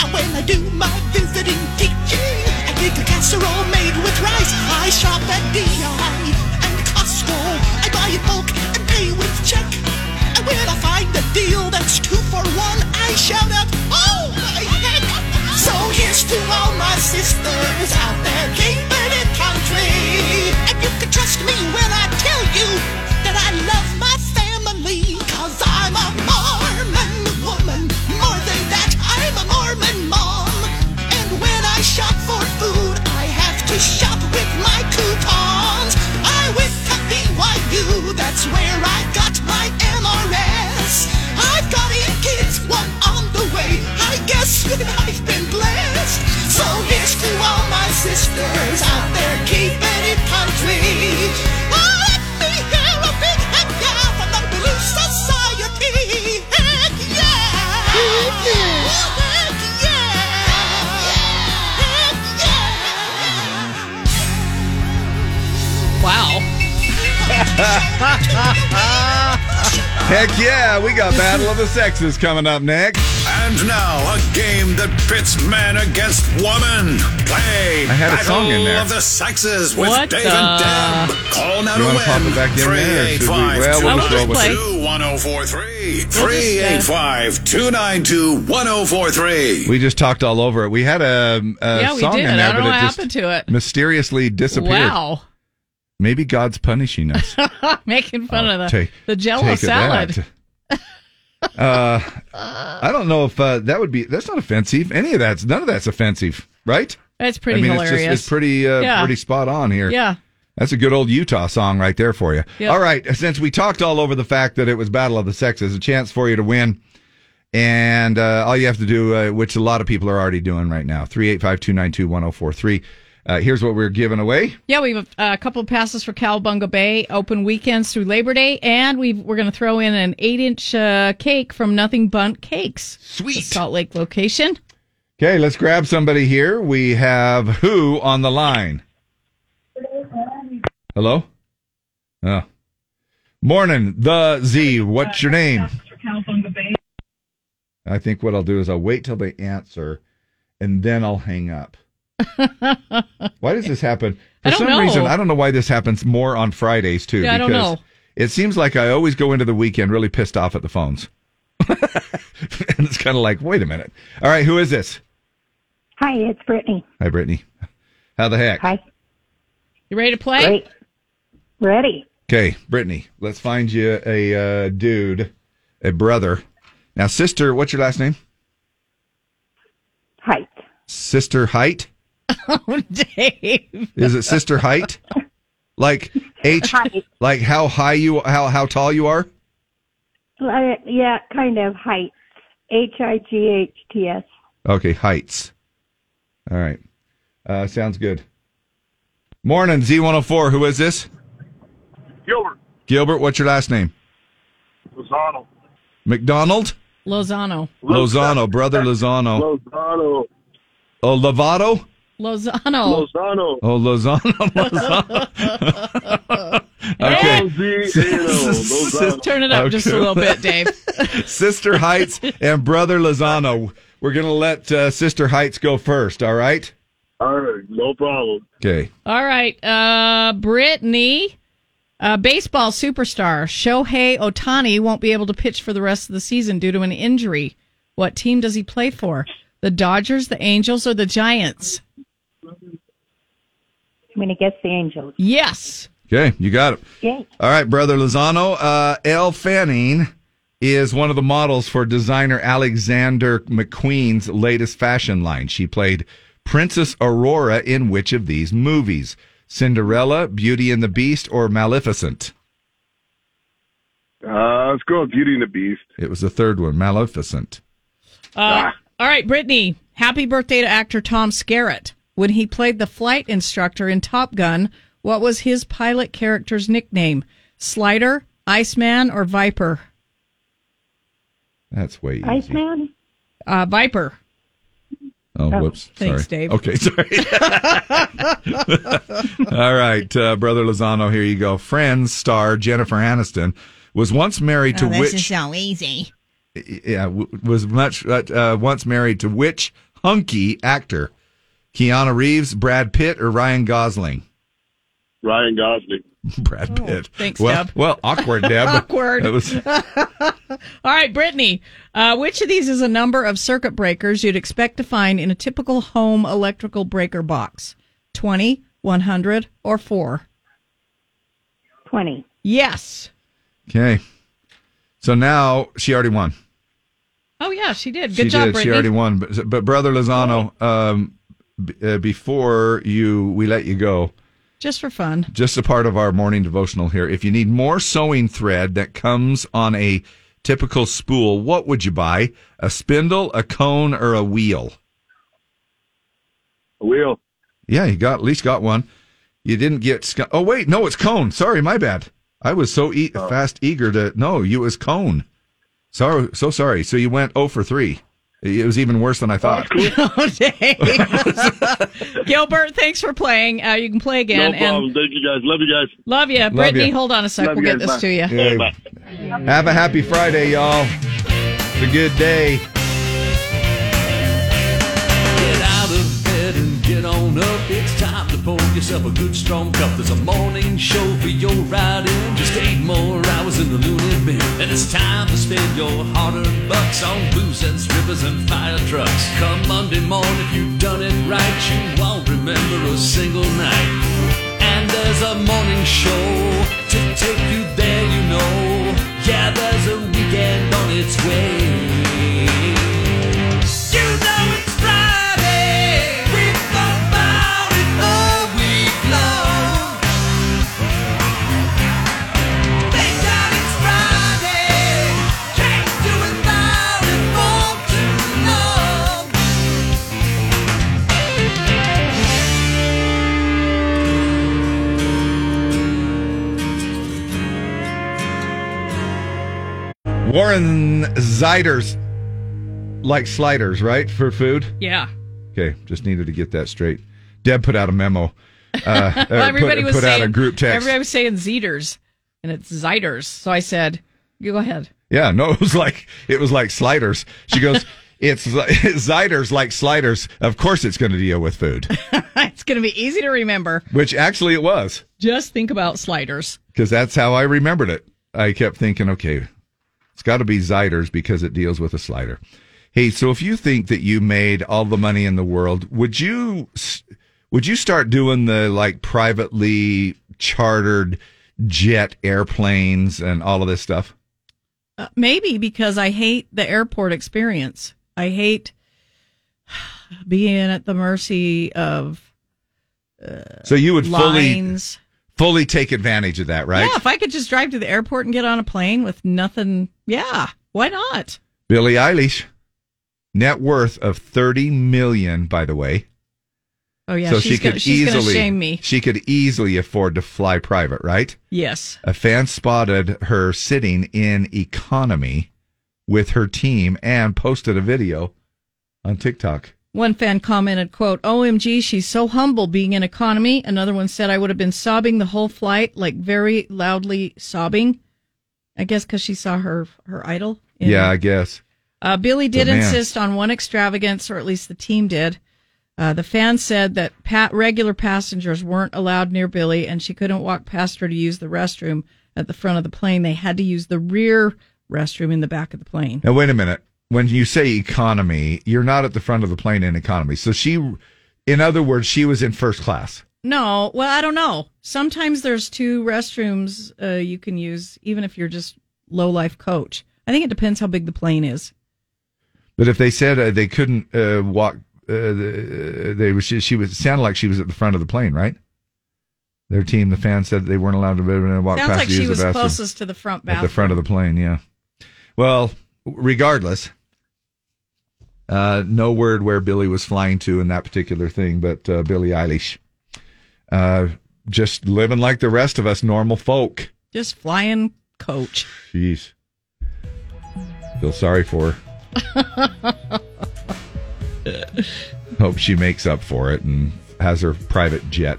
S5: And when I do my visiting teaching, I make a casserole made with rice. I shop at DI and Costco. I buy in bulk and pay with check. And when I find a deal that's two for one, I shout out, oh my heck! So here's to all my sisters out there keeping it country. And you can trust me when I tell you that I love my family. Cause I'm a Mormon woman. More than that, I'm a Mormon mom. And when I shop for food, I have to shop with my coupons. I went to BYU, that's where I got my MRS. I've got eight kids, one on the way. I guess that I've been blessed. So here's to all my sisters out there keeping it country. Oh, let me hear a big heck yeah from the Blue Society. Heck yeah! Heck yeah! Heck
S3: Wow.
S2: Heck yeah, we got Battle of the Sexes coming up next.
S8: And now a game that pits man against woman. Play
S2: I had a song in
S8: Battle
S2: there.
S8: of the Sexes with
S2: What
S8: Dave
S2: the-
S8: and Deb. Call now
S2: You
S8: to
S2: wanna pop
S8: win.
S2: it back in there, or should we-
S3: Oh,
S2: well, we'll just roll with it.
S20: oh,
S8: 385-292-1043. 385-292-1043.
S2: We just talked all over it. We had a, a
S3: yeah, we
S2: song
S3: did.
S2: in
S3: I
S2: there,
S3: don't know
S2: but
S3: what
S2: it just
S3: happened to it.
S2: mysteriously disappeared.
S3: Wow.
S2: Maybe God's punishing us.
S3: Making fun of the,
S2: Take-
S3: the jello
S2: take it
S3: salad.
S2: that. Uh, I don't know if uh, that would be. That's not offensive. Any of that's none of that's offensive, right?
S3: That's pretty
S2: I mean, It's,
S3: hilarious.
S2: just, it's pretty, uh,
S3: Yeah.
S2: pretty spot on here.
S3: Yeah.
S2: That's a good old Utah song right there for you.
S3: Yep.
S2: All right, since we talked all over the fact that it was Battle of the Sexes, a chance for you to win. And uh, all you have to do, uh, which a lot of people are already doing right now, 385-292-1043. Uh, here's what we're giving away.
S3: Yeah, we have uh, a couple of passes for Calabunga Bay open weekends through Labor Day, and we've, we're going to throw in an eight-inch uh, cake from Nothing Bunt Cakes,
S2: sweet
S3: Salt Lake location.
S2: Okay, let's grab somebody here. We have who on the line? Hello? Oh. Morning, the Z. What's your name? I think what I'll do is I'll wait till they answer and then I'll hang up. why does this happen? For
S3: I don't
S2: some
S3: know.
S2: reason, I don't know why this happens more on Fridays too.
S3: Yeah, I don't know.
S2: It seems like I always go into the weekend really pissed off at the phones. and it's kind of like, wait a minute. All right, who is this?
S19: Hi, it's Brittany.
S2: Hi, Brittany. How the heck?
S19: Hi.
S3: You ready to play?
S19: Great. Ready.
S2: Okay, Brittany, let's find you a uh, dude, a brother. Now, sister, what's your last name?
S19: Height.
S2: Sister Height?
S3: Oh, Dave.
S2: Is it sister height? Like H like how high you how how tall you are?
S19: Uh, yeah, kind of height. H I G H T S.
S2: Okay, heights. All right. Uh sounds good. Morning, Z one oh four. Who is this?
S19: Gilbert.
S2: Gilbert, what's your last name?
S19: Lozano.
S2: McDonald?
S3: Lozano.
S2: Lozano, brother Lozano.
S19: Lozano.
S2: Oh Lovato?
S3: Lozano.
S19: Lozano.
S2: Oh Lozano. Okay.
S3: Turn it up just a
S2: Okay.
S3: little bit, Dave.
S2: Sister Heights and Brother Lozano. We're going to let uh, Sister Heights go first, all right?
S19: All right, no problem.
S2: Okay.
S3: All right, uh, Brittany, uh, baseball superstar Shohei Otani won't be able to pitch for the rest of the season due to an injury. What team does he play for? The Dodgers, the Angels, or the Giants?
S19: I'm going to guess the Angels.
S3: Yes.
S2: Okay, you got it.
S19: Yay.
S2: All right, Brother Lozano. Uh, Elle Fanning is one of the models for designer Alexander McQueen's latest fashion line. She played Princess Aurora in which of these movies? Cinderella, Beauty and the Beast, or Maleficent?
S10: Uh, let's go with Beauty and the Beast.
S2: It was the third one, Maleficent.
S3: Uh, all right, Brittany. Happy birthday to actor Tom Skerritt. When he played the flight instructor in Top Gun, what was his pilot character's nickname? Slider, Iceman, or Viper?
S2: That's way easy.
S3: Iceman? Uh, Viper.
S2: Oh,
S3: Oh,
S2: whoops.
S3: thanks,
S2: sorry.
S3: Dave.
S2: Okay, sorry. All right, uh, Brother Lozano, here you go. Friends star Jennifer Aniston was once married to
S16: oh, this is
S2: which.
S16: so easy.
S2: yeah, w- was much uh, uh, once married to which hunky actor? Keanu Reeves, Brad Pitt, or Ryan Gosling?
S10: Ryan Gosling.
S2: Brad Pitt.
S3: Oh, thanks,
S2: well,
S3: Deb.
S2: Well, awkward, Deb.
S3: Awkward.
S2: That was-
S3: All right, Brittany. Uh, which of these is a number of circuit breakers you'd expect to find in a typical home electrical breaker box? 20, 100, or 4?
S19: 20.
S3: Yes.
S2: okay. So now she already won.
S3: Oh, yeah, she did. Good
S2: she
S3: job,
S2: did.
S3: Brittany. Oh.
S2: She already won. But, but brother Lozano, um, b- uh, before you we let you go,
S3: Just for fun.
S2: just a part of our morning devotional here. If you need more sewing thread that comes on a typical spool, what would you buy? A spindle, a cone, or a wheel?
S10: A wheel.
S2: Yeah, you got at least got one. You didn't get. sc- Oh wait, no, it's cone. Sorry, my bad. I was so e-
S10: Oh.
S2: fast eager to no. You it was cone. Sorry, so sorry. So you went oh for three. It was even worse than
S10: Oh,
S2: I thought.
S3: Gilbert, thanks for playing. Uh, you can play again.
S10: no
S3: and
S10: problem. Thank you guys. Love you guys.
S3: Love you.
S2: Love
S3: Brittany,
S2: ya.
S3: hold on a sec.
S10: Love
S3: we'll
S10: you
S3: get this
S10: guys.
S3: to you.
S2: Hey, Have a happy Friday, y'all. It's a good day.
S13: Get out of bed and get on up. It's time to pour yourself a good strong cup. There's a morning show for your ride in. Just eight more hours in the loony bin. And it's time to spend your hard-earned bucks on booze and strippers and fire trucks. Come Monday morning, if you've done it right, you won't remember a single night. And there's a morning show to take you there, you know. Yeah,
S12: there's a weekend on its way. You know it's Friday. We've thought about it all week long. Thank God it's Friday. Can't do without it for too long.
S2: Warren Ziders like sliders, right? For food?
S3: Yeah.
S2: Okay, just needed to get that straight. Deb put out a memo. Uh, or
S3: everybody
S2: put,
S3: was
S2: put
S3: saying,
S2: out a group text.
S3: Everybody was saying Zeters, and it's Ziders. So I said, "You go ahead."
S2: Yeah, no, it was like it was like sliders. She goes, "It's li- Ziders like sliders. Of course, it's going to deal with food."
S3: it's going to be easy to remember.
S2: Which actually it was,
S3: Just think about sliders.
S2: because that's how I remembered it. I kept thinking, okay, it's got to be Ziders because it deals with a slider. Hey, so if you think that you made all the money in the world, would you s- would you start doing the like privately chartered jet airplanes and all of this stuff?
S3: Uh, maybe because I hate the airport experience. I hate being at the mercy of. Uh,
S2: So you would
S3: Lines.
S2: fully fully take advantage of that, right?
S3: Yeah, if I could just drive to the airport and get on a plane with nothing, yeah, why not?
S2: Billie Eilish, net worth of thirty million, by the way.
S3: Oh yeah,
S2: so
S3: she's
S2: she could
S3: gonna, she's gonna
S2: easily
S3: shame me.
S2: she could easily afford to fly private, right?
S3: Yes.
S2: A fan spotted her sitting in economy with her team and posted a video on TikTok.
S3: One fan commented, quote, OMG, she's so humble being in economy. Another one said, I would have been sobbing the whole flight, like very loudly sobbing. I guess because she saw her, her idol. in-
S2: Yeah, I guess.
S3: Uh, Billy did
S2: The man.
S3: insist on one extravagance, or at least the team did. Uh, the fan said that pat- regular passengers weren't allowed near Billy, and she couldn't walk past her to use the restroom at the front of the plane. They had to use the rear restroom in the back of the plane.
S2: Now wait a minute. When you say economy, you're not at the front of the plane in economy. So she in other words, she was in first class.
S3: No, well, I don't know. Sometimes there's two restrooms uh, you can use, even if you're just low life coach. I think it depends how big the plane is.
S2: But if they said uh, they couldn't uh, walk, uh, the- they was she, she was it sounded like she was at the front of the plane, right? Their team, the fans said they weren't allowed to uh, walk
S3: Sounds
S2: past
S3: like
S2: to
S3: she
S2: use
S3: was
S2: the bathroom
S3: closest to the front
S2: at
S3: bathroom.
S2: the front of the plane. Yeah. Well, regardless, uh, no word where Billy was flying to in that particular thing, but uh, Billie Eilish, uh, just living like the rest of us normal folk.
S3: Just flying coach.
S2: Jeez, feel sorry for her. Hope she makes up for it and has her private jet.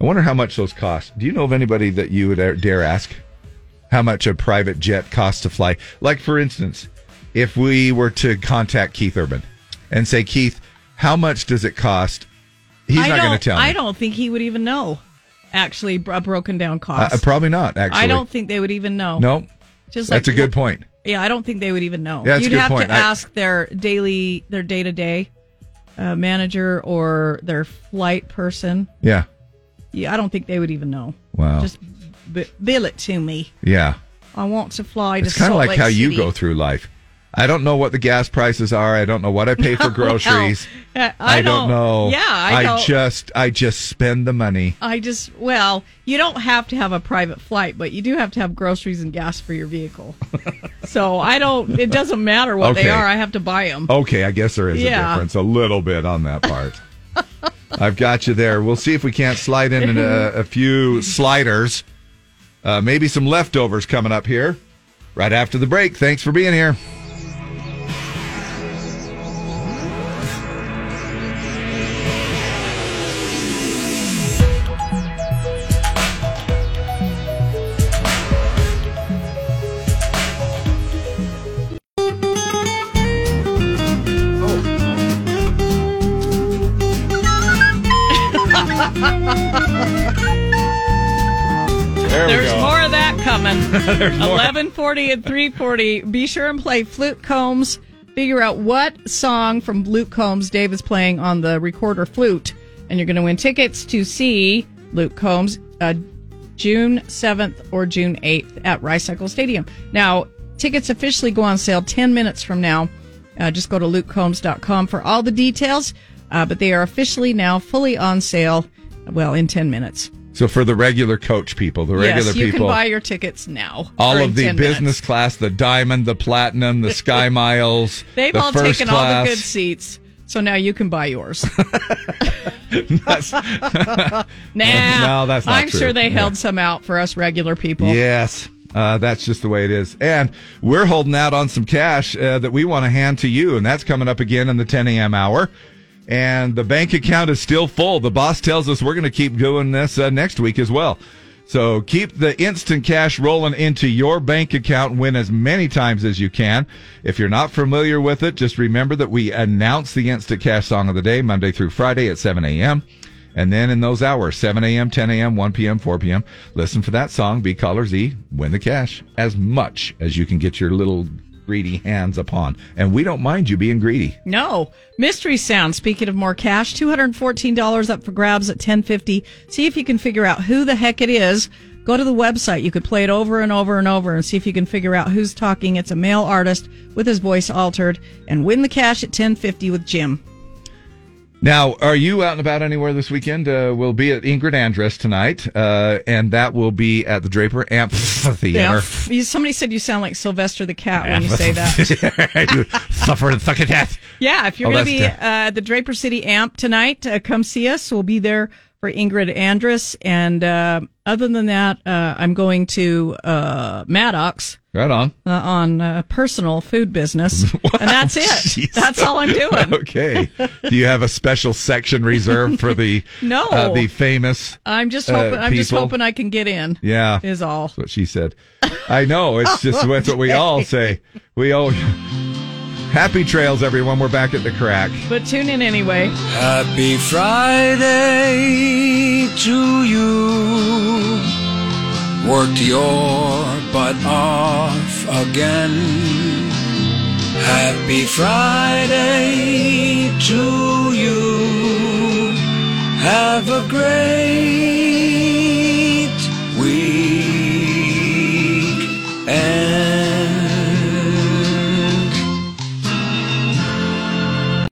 S2: I wonder how much those cost. Do you know of anybody that you would a- dare ask how much a private jet costs to fly? Like, for instance, if we were to contact Keith Urban and say, Keith, how much does it cost? He's
S3: I
S2: not going
S3: don't-
S2: to tell me.
S3: I don't think he would even know. Actually, bro- broken down
S2: Uh,
S3: cost.
S2: uh, probably not, actually.
S3: I don't think they would even know.
S2: No.
S3: Just
S2: That's
S3: like-
S2: a good point.
S3: Yeah, I don't think they would even know.
S2: Yeah, that's a
S3: You'd
S2: good
S3: have
S2: point.
S3: to
S2: I-
S3: ask their daily, their day to day manager or their flight person.
S2: Yeah.
S3: Yeah, I don't think they would even know.
S2: Wow.
S3: Just b- bill it to me.
S2: Yeah.
S3: I want to fly to
S2: It's kind of
S3: Salt
S2: like
S3: Lake
S2: how you
S3: City.
S2: go through life. I don't know what the gas prices are. I don't know what I pay for
S3: No,
S2: groceries.
S3: no. Uh, I,
S2: don't know.
S3: Yeah, I, don't.
S2: just I just spend the money.
S3: I just well, you don't have to have a private flight, but you do have to have groceries and gas for your vehicle. so I don't. It doesn't matter what
S2: Okay.
S3: they are. I have to buy them.
S5: Oh,
S2: Okay, I guess there is
S3: Yeah.
S2: a difference, a little bit on that part. I've got you there. We'll see if we can't slide in a, a few sliders, uh, maybe some leftovers coming up here right after the break. Thanks for being here.
S5: There we
S3: There's
S5: go.
S3: more of that coming.
S5: There's more.
S3: 1140 and 340. Be sure and play Flute Combs. Figure out what song from Luke Combs Dave is playing on the recorder flute, and you're going to win tickets to see Luke Combs, uh, June 7th or June 8th at Rice Eccles Stadium. Now, tickets officially go on sale 10 minutes from now. Uh, just go to lukecombs.com for all the details, uh, but they are officially now fully on sale, well, in 10 minutes.
S2: So for the regular coach people, the regular
S3: yes, you
S2: people,
S3: can buy your tickets now.
S2: all
S3: or in
S2: of the
S3: 10
S2: business
S3: minutes.
S2: class, the diamond, the platinum, the sky miles,
S3: They've
S2: the
S3: all
S2: first
S3: taken all
S2: class.
S3: the good seats, so now you can buy yours. nah,
S2: No, that's not
S3: I'm
S2: true.
S3: sure they
S2: No.
S3: held some out for us regular people.
S2: Yes. Uh, that's just the way it is. And we're holding out on some cash uh, that we want to hand to you. And that's coming up again in the 10 a.m. hour. And the bank account is still full. The boss tells us we're going to keep doing this uh, next week as well. So keep the instant cash rolling into your bank account. Win as many times as you can. If you're not familiar with it, just remember that we announce the instant cash song of the day Monday through Friday at 7 a.m. And then in those hours, 7 a.m., 10 a.m., 1 p.m., 4 p.m., listen for that song, Be Caller Z, win the cash as much as you can get your little greedy hands upon. And we don't mind you being greedy.
S3: No. Mystery Sound, speaking of more cash, $214 up for grabs at 1050. See if you can figure out who the heck it is. Go to the website. You could play it over and over and over and see if you can figure out who's talking. It's a male artist with his voice altered and win the cash at 1050 with Jim.
S2: Now, are you out and about anywhere this weekend? Uh, we'll be at Ingrid Andress tonight, uh, and that will be at the Draper Amphitheater.
S3: You- Somebody said you sound like Sylvester the Cat when you say that.
S2: you suffer and suck at death.
S3: Yeah, if you're
S2: Oh,
S3: going to
S2: that's
S3: be uh, at the Draper City Amp tonight, uh, come see us. We'll be there for Ingrid Andress. And uh, other than that, uh, I'm going to uh, Maddox
S2: Right on.
S3: uh, on uh, personal food business. And that's it. That's all I'm doing.
S2: okay. Do you have a special section reserved for the
S3: No.
S2: uh, the famous?
S3: I'm just
S2: uh,
S3: hoping. I'm just
S2: people?
S3: hoping I can get in.
S2: Yeah,
S3: is all.
S2: That's what she said. I know. It's just that's what we all say. We all happy trails, everyone. We're back at the crack.
S3: But tune in anyway.
S12: Happy Friday to you. Worked your butt off again. Happy Friday to you. Have a great